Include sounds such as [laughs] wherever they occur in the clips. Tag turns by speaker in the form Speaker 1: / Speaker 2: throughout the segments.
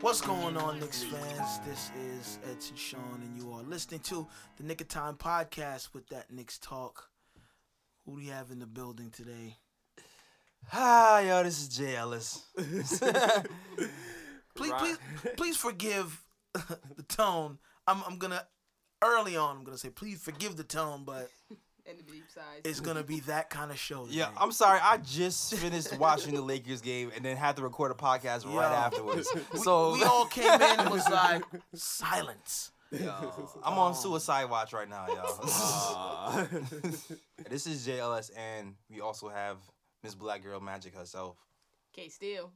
Speaker 1: What's going on, Knicks fans? This is Edson Sean, and you are listening to the Nick of Time podcast with that Knicks talk. Who do you have in the building today?
Speaker 2: Hi, yo, this is Jay Ellis.
Speaker 1: Please, please, please forgive [laughs] the tone. I'm, I'm gonna early on. I'm gonna say please forgive the tone, but
Speaker 3: and the deep size.
Speaker 1: it's gonna be that kind of show.
Speaker 2: [laughs] Yeah,
Speaker 1: today.
Speaker 2: I'm sorry. I just finished watching the Lakers game and then had to record a podcast
Speaker 1: Yo.
Speaker 2: right afterwards.
Speaker 1: [laughs]
Speaker 2: So
Speaker 1: we all came in and was like silence.
Speaker 2: Yo, [laughs] I'm on suicide watch right now,
Speaker 1: [laughs]
Speaker 2: y'all.
Speaker 4: Aw.
Speaker 2: [laughs] this is Jay Ellis, and we also have Miss Black Girl Magic herself.
Speaker 3: K Steele.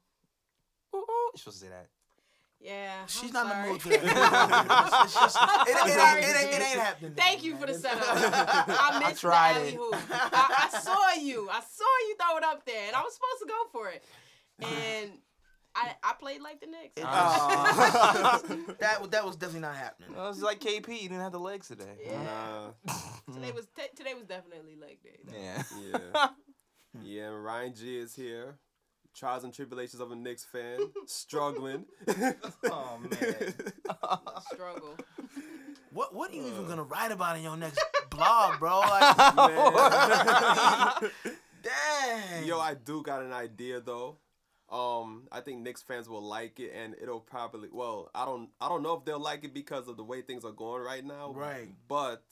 Speaker 2: Ooh, ooh, you're supposed to say that.
Speaker 3: Yeah. I'm
Speaker 1: She's not in the
Speaker 3: sorry. [laughs]
Speaker 1: mood for
Speaker 2: [laughs]
Speaker 1: that. It's just- it, it ain't- it ain't- it ain't happening.
Speaker 3: Thank you for the
Speaker 1: [laughs]
Speaker 3: setup. I missed
Speaker 2: tried
Speaker 3: the
Speaker 2: it.
Speaker 3: alley hoop. I, I saw you. I saw you throw it up there, and I was supposed to go for it. And I, I played like the Knicks.
Speaker 2: [laughs] Ah.
Speaker 1: that was- that was definitely not happening.
Speaker 2: I was like KP, you didn't have the legs today.
Speaker 3: yeah.
Speaker 4: Nah,
Speaker 3: Today was t- today was definitely leg day. though.
Speaker 2: [laughs] Yeah.
Speaker 1: [laughs]
Speaker 4: yeah. Yeah, and Ryan G is here. Trials and tribulations of a Knicks fan,
Speaker 1: [laughs]
Speaker 4: struggling.
Speaker 2: Oh, man.
Speaker 4: [laughs]
Speaker 1: [laughs]
Speaker 3: Struggle.
Speaker 1: What what are you
Speaker 2: Uh.
Speaker 1: even gonna write about in your next [laughs] blog, bro?
Speaker 2: [laughs]
Speaker 1: Like, Oh.
Speaker 4: Man.
Speaker 1: dang.
Speaker 4: Yo, I do got an idea though. Um, I think Knicks fans will like it, and it'll probably. Well, I don't. I don't know if they'll like it because of the way things are going right now.
Speaker 1: Right.
Speaker 4: But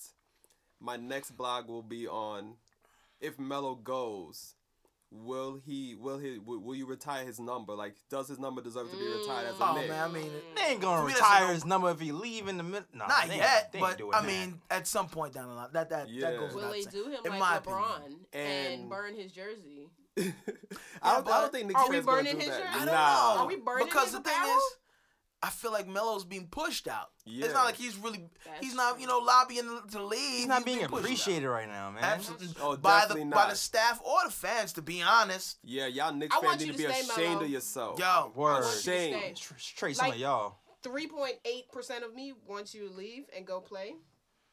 Speaker 4: my next blog will be on if Melo goes. Will he? Will he? Will, will you retire his number? Like, does his number deserve to be retired as a
Speaker 1: oh
Speaker 4: Knick?
Speaker 1: man, I mean,
Speaker 3: Mm.
Speaker 2: They ain't gonna
Speaker 1: To me, that's a
Speaker 2: retire
Speaker 1: no-
Speaker 2: his number if he leave in the middle. Nah,
Speaker 1: not
Speaker 2: they ain't-
Speaker 1: yet,
Speaker 2: they ain't
Speaker 1: but
Speaker 2: doing
Speaker 1: I
Speaker 2: that.
Speaker 1: mean, at some point down the line, that that that
Speaker 4: Yeah.
Speaker 1: goes
Speaker 3: Will
Speaker 1: without
Speaker 3: they
Speaker 1: saying.
Speaker 3: do him
Speaker 1: in my
Speaker 3: like LeBron
Speaker 1: Opinion.
Speaker 3: and,
Speaker 4: And-
Speaker 3: burn his jersey?
Speaker 4: I,
Speaker 1: Yeah,
Speaker 4: don't, I
Speaker 1: but
Speaker 4: don't think Knicks
Speaker 3: are we
Speaker 4: fans gonna
Speaker 3: burning
Speaker 4: do
Speaker 3: his
Speaker 4: that.
Speaker 3: shirt?
Speaker 1: I don't
Speaker 4: Nah.
Speaker 1: know.
Speaker 3: Are we burning
Speaker 1: because
Speaker 3: his
Speaker 1: the thing
Speaker 3: apparel?
Speaker 1: is, I feel like Melo's being pushed out. It's
Speaker 4: Yeah.
Speaker 1: not like he's really
Speaker 3: That's
Speaker 1: he's not you know
Speaker 3: true.
Speaker 1: lobbying to leave.
Speaker 2: he's not being
Speaker 1: being pushed out.
Speaker 2: appreciated right now, man.
Speaker 1: Absolutely,
Speaker 4: Oh,
Speaker 1: by the
Speaker 4: definitely
Speaker 1: by
Speaker 4: not.
Speaker 1: the staff or the fans. To be honest,
Speaker 4: Yeah, y'all Knicks
Speaker 3: I
Speaker 4: fans
Speaker 3: want
Speaker 4: need
Speaker 3: you
Speaker 4: to,
Speaker 3: to
Speaker 4: be
Speaker 3: stay
Speaker 4: ashamed
Speaker 3: mellow.
Speaker 4: of yourself.
Speaker 1: yo,
Speaker 2: Word.
Speaker 3: I want you to
Speaker 4: Shame.
Speaker 3: stay.
Speaker 2: Tr- Trray, some
Speaker 3: Like-
Speaker 2: of y'all.
Speaker 3: 3.8% of me wants you to leave and go play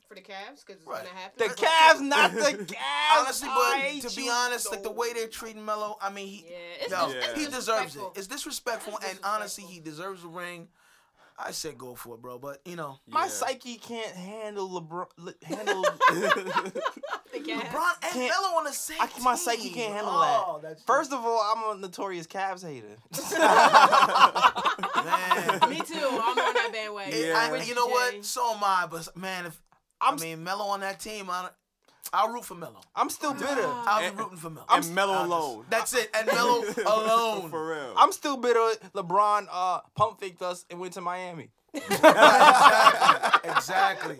Speaker 3: for the Cavs because it's
Speaker 1: Right.
Speaker 3: going to happen.
Speaker 2: The
Speaker 1: [laughs]
Speaker 2: Cavs, not the Cavs.
Speaker 1: honestly,
Speaker 2: I hate
Speaker 1: but to be
Speaker 2: you
Speaker 1: honest, like the
Speaker 2: so
Speaker 1: way they're treating Melo, I mean, he
Speaker 3: Yeah, it's,
Speaker 1: Yo,
Speaker 3: it's, it's
Speaker 1: he deserves it.
Speaker 3: disrespectful.
Speaker 1: It's disrespectful,
Speaker 3: It's
Speaker 1: and honestly,
Speaker 3: disrespectful.
Speaker 1: he deserves the ring. I said go for it, bro. But you know,
Speaker 2: My
Speaker 4: Yeah.
Speaker 2: psyche can't handle LeBron. [laughs] Le- handle.
Speaker 3: the Cavs.
Speaker 1: LeBron and
Speaker 2: Can't-
Speaker 1: Melo on the same
Speaker 2: I, my
Speaker 1: team.
Speaker 2: psyche can't handle
Speaker 1: Oh,
Speaker 2: that.
Speaker 1: that's-
Speaker 2: First of all, I'm a notorious Cavs [laughs] hater.
Speaker 1: Oh, [laughs]
Speaker 2: [laughs]
Speaker 1: man,
Speaker 3: Me too. I'm on that bandwagon.
Speaker 1: It-
Speaker 4: Yeah.
Speaker 1: I-
Speaker 3: With
Speaker 1: you know
Speaker 3: Jay.
Speaker 1: what? So am I. But man, if i
Speaker 2: I'm s-
Speaker 1: mean Melo on that team, I, I'll root for Melo.
Speaker 2: I'm still bitter.
Speaker 1: I'll be
Speaker 4: And-
Speaker 1: rooting for Melo.
Speaker 4: and Melo
Speaker 1: I'll just-
Speaker 4: alone.
Speaker 1: That's it.
Speaker 2: [laughs]
Speaker 1: And Melo alone.
Speaker 4: [laughs] For real.
Speaker 2: I'm still bitter. LeBron uh, pump faked us and went to Miami.
Speaker 1: exactly. Exactly.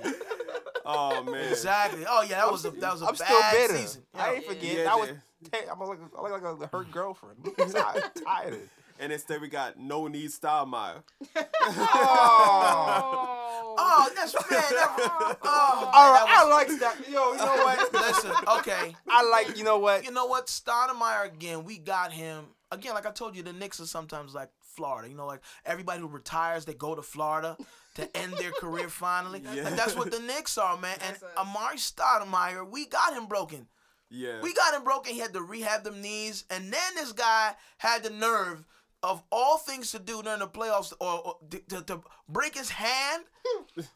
Speaker 4: oh man.
Speaker 1: Exactly. Oh yeah, that was a that was a
Speaker 2: I'm
Speaker 1: bad
Speaker 2: still bitter.
Speaker 1: season.
Speaker 2: I ain't
Speaker 3: Yeah.
Speaker 2: forget.
Speaker 4: Yeah,
Speaker 2: I was.
Speaker 4: yeah.
Speaker 2: Hey, I'm like, I look like a hurt [laughs] girlfriend. I'm tired. tired.
Speaker 4: And instead we got no need Stoudemire.
Speaker 3: [laughs]
Speaker 2: Oh.
Speaker 3: Oh.
Speaker 1: [laughs] Oh, [laughs] that's man. That, oh,
Speaker 2: All
Speaker 1: man,
Speaker 2: right,
Speaker 1: that
Speaker 2: I like that. Yo, you know what?
Speaker 1: was- listen. Okay.
Speaker 2: I like. You know what?
Speaker 1: you know what? Stoudemire again. We got him again. Like I told you, the Knicks are sometimes like Florida. You know, like everybody who retires, they go to Florida to end their career finally.
Speaker 4: Yeah.
Speaker 1: Like, that's what the Knicks are, man. And
Speaker 3: That's us.
Speaker 1: Amari Stoudemire, we got him broken.
Speaker 4: Yeah.
Speaker 1: We got him broken. He had to rehab them knees, and then this guy had the nerve of all things to do during the playoffs, or, or to, to, to break
Speaker 3: [laughs]
Speaker 1: his hand,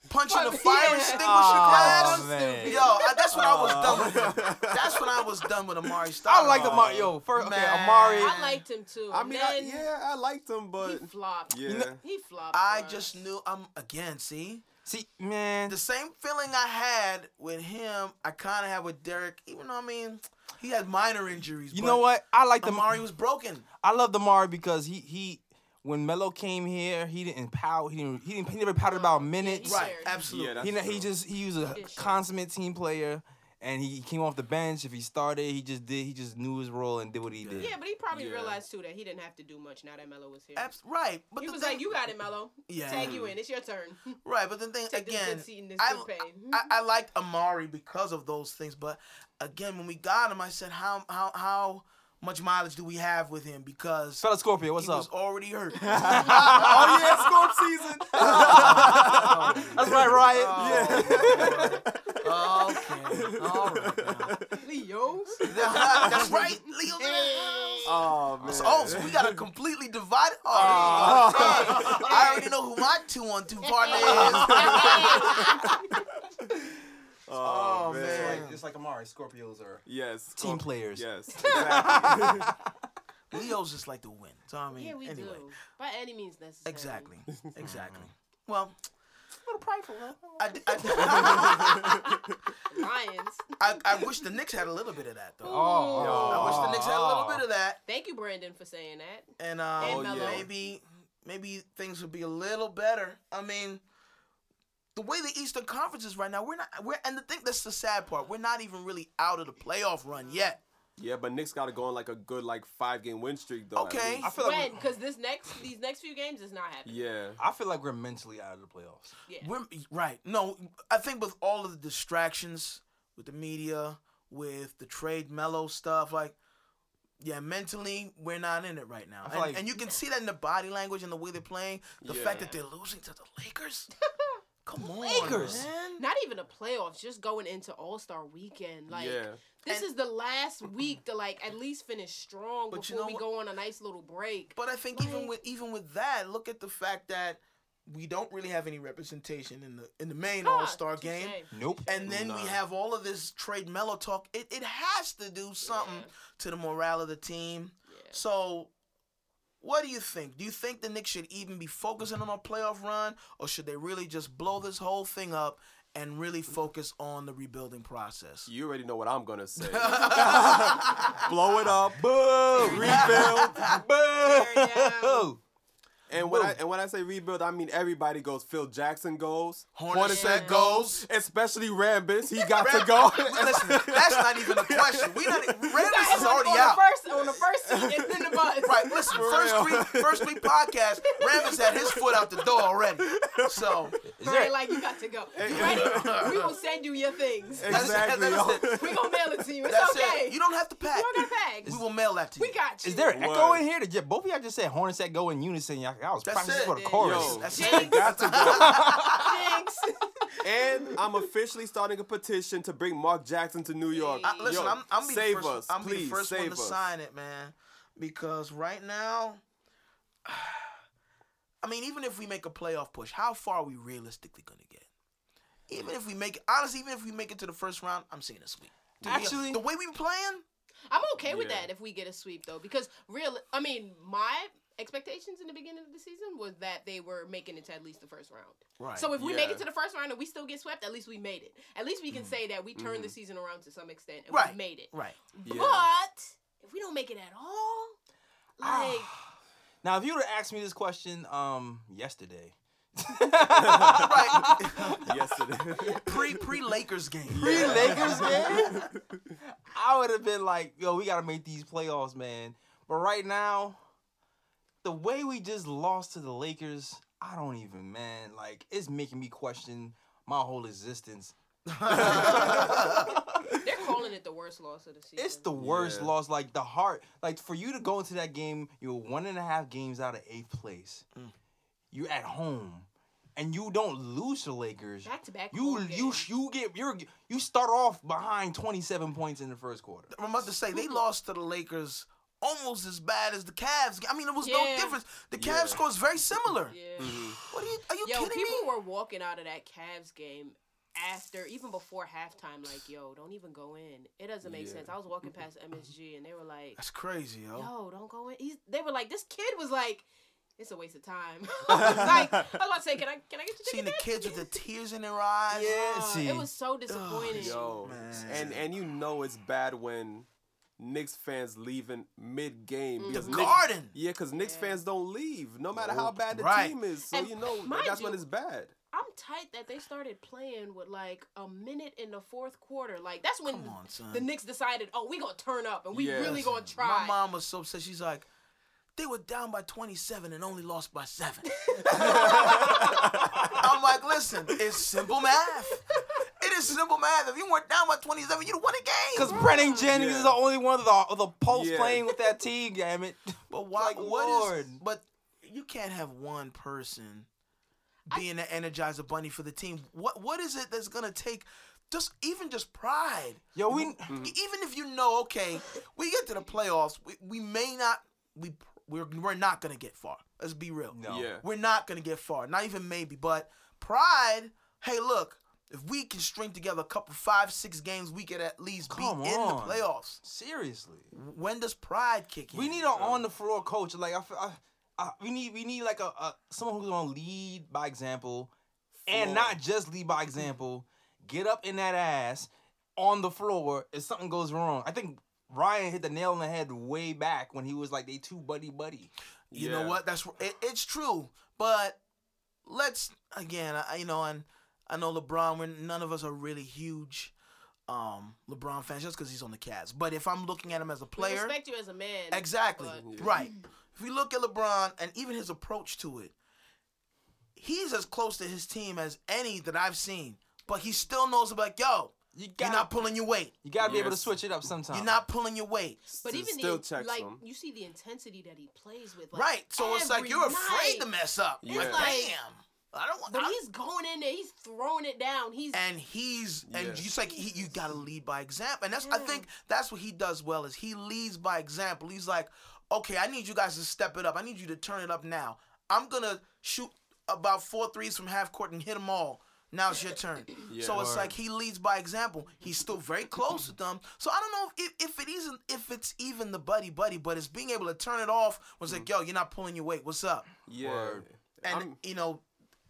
Speaker 1: punching the fire
Speaker 3: Yeah.
Speaker 1: extinguisher
Speaker 2: Aw,
Speaker 1: glass.
Speaker 2: Oh, man.
Speaker 1: Yo, I, that's when I was
Speaker 4: Aw.
Speaker 1: done with him. That's when I was done with Amari Stoudemire.
Speaker 2: [laughs] I like Amari. Yo, first, okay,
Speaker 1: Man.
Speaker 2: Amari.
Speaker 3: I liked him too.
Speaker 4: I mean, I,
Speaker 3: Then
Speaker 4: yeah, I liked him,
Speaker 3: He
Speaker 4: but
Speaker 3: flopped.
Speaker 4: yeah.
Speaker 3: He flopped.
Speaker 1: I
Speaker 3: for us.
Speaker 1: just knew I'm again. See,
Speaker 2: See, man.
Speaker 1: the same feeling I had with him, I kind of had with Derek. Even though I mean, he had minor injuries.
Speaker 2: You
Speaker 1: but
Speaker 2: know what? I like the
Speaker 1: Amari was broken.
Speaker 2: I love Damari because he he when Melo came here, he didn't pout. He didn't he, didn't, he never pouted about
Speaker 3: Yeah,
Speaker 2: minutes.
Speaker 3: he
Speaker 1: Right,
Speaker 3: shared.
Speaker 1: absolutely.
Speaker 4: Yeah, that's
Speaker 2: He ne-
Speaker 4: true.
Speaker 2: he just he was a
Speaker 3: did share.
Speaker 2: consummate team player, and he came off the bench. If he started, he just did. He just knew his role and did what he did.
Speaker 3: Yeah, but he probably
Speaker 4: Yeah.
Speaker 3: realized too that he didn't have to do much now that Melo was here.
Speaker 1: Abs- right, but
Speaker 3: He
Speaker 1: the
Speaker 3: was
Speaker 1: thing-
Speaker 3: like, "You got it, Melo.
Speaker 1: Yeah.
Speaker 3: Tag you in. It's your turn. [laughs]
Speaker 1: Right, but the thing
Speaker 3: Take this
Speaker 1: again,
Speaker 3: good seat and this
Speaker 1: I,
Speaker 3: good pain." [laughs]
Speaker 1: I, I liked Amari because of those things. But again, when we got him, I said, how how how much mileage do we have with him? Because
Speaker 2: Fella Scorpio, what's
Speaker 1: he was [laughs]
Speaker 2: up?
Speaker 1: already hurt.
Speaker 4: oh yeah, scorp season.
Speaker 2: [laughs] That's right, Riot.
Speaker 1: Oh, okay, all right. now.
Speaker 3: Leo.
Speaker 1: [laughs] That's right, [laughs] Leo.
Speaker 4: oh man.
Speaker 3: [laughs]
Speaker 1: [laughs] So, oh, so we got a completely divided. Oh, I already my two
Speaker 3: [laughs]
Speaker 1: on two partner is.
Speaker 4: Oh, man.
Speaker 1: man.
Speaker 5: Like, just like Amari, Scorpios are.
Speaker 4: Yes.
Speaker 2: Team
Speaker 4: Cor-
Speaker 2: players. [laughs]
Speaker 4: Yes. Exactly.
Speaker 1: Leo's just like to win. So I mean,
Speaker 3: yeah, we
Speaker 1: [laughs] anyway.
Speaker 3: do. Mm-hmm. By any means necessary.
Speaker 1: Exactly. Exactly. Well,
Speaker 3: A little prideful, huh?
Speaker 1: I,
Speaker 3: [laughs]
Speaker 1: I,
Speaker 3: Lions.
Speaker 1: [laughs] I, I wish the Knicks had a little bit of that though.
Speaker 2: Oh,
Speaker 1: I wish the
Speaker 2: oh,
Speaker 1: Knicks had a little
Speaker 2: oh.
Speaker 1: bit of that,
Speaker 3: Thank you, Brandon, for saying that.
Speaker 1: and, um,
Speaker 3: And
Speaker 4: Melo.
Speaker 1: maybe maybe things would be a little better. I mean, the way the Eastern Conference is right now, we're not we're and the thing that's the sad part, we're not even really out of the playoff run yet.
Speaker 4: yeah, but Knicks got to go on like a good like five game win streak though. at
Speaker 1: Okay.
Speaker 4: least.
Speaker 2: I feel
Speaker 3: When?
Speaker 2: like we-
Speaker 3: Because this next, these next few games is not happening.
Speaker 4: Yeah.
Speaker 2: I feel like we're mentally out of the playoffs.
Speaker 3: Yeah.
Speaker 1: We're right. No, I think with all of the distractions with the media, with the trade mellow stuff, like yeah, mentally we're not in it right now,
Speaker 2: I
Speaker 1: and,
Speaker 2: feel like-
Speaker 1: and you can see that in the body language and the way they're playing. The
Speaker 4: Yeah.
Speaker 1: fact that they're losing to the
Speaker 3: [laughs]
Speaker 1: Lakers. Come on,
Speaker 2: Lakers.
Speaker 1: man.
Speaker 3: Not even a playoffs, just going into All Star weekend. Like
Speaker 4: yeah.
Speaker 3: this
Speaker 1: And-
Speaker 3: is the
Speaker 1: [clears throat]
Speaker 3: last week to like at least finish strong
Speaker 1: But you
Speaker 3: before
Speaker 1: know
Speaker 3: we
Speaker 1: what-
Speaker 3: go on a nice little break.
Speaker 1: But I think even
Speaker 3: Like-
Speaker 1: with even with that, look at the fact that we don't really have any representation in the in the main
Speaker 3: Ah,
Speaker 1: All Star
Speaker 3: touche.
Speaker 1: game.
Speaker 2: Nope. [laughs]
Speaker 1: And then we
Speaker 4: Nah.
Speaker 1: have all of this trade mellow talk. It, it has to do something
Speaker 3: Yeah.
Speaker 1: to the morale of the team.
Speaker 3: Yeah.
Speaker 1: So, what do you think? Do you think the Knicks should even be focusing on a playoff run, or should they really just blow this whole thing up and really focus on the rebuilding process?
Speaker 4: You already know what I'm
Speaker 3: [laughs]
Speaker 4: gonna say. Blow it up. Boo. Rebuild.
Speaker 1: [laughs]
Speaker 2: Boo!
Speaker 4: And when
Speaker 2: Boom.
Speaker 4: I and when I say rebuild, I mean everybody goes. Phil Jackson goes.
Speaker 1: Hornacek
Speaker 4: Hornacek
Speaker 1: goes.
Speaker 4: goes. Especially Rambis. He got to go.
Speaker 1: Listen, that's not
Speaker 4: [laughs]
Speaker 1: even a question. We not
Speaker 3: Got
Speaker 1: Rambis
Speaker 3: him
Speaker 1: is
Speaker 3: on-
Speaker 1: already
Speaker 3: on
Speaker 1: out.
Speaker 3: The first, on the first seat, it's in the bus.
Speaker 1: [laughs] Right, listen,
Speaker 4: For
Speaker 1: first
Speaker 4: real.
Speaker 1: week, first week podcast, Rambis had his foot out the door already. So
Speaker 2: Is
Speaker 3: Right,
Speaker 2: there,
Speaker 3: like you got to
Speaker 1: [laughs]
Speaker 3: go. You ready? we gonna send you your things.
Speaker 1: that's- [laughs]
Speaker 4: exactly.
Speaker 1: that's
Speaker 4: yo.
Speaker 1: it.
Speaker 3: We gonna mail it to you. It's
Speaker 1: that's
Speaker 3: okay.
Speaker 1: it. You don't have to pack.
Speaker 3: You don't got bags.
Speaker 1: We will mail that to you.
Speaker 3: We got you.
Speaker 2: is there an echo
Speaker 4: Word.
Speaker 2: in here? Did you, both of y'all just said Hornacek go in unison. Y'all, I was
Speaker 1: That's
Speaker 2: practicing
Speaker 1: it.
Speaker 2: for the
Speaker 3: Yo.
Speaker 2: chorus.
Speaker 4: Yo.
Speaker 1: That's
Speaker 3: Jinx.
Speaker 1: it.
Speaker 4: Got to go.
Speaker 3: Thanks.
Speaker 4: And I'm officially starting a petition to bring Mark Jackson to New York.
Speaker 3: I-
Speaker 1: I- listen,
Speaker 4: Yo,
Speaker 1: I'm, I'm be
Speaker 4: save
Speaker 1: the first,
Speaker 4: us,
Speaker 1: I'm
Speaker 4: please.
Speaker 1: be the first
Speaker 4: save
Speaker 1: one to
Speaker 4: us.
Speaker 1: sign it, man. Because right now, [sighs] I mean, even if we make a playoff push, how far are we realistically gonna get? Even if we make, honestly, even if we make it to the first round, I'm saying a sweep. To be-
Speaker 2: Actually-
Speaker 1: the way we playing,
Speaker 3: I'm okay with
Speaker 4: Yeah.
Speaker 3: that if we get a sweep though, because real. I mean, my expectations in the beginning of the season was that they were making it to at least the first round.
Speaker 1: right?
Speaker 3: So if we make
Speaker 4: Yeah. Mm-hmm.
Speaker 3: it to the first round and we still get swept, at least we made it. At least we can say that we turned the season around to some extent and
Speaker 1: Right.
Speaker 3: we made it. [laughs]
Speaker 1: right, [laughs]
Speaker 4: Yeah.
Speaker 3: But if we don't make it at all,
Speaker 4: [sighs]
Speaker 3: like
Speaker 2: Now, if you would have asked me this question um yesterday, [laughs]
Speaker 1: right. [laughs]
Speaker 4: Yesterday.
Speaker 1: pre pre Lakers game. [laughs]
Speaker 2: pre Lakers man, I would have been like, "Yo, we gotta make these playoffs, man." But right now, the way we just lost to the Lakers, I don't even, man. Like, it's making me question my whole existence. [laughs]
Speaker 3: they're calling it the worst loss of the season.
Speaker 2: It's the worst
Speaker 4: Yeah.
Speaker 2: loss. Like the heart. Like for you to go into that game, you're one and a half games out of eighth place. You're at home, and you don't lose to Lakers.
Speaker 3: back to back.
Speaker 2: You you you get you are you start off behind 27 points in the first quarter.
Speaker 1: I'm about to say
Speaker 3: Mm-hmm.
Speaker 1: they lost to the Lakers almost as bad as the Cavs. I mean, it was no
Speaker 3: Yeah.
Speaker 1: difference. The Cavs
Speaker 4: Yeah.
Speaker 1: score is very similar.
Speaker 3: yeah.
Speaker 1: What are you? Are you
Speaker 3: Yo,
Speaker 1: kidding
Speaker 3: people
Speaker 1: me?
Speaker 3: were walking out of that Cavs game after, even before halftime, like, yo, don't even go in. It doesn't make
Speaker 4: Yeah.
Speaker 3: sense. I was walking past MSG and they were like,
Speaker 1: That's crazy, yo.
Speaker 3: yo, don't go in. He's, they were like, this kid was like, it's a waste of time. [laughs] I
Speaker 1: [laughs]
Speaker 3: was like, I was about to say, can I, can I get your
Speaker 1: Seeing the
Speaker 3: ticket
Speaker 1: kids with the tears in their eyes.
Speaker 2: Yeah,
Speaker 3: back?
Speaker 2: see.
Speaker 3: It was so disappointing.
Speaker 4: Yo,
Speaker 1: Man.
Speaker 4: and and you know it's bad when Knicks fans leaving mid game
Speaker 1: Mm.
Speaker 4: because Knicks-
Speaker 1: Garden.
Speaker 4: yeah, because Knicks fans don't leave no matter how bad the
Speaker 1: Right.
Speaker 4: team is. So
Speaker 3: And
Speaker 4: you know
Speaker 3: mind
Speaker 4: that's when
Speaker 3: you-
Speaker 4: it's bad.
Speaker 3: I'm tight that they started playing with like a minute in the fourth quarter. Like, that's when
Speaker 1: Come on, son.
Speaker 3: the Knicks decided, oh, we going to turn up and we
Speaker 4: Yeah.
Speaker 3: really going to try.
Speaker 1: My mom was so upset. She's like, they were down by 27 and only lost by seven.
Speaker 3: [laughs]
Speaker 1: I'm like, listen, it's simple math. It is simple math. If you weren't down by 27, you'd have won a game.
Speaker 2: Because Brennan Jennings
Speaker 4: Yeah.
Speaker 2: is the only one of the, of the post
Speaker 4: Yeah.
Speaker 2: playing with that team, damn it.
Speaker 1: But why?
Speaker 2: like,
Speaker 1: what is?
Speaker 2: Lord.
Speaker 1: But you can't have one person being the energizer bunny for the team. What What is it that's gonna take? Just even just pride. E,
Speaker 2: Yo, we
Speaker 1: Even if you know, okay, we get to the playoffs, we, we may not we we're, we're not gonna get far. Let's be real.
Speaker 2: No.
Speaker 4: Yeah.
Speaker 1: We're not gonna get far. Not even maybe. But pride. Hey, look. If we can string together a couple five, six games, we could at least
Speaker 2: Come
Speaker 1: be in the
Speaker 2: on.
Speaker 1: playoffs.
Speaker 2: Seriously.
Speaker 1: When does pride kick in?
Speaker 2: We need an on the floor coach. Like I, feel- I, I we need we need like a, a someone who's gonna lead by example, and not just lead by example. Get up in that ass on the floor if something goes wrong. I think Ryan hit the nail on the head way back when he was like they two buddy buddy.
Speaker 1: You
Speaker 4: Yeah.
Speaker 1: know what? That's it, it's true. But let's again, I, you know, and I know LeBron. We're, none of us are really huge um LeBron fans just because he's on the Cavs. But if I'm looking at him as a
Speaker 3: We
Speaker 1: player,
Speaker 3: respect you as a man.
Speaker 1: exactly
Speaker 3: but-
Speaker 1: right. If we look at LeBron and even his approach to it, he's as close to his team as any that I've seen. But he still knows about yo.
Speaker 2: You
Speaker 1: You're
Speaker 2: got
Speaker 1: not pulling your weight.
Speaker 2: you gotta be able to
Speaker 4: Yes.
Speaker 2: switch it up sometimes.
Speaker 4: Uh-uh.
Speaker 1: You're not pulling your weight.
Speaker 3: But
Speaker 4: Still-
Speaker 3: even
Speaker 4: still
Speaker 3: the,
Speaker 4: checks
Speaker 3: like [laughs]
Speaker 4: them.
Speaker 3: you see the intensity that he plays with. Like,
Speaker 1: Right. So it's like
Speaker 3: every
Speaker 1: you're afraid
Speaker 3: night.
Speaker 1: to mess up. You're Like,
Speaker 4: Yeah.
Speaker 3: Like-
Speaker 1: damn. I don't want
Speaker 3: But
Speaker 1: I-
Speaker 3: he's going in there. He's throwing it down. He's
Speaker 1: and he's and
Speaker 4: Yes.
Speaker 1: it's like he, you gotta lead by example and that's i
Speaker 3: Yeah.
Speaker 1: think that's what he does well is he leads by example he's like okay i need you guys to step it up i need you to turn it up now i'm gonna shoot about four threes from half court and hit them all now it's your
Speaker 4: [coughs]
Speaker 1: turn so it's
Speaker 2: Word.
Speaker 1: like he leads by example he's still very close with them so i don't know if, if it isn't if it's even the buddy buddy but it's being able to turn it off was like yo you're not pulling your weight what's up
Speaker 4: Yeah.
Speaker 2: Word.
Speaker 1: and
Speaker 4: Mm. I'm-
Speaker 1: you know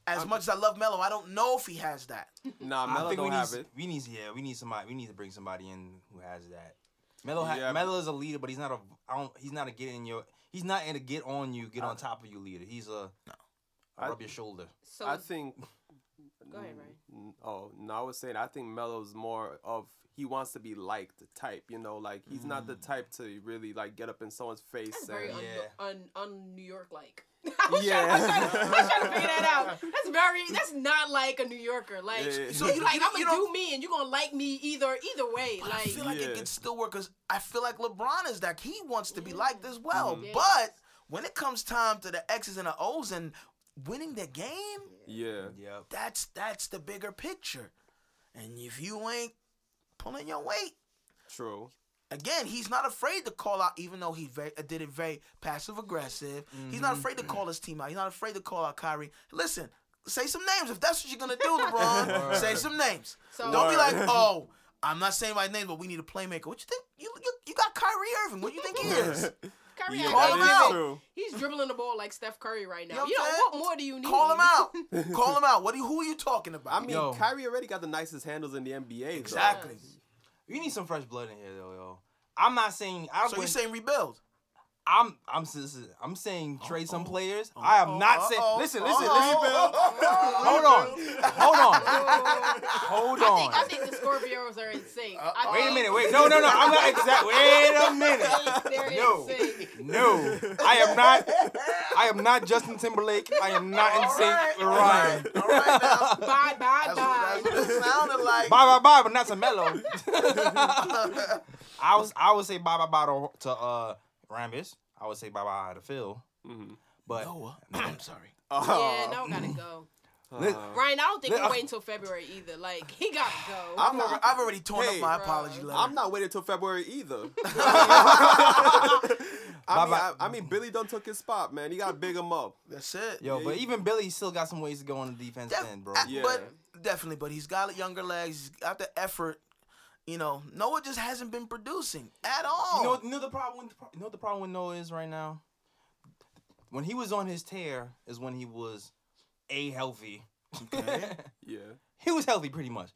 Speaker 1: as much as i love Melo, i don't know if he has that
Speaker 4: Nah,
Speaker 2: I
Speaker 4: Melo
Speaker 2: think
Speaker 4: don't
Speaker 2: we
Speaker 4: have
Speaker 2: need
Speaker 4: it.
Speaker 2: we need yeah we need somebody we need to bring somebody in who has that. Melo ha-
Speaker 4: Yeah.
Speaker 2: Melo is a leader, but he's not a I don't, he's not a get in your he's not in a get on you get on top of you leader. He's a, a
Speaker 4: I-
Speaker 2: rub your shoulder.
Speaker 3: so.
Speaker 4: I think.
Speaker 3: Go ahead, Ryan.
Speaker 4: N- Oh no, I was saying I think Melo's more of he wants to be liked type. You know, like he's not
Speaker 2: Mm.
Speaker 4: the type to really like get up in someone's face.
Speaker 3: That's very
Speaker 4: and,
Speaker 2: Yeah.
Speaker 3: un, un, un New York [laughs] like. I was
Speaker 4: Yeah.
Speaker 3: trying, I, was trying to, I was trying to figure that out.
Speaker 1: [laughs]
Speaker 3: That's very. That's not like a New Yorker. Like,
Speaker 4: Yeah.
Speaker 1: So
Speaker 3: so
Speaker 1: you
Speaker 3: you like
Speaker 1: don't-
Speaker 3: I'm
Speaker 1: you
Speaker 3: gonna
Speaker 1: don't-
Speaker 3: do me, and you're gonna like me either either way.
Speaker 1: But I
Speaker 3: Like,
Speaker 1: feel like
Speaker 4: Yeah.
Speaker 1: it could still work because I feel like LeBron is that he wants to be liked as well.
Speaker 3: Mhm.
Speaker 1: But when it comes time to the X's and the O's and winning the game,
Speaker 4: yeah,
Speaker 2: Yep.
Speaker 1: that's that's the bigger picture. And if you ain't pulling your weight,
Speaker 2: [laughs]
Speaker 4: true.
Speaker 1: again, he's not afraid to call out, even though he very, did it very passive aggressive. He's not afraid to call his team out. He's not afraid to call out Kyrie. Listen, say some names if that's what
Speaker 3: [laughs]
Speaker 1: you're gonna do, LeBron. say some names.
Speaker 3: So-
Speaker 1: Don't be like,
Speaker 4: Word.
Speaker 1: oh, I'm not saying my name, but we need a playmaker. What you think? You you, you got Kyrie Irving. What do you think he
Speaker 4: [laughs]
Speaker 1: is?
Speaker 3: Curry,
Speaker 4: Yeah,
Speaker 1: Call
Speaker 3: I
Speaker 1: him
Speaker 3: think
Speaker 1: out.
Speaker 4: true.
Speaker 3: He's dribbling the ball like Steph Curry right now.
Speaker 1: You
Speaker 3: You,
Speaker 1: know
Speaker 3: know
Speaker 1: what I'm
Speaker 3: what
Speaker 1: saying?
Speaker 3: more do you need?
Speaker 1: Call
Speaker 3: [laughs]
Speaker 1: him out. Call him out. What? Are you, who are you talking about?
Speaker 4: I mean,
Speaker 2: Yo.
Speaker 4: Kyrie already got the nicest handles in the NBA. though.
Speaker 1: exactly.
Speaker 2: You need some fresh blood in here, though, yo. I'm not saying I
Speaker 1: So
Speaker 2: wouldn't-
Speaker 1: you're saying rebuild?
Speaker 2: I'm I'm s- s- I'm saying trade some players. I am not saying.
Speaker 1: Uh-oh.
Speaker 2: Listen, listen, listen.
Speaker 1: Uh-oh.
Speaker 2: Hold on,
Speaker 3: [laughs]
Speaker 2: hold on,
Speaker 3: I
Speaker 2: hold
Speaker 3: think, I
Speaker 2: on. Uh,
Speaker 3: think the Scorpios are in sync. I
Speaker 2: Wait a
Speaker 3: think
Speaker 2: minute, wait. No, no, no. I'm not exact.
Speaker 3: [laughs]
Speaker 2: Wait a
Speaker 3: I
Speaker 2: minute.
Speaker 3: think They're
Speaker 2: No.
Speaker 3: in sync.
Speaker 2: No, I am not. I am not Justin Timberlake. I am not in sync with
Speaker 1: All
Speaker 2: Ryan.
Speaker 1: right. All right now.
Speaker 3: Bye, bye,
Speaker 1: That's
Speaker 3: bye.
Speaker 1: what, that's what [laughs] it sounded like.
Speaker 2: Bye bye bye, but not to Mello. [laughs] I was I would say bye bye bye to, to uh Rambis. I would say bye bye to Phil.
Speaker 4: Mhm.
Speaker 2: But
Speaker 1: Noah, [laughs] I'm sorry.
Speaker 3: Yeah, no, gotta go.
Speaker 2: li-
Speaker 4: Uh,
Speaker 3: Ryan, I don't think
Speaker 2: Let-
Speaker 3: we'll wait until February either. Like, he gotta go.
Speaker 1: I'm alre- I've already torn
Speaker 4: Hey,
Speaker 1: up my
Speaker 3: bruh.
Speaker 1: apology letter.
Speaker 4: I'm not waiting till February
Speaker 3: [laughs]
Speaker 4: either. [laughs] I, mean, I,
Speaker 2: Bye-bye.
Speaker 4: I mean, Billy done took his spot, man. He got to big him up.
Speaker 1: That's it.
Speaker 2: yo,
Speaker 4: Yeah,
Speaker 2: but
Speaker 4: you-
Speaker 2: even Billy still got some ways to go on the defense
Speaker 1: Def-
Speaker 2: end, bro.
Speaker 1: uh,
Speaker 4: Yeah.
Speaker 1: But definitely, but he's got younger legs. He's got the effort. You know, Noah just hasn't been producing at all.
Speaker 2: You know, you know the problem. With, you know what the problem with Noah is right now. When he was on his tear, is when he was a healthy. [laughs]
Speaker 4: Yeah,
Speaker 2: he was healthy pretty much.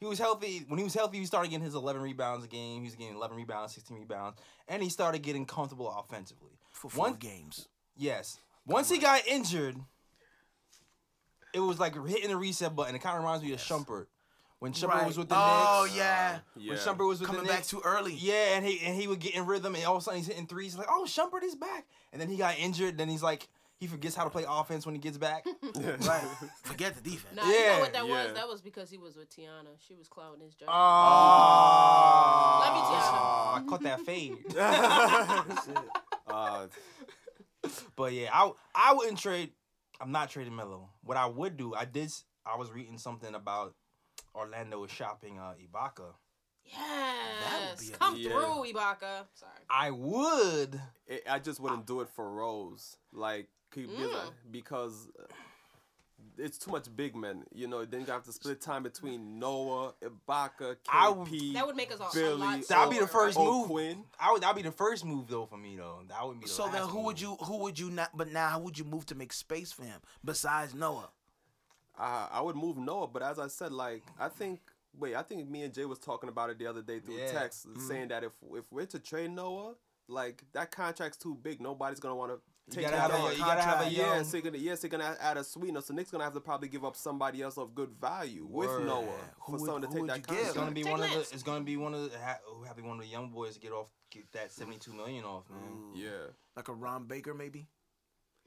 Speaker 2: He was healthy. When he was healthy, he started getting his 11 rebounds a game. He was getting 11 rebounds, 16 rebounds, and he started getting comfortable offensively.
Speaker 1: for four
Speaker 2: One-
Speaker 1: games.
Speaker 2: Yes. Once he got injured, it was like hitting the reset button. It kind of reminds me of Shumpert. When Shumpert
Speaker 1: Right.
Speaker 2: was with the
Speaker 1: oh
Speaker 2: Knicks.
Speaker 1: yeah,
Speaker 4: yeah.
Speaker 2: When Shumpert was with
Speaker 1: coming
Speaker 2: the
Speaker 1: back
Speaker 2: Knicks.
Speaker 1: too early.
Speaker 2: Yeah, and he and he would get in rhythm, and all of a sudden he's hitting threes. Like, oh, Shumpert is back, and then he got injured. Then he's like, he forgets how to play offense when he
Speaker 3: [laughs]
Speaker 2: gets back.
Speaker 1: right.
Speaker 2: [laughs]
Speaker 1: Forget the defense.
Speaker 3: Nah, you
Speaker 2: Yeah, Uh,
Speaker 3: know what that
Speaker 4: yeah.
Speaker 3: was? That was because he was with Tiana. She was clouding his job.
Speaker 2: Ah,
Speaker 3: Love you, Tiana.
Speaker 2: I caught that fade.
Speaker 3: [laughs]
Speaker 4: Uh,
Speaker 2: but yeah, I I wouldn't trade. I'm not trading Melo. What I would do, I did. s- I was reading something about Orlando was shopping uh, Ibaka.
Speaker 1: would
Speaker 3: yes.
Speaker 1: be a-
Speaker 3: Come
Speaker 4: Yeah.
Speaker 3: through, Ibaka. Sorry.
Speaker 2: I would.
Speaker 4: it, I just wouldn't do it for Rose. Like Keep busy
Speaker 3: Mm.
Speaker 4: because uh, it's too much big men. You know, then you have to split time between Noah, Ibaka, KP.
Speaker 2: I would-
Speaker 3: That would make us all a
Speaker 4: Billy,
Speaker 3: lot.
Speaker 2: That'd be the
Speaker 3: slower.
Speaker 2: first move.
Speaker 4: Quinn.
Speaker 2: I would. That'd be the first move though for me though. That would be. The
Speaker 1: So then,
Speaker 2: last
Speaker 1: who would
Speaker 2: move.
Speaker 1: you? Who would you not? But now, how would you move to make space for him besides Noah?
Speaker 4: I, I would move Noah, but as I said, like I think wait, I think me and Jay was talking about it the other day through
Speaker 2: Yeah. Mm-hmm.
Speaker 4: text, saying that if if we're to trade Noah, like that contract's too big. Nobody's gonna want to
Speaker 2: You
Speaker 4: take
Speaker 2: gotta
Speaker 4: that
Speaker 2: have
Speaker 4: on.
Speaker 2: a. You gotta have a
Speaker 1: contract.
Speaker 2: young.
Speaker 4: Yeah, so you're gonna yes, they're gonna add a sweetener. So Nick's gonna have to probably give up somebody else of good value
Speaker 2: Word.
Speaker 4: with Noah
Speaker 1: Who
Speaker 4: for
Speaker 1: would-
Speaker 4: someone to
Speaker 1: who
Speaker 4: take
Speaker 1: would
Speaker 4: that
Speaker 1: you give?
Speaker 2: It's gonna
Speaker 4: contract.
Speaker 2: be
Speaker 3: Take
Speaker 2: one of the.
Speaker 3: less.
Speaker 2: It's gonna be one of the. ha- Having one of the young boys get off. Get that seventy-two million off, man.
Speaker 4: Yeah,
Speaker 1: Like a Ron Baker, maybe.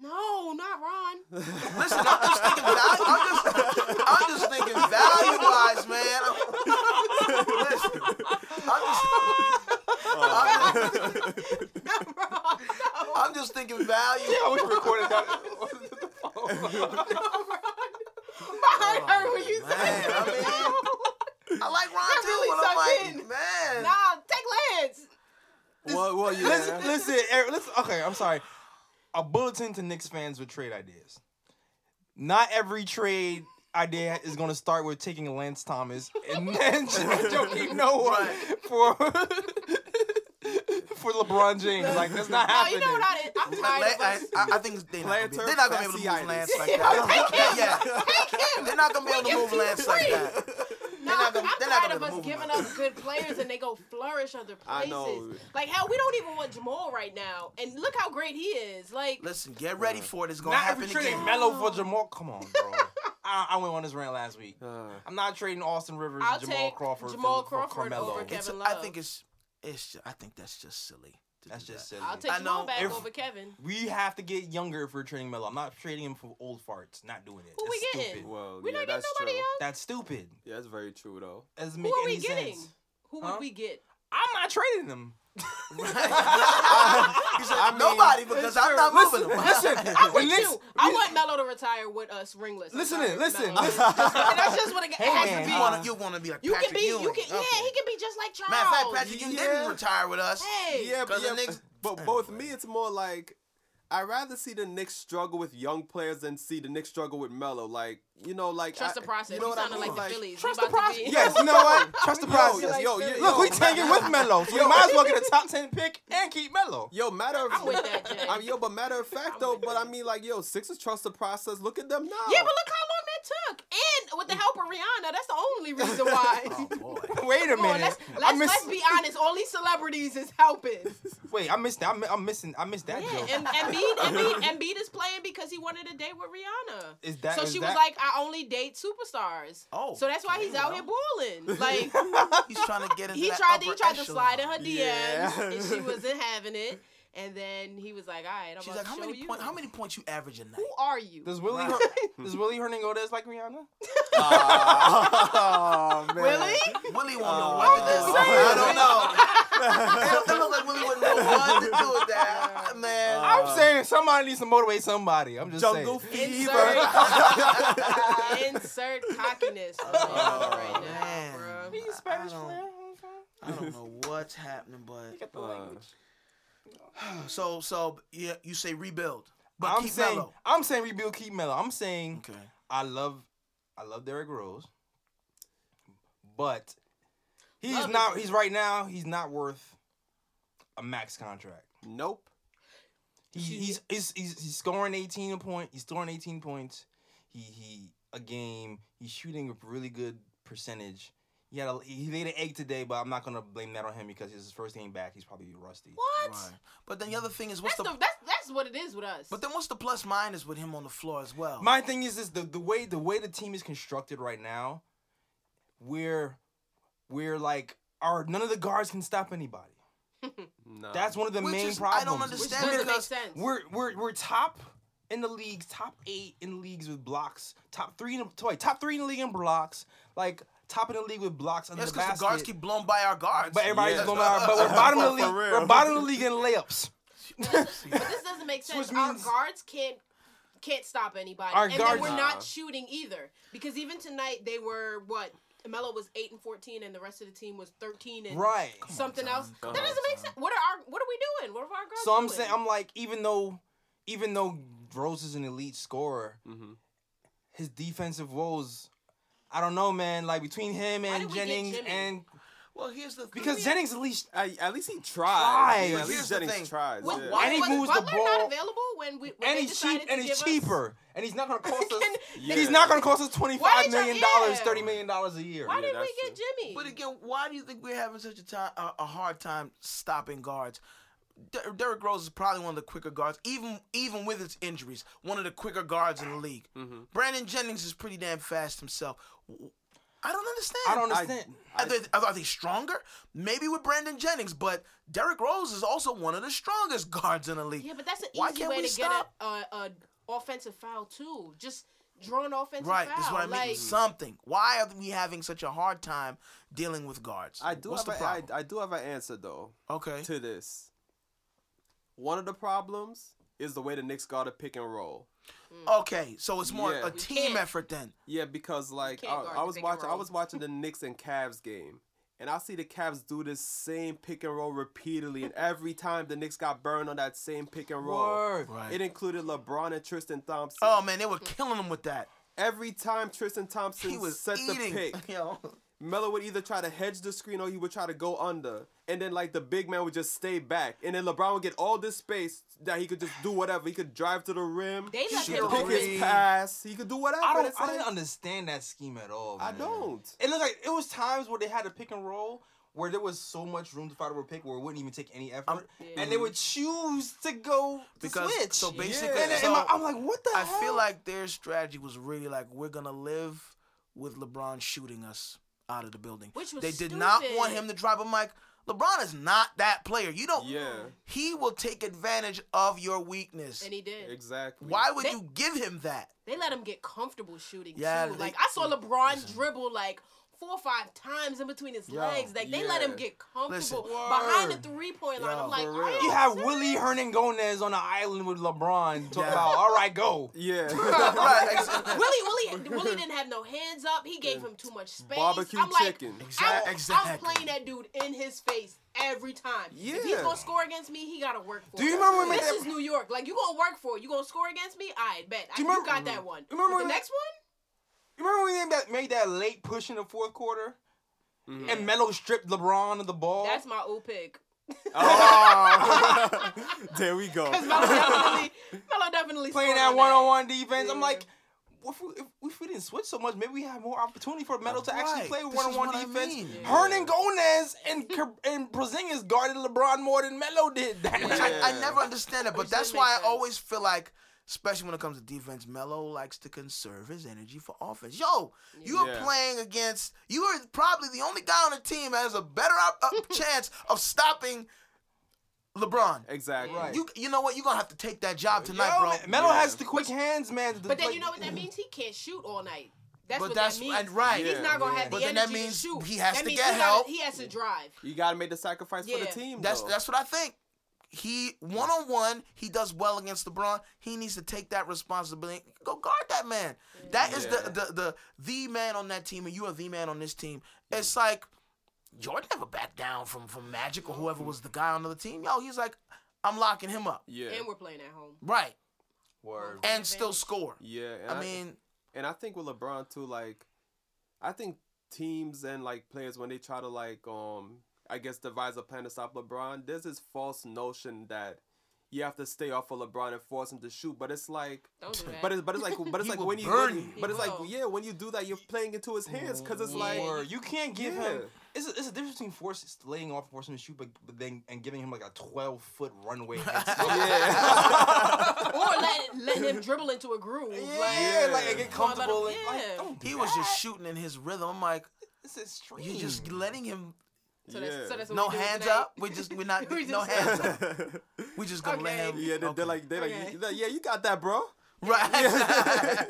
Speaker 3: No, not Ron. [laughs]
Speaker 1: Listen, I'm just thinking. Value, I'm, just, I'm just thinking value-wise, man. I'm,
Speaker 2: [laughs]
Speaker 1: listen, I'm just,
Speaker 4: [laughs]
Speaker 3: [laughs] not Ron. No,
Speaker 1: I'm just thinking value.
Speaker 2: Yeah, we recorded that.
Speaker 3: no, Ron. I heard when you
Speaker 1: Man,
Speaker 3: said
Speaker 1: I
Speaker 3: [laughs] that.
Speaker 1: I like Ron
Speaker 3: That
Speaker 1: too,
Speaker 3: really
Speaker 1: but I'm
Speaker 3: sucked
Speaker 1: like,
Speaker 3: in.
Speaker 1: man.
Speaker 3: Nah, take Lance.
Speaker 4: well, well, yeah.
Speaker 2: listen, listen, Eric, listen. Okay, I'm sorry. A bulletin to Knicks fans with trade ideas. Not every trade idea is going to start with taking Lance Thomas and [laughs] then Joakim Noah
Speaker 1: Right.
Speaker 2: for [laughs] for LeBron James. Like that's not
Speaker 3: No,
Speaker 2: happening.
Speaker 3: you know what I did?
Speaker 1: [laughs]
Speaker 3: I'm
Speaker 1: La-
Speaker 3: tired
Speaker 1: I,
Speaker 3: of us.
Speaker 1: I, I think they're not, gonna be,
Speaker 4: Plantar
Speaker 1: they're not gonna be able to move
Speaker 4: fasciitis.
Speaker 1: Lance like that. yeah, they're not gonna be able to
Speaker 3: Take
Speaker 1: move
Speaker 3: him.
Speaker 1: Lance like that.
Speaker 3: No,
Speaker 1: not gonna- they're
Speaker 3: I'm
Speaker 1: not
Speaker 3: tired
Speaker 1: gonna
Speaker 3: of us
Speaker 1: move
Speaker 3: giving
Speaker 1: much.
Speaker 3: up good players and they go flourish other places.
Speaker 4: I know.
Speaker 3: Like hell, we don't even want Jamal right now, and look how great he is. Like
Speaker 1: Listen, get ready for it. It's gonna
Speaker 2: Not
Speaker 1: happen
Speaker 2: every trade
Speaker 1: again.
Speaker 2: mellow for Jamal. Come on, bro. I, I went on this rant last week.
Speaker 4: Uh,
Speaker 2: I'm not trading Austin Rivers
Speaker 3: I'll
Speaker 2: and Jamal
Speaker 3: take
Speaker 2: Crawford
Speaker 3: Jamal
Speaker 2: for,
Speaker 3: Crawford
Speaker 2: for Carmelo.
Speaker 3: over Kevin
Speaker 1: It's- I
Speaker 3: Love.
Speaker 1: think it's, it's. ju- I think that's just silly. to
Speaker 2: That's
Speaker 1: do [laughs]
Speaker 2: just
Speaker 1: that.
Speaker 2: silly.
Speaker 3: I'll take
Speaker 1: I
Speaker 3: Jamal
Speaker 1: know
Speaker 3: back
Speaker 2: if- Oh,
Speaker 3: over Kevin.
Speaker 2: We have to get younger if we're trading Melo. I'm not trading him for old farts. Not doing it.
Speaker 3: Who
Speaker 2: That's
Speaker 3: we getting?
Speaker 2: Stupid.
Speaker 4: well,
Speaker 3: We're not
Speaker 4: yeah,
Speaker 3: getting
Speaker 4: that's
Speaker 3: nobody
Speaker 4: true.
Speaker 3: else.
Speaker 2: That's stupid.
Speaker 4: Yeah, that's very true though.
Speaker 2: That doesn't
Speaker 3: Who
Speaker 2: make
Speaker 3: are
Speaker 2: any
Speaker 3: we getting?
Speaker 2: sense.
Speaker 3: Who
Speaker 2: Huh?
Speaker 3: would we get?
Speaker 2: I'm not trading them.
Speaker 1: [laughs] He said, nobody because I'm not moving him. [laughs]
Speaker 2: Listen, I
Speaker 3: With you, I
Speaker 2: [laughs]
Speaker 3: want Melo to retire with us ringless. I'm
Speaker 2: Listen
Speaker 3: sorry,
Speaker 2: in, listen,
Speaker 3: Melo.
Speaker 2: listen.
Speaker 3: and that's
Speaker 2: [laughs]
Speaker 3: just what it, it has
Speaker 2: man,
Speaker 3: to be.
Speaker 1: you wanna, you wanna be like
Speaker 3: you
Speaker 1: Patrick
Speaker 3: can be. You
Speaker 1: Ewing.
Speaker 3: can. Yeah,
Speaker 1: Okay.
Speaker 3: he can be just like Charles.
Speaker 1: Matter of fact, Patrick, you
Speaker 4: Yeah.
Speaker 1: didn't retire with us.
Speaker 3: Hey.
Speaker 4: Yeah, but,
Speaker 1: 'Cause the
Speaker 4: yeah,
Speaker 1: Knicks-
Speaker 4: but both me, it's more like I'd rather see the Knicks struggle with young players than see the Knicks struggle with Melo. Like you know, like
Speaker 3: Trust
Speaker 4: I-
Speaker 3: the process.
Speaker 4: You
Speaker 3: You,
Speaker 4: know what I
Speaker 3: sounded
Speaker 4: mean?
Speaker 3: like the
Speaker 4: Like,
Speaker 3: Phillies.
Speaker 2: Trust
Speaker 3: We
Speaker 2: the
Speaker 3: about to
Speaker 2: process.
Speaker 3: be-
Speaker 2: Yes, you know what? Trust the process.
Speaker 4: yo, yo, yo,
Speaker 2: Look, we
Speaker 4: yo,
Speaker 2: tanking with Melo, so we might as well get a top ten pick and keep Melo.
Speaker 4: Yo, matter of
Speaker 3: I'm with
Speaker 4: [laughs]
Speaker 3: that, Jay.
Speaker 4: I mean, yo, but matter of fact
Speaker 3: I'm
Speaker 4: though,
Speaker 3: with
Speaker 4: but
Speaker 3: that.
Speaker 4: I mean, like, yo, Sixers trust the process. Look at them now.
Speaker 3: Yeah, but look how long that took. And with the help of Rihanna, that's the only reason why.
Speaker 1: Oh boy.
Speaker 2: Wait
Speaker 3: [laughs]
Speaker 2: a
Speaker 3: Come on,
Speaker 2: minute.
Speaker 3: let's,
Speaker 2: I
Speaker 3: let's,
Speaker 2: miss.
Speaker 3: let's be honest. All these celebrities is helping.
Speaker 2: Wait, I missed. that. I'm, I'm missing. I missed that
Speaker 3: Yeah,
Speaker 2: joke.
Speaker 3: and Embiid, Embiid, Embiid is playing because he wanted a date with Rihanna.
Speaker 2: Is that-
Speaker 3: so
Speaker 2: is
Speaker 3: she
Speaker 2: that-
Speaker 3: was like, I only date superstars.
Speaker 1: Oh,
Speaker 3: so that's why he's out here balling. Like
Speaker 1: He's trying to get into
Speaker 3: he
Speaker 1: that
Speaker 3: tried, to, he
Speaker 1: upper
Speaker 3: tried to
Speaker 1: echelon.
Speaker 3: slide in her DMs,
Speaker 4: Yeah.
Speaker 3: and she wasn't having it. And then he was like, All right, I'm
Speaker 1: She's
Speaker 3: about
Speaker 1: like,
Speaker 3: to
Speaker 1: how
Speaker 3: show
Speaker 1: many
Speaker 3: you.
Speaker 1: point, How many points you average a night?
Speaker 3: Who are you?
Speaker 2: Does Willie
Speaker 1: Wow.
Speaker 2: Her- does Willie Hernandez like Rihanna?
Speaker 1: Uh,
Speaker 4: Ah, man.
Speaker 3: Willie?
Speaker 1: Willie won't know
Speaker 4: Oh,
Speaker 1: what to do. [laughs]
Speaker 4: I'm
Speaker 1: I
Speaker 4: saying.
Speaker 1: don't
Speaker 3: [laughs]
Speaker 1: know. it, it looks like Willie wouldn't know what to do with that,
Speaker 3: [laughs]
Speaker 1: man.
Speaker 2: I'm saying somebody needs to motivate somebody. I'm just
Speaker 4: Jungle
Speaker 2: saying.
Speaker 4: Fever.
Speaker 3: Insert cockiness
Speaker 2: Oh,
Speaker 3: right
Speaker 1: man.
Speaker 3: now, bro.
Speaker 2: Are you Spanish
Speaker 1: I don't-
Speaker 2: flair?
Speaker 1: I don't know what's happening,
Speaker 2: You
Speaker 1: but
Speaker 2: got the language.
Speaker 1: so so yeah, you say rebuild, but
Speaker 2: I'm
Speaker 1: keep
Speaker 2: saying
Speaker 1: mellow.
Speaker 2: I'm saying rebuild keep mellow. I'm saying
Speaker 1: Okay.
Speaker 2: I love I love Derrick Rose, but he's
Speaker 3: Love
Speaker 2: not. He's right now. He's not worth a max contract.
Speaker 4: nope.
Speaker 2: He, he's, he's he's he's scoring 18 a point. He's scoring 18 points. He he a game. He's shooting a really good percentage. He had a, he laid an egg today, but I'm not gonna blame that on him because it's his first game back. He's probably rusty.
Speaker 3: What?
Speaker 1: Right. But then the other thing is what's
Speaker 3: That's
Speaker 1: the,
Speaker 3: the, that's that's what it is with us.
Speaker 1: but then what's the plus minus with him on the floor as well?
Speaker 2: My thing is is the the way the way the team is constructed right now, we're we're like our none of the guards can stop anybody.
Speaker 4: Nah.
Speaker 2: That's one of the
Speaker 1: Uh, Which
Speaker 2: main
Speaker 1: is- I
Speaker 2: problems.
Speaker 1: don't
Speaker 3: which
Speaker 1: understand
Speaker 3: doesn't make
Speaker 1: because
Speaker 3: sense.
Speaker 2: We're we're we're top in the leagues, top eight in leagues with blocks, top three in the wait, top three in the league in blocks, like top in the league with blocks under
Speaker 1: That's
Speaker 2: the
Speaker 1: because
Speaker 2: basket.
Speaker 1: the guards keep blown by our guards.
Speaker 2: but everybody's
Speaker 4: Yeah.
Speaker 2: going
Speaker 1: [laughs]
Speaker 2: out. But we're bottom of the
Speaker 4: For
Speaker 2: league.
Speaker 4: real.
Speaker 2: We're bottom of the league in layups.
Speaker 3: but this doesn't make sense.
Speaker 2: which means-
Speaker 3: Our guards can't can't stop anybody,
Speaker 2: Our
Speaker 3: and
Speaker 2: guards-
Speaker 3: then we're
Speaker 4: Nah.
Speaker 3: not shooting either. Because even tonight they were what Melo was eight and fourteen, and the rest of the team was thirteen and
Speaker 2: Right.
Speaker 3: something
Speaker 1: Come on,
Speaker 3: else.
Speaker 1: Tom.
Speaker 3: That
Speaker 1: Come on,
Speaker 3: doesn't make
Speaker 1: Tom.
Speaker 3: sense. What are our What are we doing? What are our guards?
Speaker 2: So I'm
Speaker 3: doing?
Speaker 2: saying I'm like even though even though Rose is an elite scorer.
Speaker 4: Mhm.
Speaker 2: His defensive woes, I don't know, man. Like between him
Speaker 3: did
Speaker 2: and
Speaker 3: we get
Speaker 2: Jennings
Speaker 3: Jimmy?
Speaker 2: and
Speaker 1: Well, here's the thing.
Speaker 2: because Jennings at least
Speaker 4: I, at least he tried. Yeah,
Speaker 2: But
Speaker 4: at
Speaker 1: here's
Speaker 4: least
Speaker 1: the
Speaker 4: Jennings
Speaker 1: thing.
Speaker 4: tries.
Speaker 3: Well,
Speaker 4: yeah.
Speaker 3: why
Speaker 2: And he
Speaker 3: was
Speaker 2: moves the
Speaker 3: Butler
Speaker 2: ball.
Speaker 3: not available when we when
Speaker 2: and
Speaker 3: they
Speaker 2: he's
Speaker 3: decided
Speaker 2: cheap
Speaker 3: to
Speaker 2: and he's
Speaker 3: give us-
Speaker 2: cheaper and he's
Speaker 3: [laughs]
Speaker 2: not gonna cost us.
Speaker 4: Yeah.
Speaker 2: He's not gonna cost us twenty
Speaker 3: Why
Speaker 2: five
Speaker 3: did y'all-
Speaker 2: million dollars,
Speaker 3: yeah.
Speaker 2: thirty million dollars a year.
Speaker 3: Why
Speaker 4: Yeah,
Speaker 3: didn't we
Speaker 4: that's
Speaker 3: get Jimmy?
Speaker 1: But again, why do you think we're having such a time, a, a hard time stopping guards? Der- Derrick Rose is probably one of the quicker guards, even even with his injuries, one of the quicker guards in the league. Brandon Jennings is pretty damn fast himself. W- I don't understand.
Speaker 2: I don't understand.
Speaker 1: Are they, are they stronger? Maybe with Brandon Jennings, but Derrick Rose is also one of the strongest [laughs] guards in the league.
Speaker 3: yeah, but that's an
Speaker 1: Why
Speaker 3: easy
Speaker 1: can't
Speaker 3: way
Speaker 1: we
Speaker 3: to
Speaker 1: stop?
Speaker 3: get a, a, a offensive foul too. Just draw an offensive
Speaker 1: Right,
Speaker 3: foul.
Speaker 1: that's what I mean.
Speaker 3: Like,
Speaker 1: Something. Why are we having such a hard time dealing with guards?
Speaker 4: I do
Speaker 1: What's
Speaker 4: have
Speaker 1: the
Speaker 4: a, I,
Speaker 1: problem?
Speaker 4: I do have an answer though
Speaker 1: okay.
Speaker 4: to this. One of the problems is the way the Knicks guard a pick and roll.
Speaker 1: Okay, so it's more
Speaker 4: Yeah.
Speaker 1: a
Speaker 4: We
Speaker 1: team
Speaker 3: can't.
Speaker 1: effort then.
Speaker 4: Yeah, because like
Speaker 3: can't
Speaker 4: I,
Speaker 3: guard
Speaker 4: I
Speaker 3: the
Speaker 4: was
Speaker 3: pick and
Speaker 4: watching I
Speaker 3: roll.
Speaker 4: was watching the Knicks and Cavs game. And I see the Cavs do this same pick and roll repeatedly, and every time the Knicks got burned on that same pick and roll.
Speaker 2: Word.
Speaker 1: Right.
Speaker 4: It included LeBron and Tristan Thompson.
Speaker 1: Oh man, they were
Speaker 3: Mm.
Speaker 1: killing him with that.
Speaker 4: Every time Tristan Thompson
Speaker 1: He was
Speaker 4: set
Speaker 1: eating.
Speaker 4: the
Speaker 1: [laughs]
Speaker 4: pick,
Speaker 1: Yo.
Speaker 4: Melo would either try to hedge the screen or he would try to go under. And then like the big man would just stay back. And then LeBron would get all this space that he could just do whatever. He could drive to the rim.
Speaker 3: They left
Speaker 4: he
Speaker 3: it
Speaker 4: could pick
Speaker 1: open.
Speaker 4: his pass. He could do whatever.
Speaker 2: I don't.
Speaker 4: It's
Speaker 2: I
Speaker 4: like-
Speaker 2: didn't understand that scheme at all.
Speaker 4: I
Speaker 2: man.
Speaker 4: don't.
Speaker 2: It looked like it was times where they had a pick and roll where there was so much room to fight over a pick where it wouldn't even take any effort, and they would choose to go to
Speaker 1: Um, Because-
Speaker 2: switch.
Speaker 1: so basically-
Speaker 2: And- and
Speaker 1: so-
Speaker 2: my- I'm like, what the
Speaker 1: I
Speaker 2: hell?
Speaker 1: feel like their strategy was really like we're gonna live with LeBron shooting us out of the building.
Speaker 3: Which was
Speaker 1: they did not
Speaker 3: stupid.
Speaker 1: want him to drive. I'm like, LeBron is not that player. You don't.
Speaker 4: Yeah.
Speaker 1: He will take advantage of your weakness.
Speaker 3: and he did.
Speaker 4: Exactly.
Speaker 1: Why would
Speaker 3: They-
Speaker 1: you give him that?
Speaker 3: They let him get comfortable shooting
Speaker 1: Yeah,
Speaker 3: too.
Speaker 1: they-
Speaker 3: like I saw LeBron dribble like four or five times in between his legs. Like they let
Speaker 4: yeah.
Speaker 3: him get comfortable
Speaker 1: Listen.
Speaker 3: behind
Speaker 2: Word.
Speaker 3: the three point line.
Speaker 1: Yo,
Speaker 3: I'm like,
Speaker 4: for
Speaker 3: are
Speaker 4: real.
Speaker 2: you have
Speaker 3: serious?
Speaker 2: Willie Hernan Gomez on the island with LeBron talking
Speaker 1: Yeah.
Speaker 2: about, all
Speaker 1: [laughs]
Speaker 2: right, go.
Speaker 4: [laughs] Yeah.
Speaker 1: right. ex-
Speaker 3: Willie,
Speaker 1: [laughs]
Speaker 3: Willie, Willie didn't have no hands up. He gave him too much space.
Speaker 4: Barbecue
Speaker 3: I'm like,
Speaker 4: chicken. [laughs]
Speaker 1: Exac-
Speaker 3: I'm, I'm
Speaker 1: exactly.
Speaker 3: playing that dude in his face every time. If he's
Speaker 4: Yeah.
Speaker 3: gonna score against me, he gotta work for
Speaker 2: Do you
Speaker 3: it.
Speaker 2: remember when we
Speaker 3: this
Speaker 2: did-
Speaker 3: is New York? Like you gonna work for it? You gonna score against me? I bet.
Speaker 2: Do you
Speaker 3: I, you
Speaker 2: remember-
Speaker 3: got that one.
Speaker 2: You remember
Speaker 3: But
Speaker 2: when-
Speaker 3: the next one?
Speaker 2: You remember when they made that, made that late push in the fourth quarter?
Speaker 1: Mm-hmm.
Speaker 2: And Melo stripped LeBron of the ball.
Speaker 3: That's my old pick.
Speaker 4: Oh. [laughs] there we
Speaker 3: [laughs]
Speaker 4: go.
Speaker 3: Melo definitely, Melo definitely
Speaker 2: playing
Speaker 3: scored
Speaker 2: that
Speaker 3: on
Speaker 2: one on one defense. I'm
Speaker 3: Yeah.
Speaker 2: like, if we, if, if we didn't switch so much, maybe we have more opportunity for Melo to actually
Speaker 1: Right.
Speaker 2: play
Speaker 1: This is
Speaker 2: one on one
Speaker 1: what I
Speaker 2: defense.
Speaker 1: mean. Yeah.
Speaker 2: Hernan Gomez and Ker- and Porzingis guarded LeBron more than Melo did. That
Speaker 1: Which
Speaker 2: night.
Speaker 1: I, I
Speaker 4: Yeah.
Speaker 1: never understand it, but
Speaker 3: Which doesn't
Speaker 1: that's why
Speaker 3: make
Speaker 1: I
Speaker 3: sense.
Speaker 1: always feel like, especially when it comes to defense, Melo likes to conserve his energy for offense. Yo, you are
Speaker 4: Yeah.
Speaker 1: playing against, you are probably the only guy on the team that has a better op- up chance of stopping LeBron.
Speaker 4: Exactly.
Speaker 2: Right.
Speaker 1: You, you know what? You're going to have to take that job
Speaker 2: Yo,
Speaker 1: tonight, bro.
Speaker 2: man, Melo
Speaker 4: Yeah.
Speaker 2: has the quick hands, man.
Speaker 3: But then you know what that means? He can't shoot all night. That's
Speaker 1: But
Speaker 3: what
Speaker 1: that's-
Speaker 3: that means.
Speaker 1: and right.
Speaker 3: He's not gonna
Speaker 2: Yeah.
Speaker 3: have
Speaker 1: But
Speaker 3: the
Speaker 1: then
Speaker 3: energy
Speaker 1: that means
Speaker 3: to shoot.
Speaker 1: he has
Speaker 3: That
Speaker 1: to
Speaker 3: means
Speaker 1: get
Speaker 3: he
Speaker 1: help.
Speaker 3: Gotta, he has to drive.
Speaker 4: You gotta make the sacrifice for
Speaker 3: Yeah.
Speaker 4: the team.
Speaker 1: That's
Speaker 4: though.
Speaker 1: that's what I think. He one on one, he does well against LeBron. He needs to take that responsibility. Go guard that man. That is
Speaker 4: Yeah.
Speaker 1: the, the the the man on that team, and you are the man on this team. It's like Jordan never backed down from from Magic or whoever was the guy on the other team. Yo, he's like, I'm locking him up,
Speaker 4: yeah.
Speaker 3: And we're playing at home.
Speaker 1: right,
Speaker 2: Word.
Speaker 1: and still score.
Speaker 4: yeah. and
Speaker 1: I mean,
Speaker 4: and I think with LeBron too, like, I think teams and like players when they try to like, um, I guess devise a plan to stop LeBron, there's this false notion that you have to stay off of LeBron and force him to shoot, but it's like.
Speaker 3: Don't do that.
Speaker 4: But it's but
Speaker 3: [laughs]
Speaker 4: it's like but it's
Speaker 1: He
Speaker 4: like
Speaker 1: will
Speaker 4: when you,
Speaker 1: burn
Speaker 4: when you-
Speaker 1: you.
Speaker 4: but it's like
Speaker 3: He will.
Speaker 4: yeah when you do that you're playing into his hands because it's like
Speaker 2: Word. you can't give him.
Speaker 4: Yeah.
Speaker 2: It's a, it's a difference between force laying off, forcing him to shoot, but, but then and giving him like a twelve foot runway. head start. [laughs]
Speaker 4: yeah
Speaker 3: or
Speaker 1: [laughs]
Speaker 3: let letting him dribble into a groove. Like,
Speaker 2: Yeah,
Speaker 4: Yeah.
Speaker 2: like and get
Speaker 3: Well, let him-
Speaker 2: comfortable. and, like,
Speaker 3: yeah.
Speaker 2: don't do
Speaker 1: he was just
Speaker 2: that.
Speaker 1: shooting in his rhythm. I'm like,
Speaker 2: It's extreme.
Speaker 1: you're just
Speaker 4: Hmm.
Speaker 1: letting him
Speaker 3: so that's,
Speaker 4: Yeah.
Speaker 3: so that's what
Speaker 1: no
Speaker 3: we do
Speaker 1: hands
Speaker 3: tonight.
Speaker 1: up. We're just
Speaker 3: [laughs]
Speaker 1: we're not
Speaker 3: We're
Speaker 1: no
Speaker 3: just-
Speaker 1: hands up. We just gonna
Speaker 3: Okay.
Speaker 1: let him.
Speaker 4: [laughs] yeah they're,
Speaker 1: Okay.
Speaker 4: they're like they're
Speaker 3: Okay.
Speaker 4: like, yeah you got that bro [laughs]
Speaker 1: Right.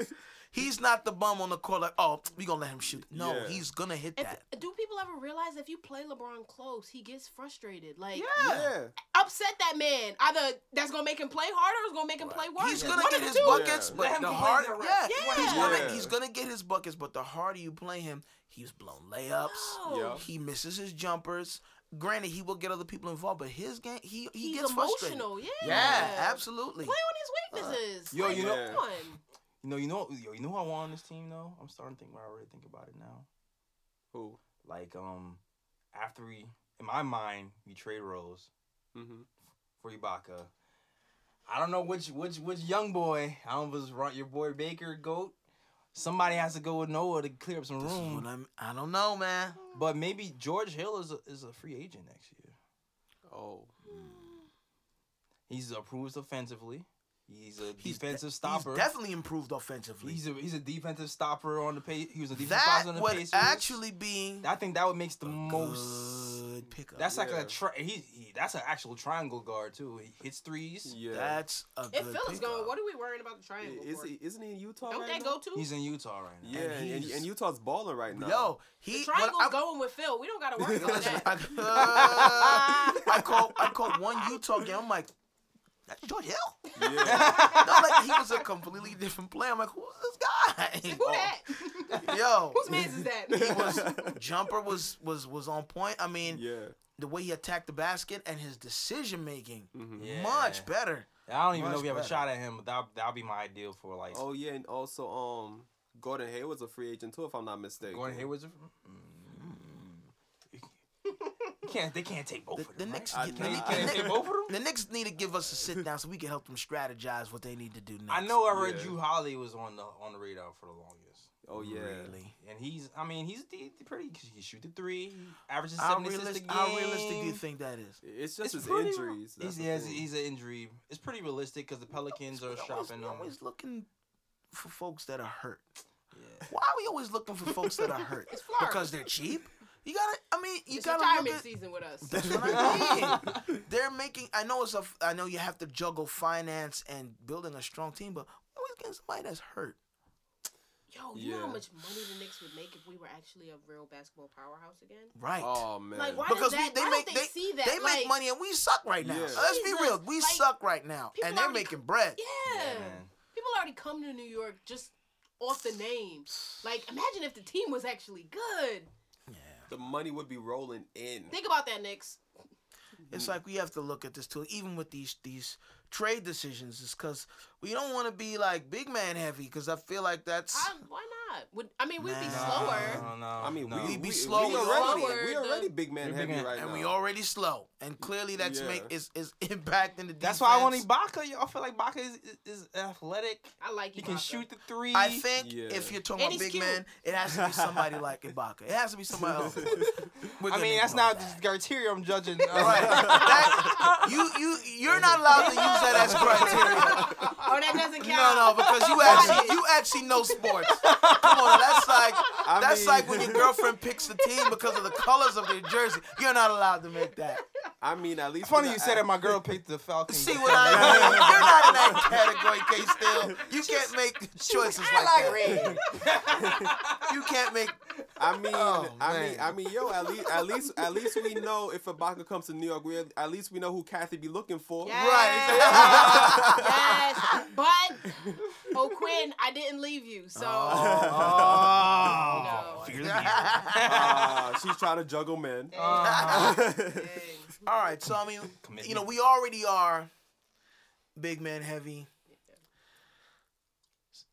Speaker 1: he's not the bum on the court like, oh, we gonna let him shoot. No,
Speaker 4: Yeah.
Speaker 1: he's gonna hit
Speaker 3: If-
Speaker 1: that.
Speaker 3: do people ever realize if you play LeBron close, he gets frustrated? Like,
Speaker 4: yeah
Speaker 3: upset that man. Either that's gonna make him play harder or it's gonna make him play worse.
Speaker 1: He's gonna
Speaker 3: One
Speaker 1: get
Speaker 3: of
Speaker 1: his
Speaker 3: the two.
Speaker 1: buckets,
Speaker 4: Yeah.
Speaker 1: but
Speaker 2: Let him
Speaker 1: the
Speaker 2: complete
Speaker 1: harder
Speaker 2: the
Speaker 1: yeah,
Speaker 2: rest.
Speaker 1: He's,
Speaker 3: Yeah.
Speaker 1: gonna,
Speaker 4: Yeah.
Speaker 1: he's gonna get his buckets, but the harder you play him, he's blown layups.
Speaker 3: No.
Speaker 4: Yeah.
Speaker 1: He misses his jumpers. granted, he will get other people involved, but his game, he, he
Speaker 3: He's
Speaker 1: gets frustrated.
Speaker 3: emotional. Yeah.
Speaker 1: Yeah, absolutely. Uh,
Speaker 3: Play on his weaknesses.
Speaker 2: Yo,
Speaker 3: Like,
Speaker 2: you
Speaker 4: know-
Speaker 3: come on.
Speaker 2: You know, you know, yo, you know who I want on this team though. I'm starting to think. Where I really think about it now.
Speaker 4: Who?
Speaker 2: Like, um, after we, in my mind, we trade Rose
Speaker 4: Mm-hmm.
Speaker 2: for Ibaka. I don't know which which which young boy. I don't know if it's Ron- your boy Baker Goat. Somebody has to go with Noah to clear up some
Speaker 1: This is what
Speaker 2: room.
Speaker 1: I'm, I don't know, man.
Speaker 2: But maybe George Hill is a, is a free agent next year.
Speaker 4: Oh.
Speaker 2: He's approved offensively. He's a
Speaker 1: He's de-
Speaker 2: defensive stopper.
Speaker 1: He's definitely improved offensively.
Speaker 2: He's a he's a defensive stopper on the pace. He was a defensive
Speaker 1: that
Speaker 2: stopper on the
Speaker 1: would
Speaker 2: Pacers.
Speaker 1: actually be
Speaker 2: I think that would makes the
Speaker 1: a
Speaker 2: most.
Speaker 1: good pickup.
Speaker 2: That's like
Speaker 4: Yeah.
Speaker 2: a tri- he, he that's an actual triangle guard too. He hits threes.
Speaker 4: Yeah.
Speaker 1: That's a
Speaker 3: If
Speaker 1: good
Speaker 3: Phil's
Speaker 1: pickup.
Speaker 3: going, what are we worrying about the
Speaker 4: I-
Speaker 3: triangle
Speaker 4: Is
Speaker 3: for?
Speaker 4: he, isn't he in Utah
Speaker 3: Don't
Speaker 4: right
Speaker 3: that
Speaker 4: now?
Speaker 3: go too?
Speaker 2: He's in Utah right now.
Speaker 4: Yeah, and, and,
Speaker 1: he's-
Speaker 4: Utah's balling right now.
Speaker 1: Yo,
Speaker 3: The
Speaker 1: he.
Speaker 3: triangle's
Speaker 1: [laughs] when I-
Speaker 3: going with Phil. We don't gotta
Speaker 1: [laughs]
Speaker 3: worry about
Speaker 1: Listen, I,
Speaker 3: that.
Speaker 1: I called I called one Utah game. I'm like, that's George Hill.
Speaker 2: [laughs]
Speaker 4: Yeah.
Speaker 1: No, [laughs] like he was a completely different player. I'm like, who's this
Speaker 3: [laughs]
Speaker 1: guy?
Speaker 3: Who that?
Speaker 1: [laughs] Oh. Yo,
Speaker 3: Whose man's is
Speaker 1: [laughs]
Speaker 3: that?
Speaker 1: he was jumper was was was on point. I mean,
Speaker 4: yeah.
Speaker 1: the way he attacked the basket and his decision making,
Speaker 4: Mm-hmm.
Speaker 2: Yeah.
Speaker 1: much better.
Speaker 2: I don't even
Speaker 1: Much
Speaker 2: know if we have a
Speaker 1: better.
Speaker 2: shot at him, but that that'll be my ideal for like
Speaker 4: Oh yeah, and also um, Gordon Hayward's a free agent too, if I'm not mistaken.
Speaker 2: Gordon Hayward's. Mm. [laughs] You can't they can't take both
Speaker 1: The,
Speaker 2: of
Speaker 1: the
Speaker 2: them? right?
Speaker 1: Knicks,
Speaker 4: I
Speaker 1: get- the,
Speaker 4: know.
Speaker 2: They
Speaker 1: Knicks-
Speaker 2: can't
Speaker 1: the
Speaker 2: take
Speaker 1: Knicks-
Speaker 2: both of them.
Speaker 1: the Knicks need to give us a sit down so we can help them strategize what they need to do next.
Speaker 2: I know I read
Speaker 4: Yeah.
Speaker 2: Drew Holiday was on the on the radar for the longest.
Speaker 4: Oh yeah.
Speaker 1: Really.
Speaker 2: And he's, I mean, he's de- de- pretty. He shoot the three, he averages
Speaker 1: How
Speaker 2: seven assists a
Speaker 1: realistic,
Speaker 2: game.
Speaker 1: how realistic do you think that is?
Speaker 4: It's just his
Speaker 2: pretty-
Speaker 4: injuries. that's
Speaker 2: He's,
Speaker 4: the
Speaker 2: he has,
Speaker 4: thing.
Speaker 2: he's an injury. It's pretty realistic because the Pelicans are
Speaker 1: We always,
Speaker 2: shopping
Speaker 1: we
Speaker 2: him.
Speaker 1: always looking for folks that are hurt. [laughs]
Speaker 2: Yeah.
Speaker 1: Why are we always looking for folks that are hurt?
Speaker 3: [laughs] It's Florida.
Speaker 1: Because they're cheap. You gotta. I mean, you
Speaker 3: it's
Speaker 1: gotta
Speaker 3: retirement
Speaker 1: look at.
Speaker 3: season with us.
Speaker 1: That's what I mean. They're making. I know it's a. f- I know you have to juggle finance and building a strong team, but we're always getting somebody that's hurt.
Speaker 3: Yo, you know how
Speaker 4: Yeah.
Speaker 3: much money the Knicks would make if we were actually a real basketball powerhouse again?
Speaker 1: Right.
Speaker 4: Oh man.
Speaker 3: Like, why does
Speaker 1: because
Speaker 3: that,
Speaker 1: we, they
Speaker 3: why
Speaker 1: make
Speaker 3: don't
Speaker 1: they,
Speaker 3: they, see that?
Speaker 1: they make
Speaker 3: Like,
Speaker 1: money and we suck right now.
Speaker 4: Yeah.
Speaker 1: Let's be
Speaker 3: Jesus,
Speaker 1: real, we
Speaker 3: like,
Speaker 1: suck right now,
Speaker 3: people
Speaker 1: and they're
Speaker 3: already-
Speaker 1: making bread.
Speaker 3: Yeah.
Speaker 2: [laughs] Yeah, man.
Speaker 3: People already come to New York just off the name. Like, imagine if the team was actually good.
Speaker 4: the money would be rolling in.
Speaker 3: Think about that, Knicks.
Speaker 1: It's like we have to look at this too, even with these these trade decisions, is because we don't want to be like big man heavy, because I feel like that's.
Speaker 3: I, why not? Would, I mean, we'd be
Speaker 1: Nah.
Speaker 3: slower.
Speaker 2: No, no,
Speaker 4: I mean,
Speaker 2: no.
Speaker 4: we,
Speaker 1: We'd be
Speaker 4: we,
Speaker 1: slow.
Speaker 4: we already,
Speaker 3: Slower,
Speaker 4: we
Speaker 3: the-
Speaker 4: already big man
Speaker 2: We're big
Speaker 4: heavy
Speaker 2: man-
Speaker 4: right
Speaker 1: and
Speaker 4: now.
Speaker 1: we already slow, and clearly that's
Speaker 4: Yeah.
Speaker 1: make is is [laughs] impacting the defense.
Speaker 2: That's why I want Ibaka. Y'all feel like Ibaka is, is, is athletic.
Speaker 3: I like
Speaker 2: He
Speaker 3: you.
Speaker 2: can
Speaker 3: [laughs]
Speaker 2: shoot the three.
Speaker 1: I think
Speaker 4: Yeah.
Speaker 1: if you're talking
Speaker 3: And
Speaker 1: about
Speaker 3: he's
Speaker 1: big
Speaker 3: cute.
Speaker 1: man, it has to be somebody like Ibaka. It has to be somebody
Speaker 4: [laughs]
Speaker 1: else. We're
Speaker 2: I
Speaker 1: gonna
Speaker 2: mean, that's
Speaker 1: ignore
Speaker 2: [laughs] not
Speaker 1: that.
Speaker 2: the criteria
Speaker 1: [laughs]
Speaker 2: I'm judging.
Speaker 1: Right. [laughs] That- you you you're not allowed to use that as criteria.
Speaker 3: [laughs] Oh, that doesn't count.
Speaker 1: No, no, because you actually you actually know sports. Come on, that's like
Speaker 4: I
Speaker 1: that's
Speaker 4: mean-
Speaker 1: like when your girlfriend picks the team because of the colors of their jersey. You're not allowed to make that.
Speaker 4: I mean, at least
Speaker 2: It's funny
Speaker 4: we're
Speaker 2: you
Speaker 4: not
Speaker 2: said that
Speaker 4: act-
Speaker 1: [laughs]
Speaker 2: my girl picked the Falcons. [laughs]
Speaker 1: See what I mean? You're not in that category, K. Still, you can't make choices like that. [laughs] You can't make.
Speaker 4: I mean,
Speaker 1: Oh,
Speaker 4: I
Speaker 1: man.
Speaker 4: mean, I mean, yo, at least, at least, at least we know if Ibaka comes to New York, we at least we know who Kathy be looking for.
Speaker 3: Yes. yes. But, O'Quinn, I didn't leave you. So,
Speaker 1: [laughs]
Speaker 2: Oh.
Speaker 3: No.
Speaker 1: Oh.
Speaker 2: Fear the year.
Speaker 4: Ah, she's trying to
Speaker 1: [laughs]
Speaker 4: juggle men.
Speaker 1: Ah.
Speaker 2: Oh.
Speaker 3: dang.
Speaker 1: All right, so I mean, you know,
Speaker 2: Commitment.
Speaker 1: we already are big man heavy.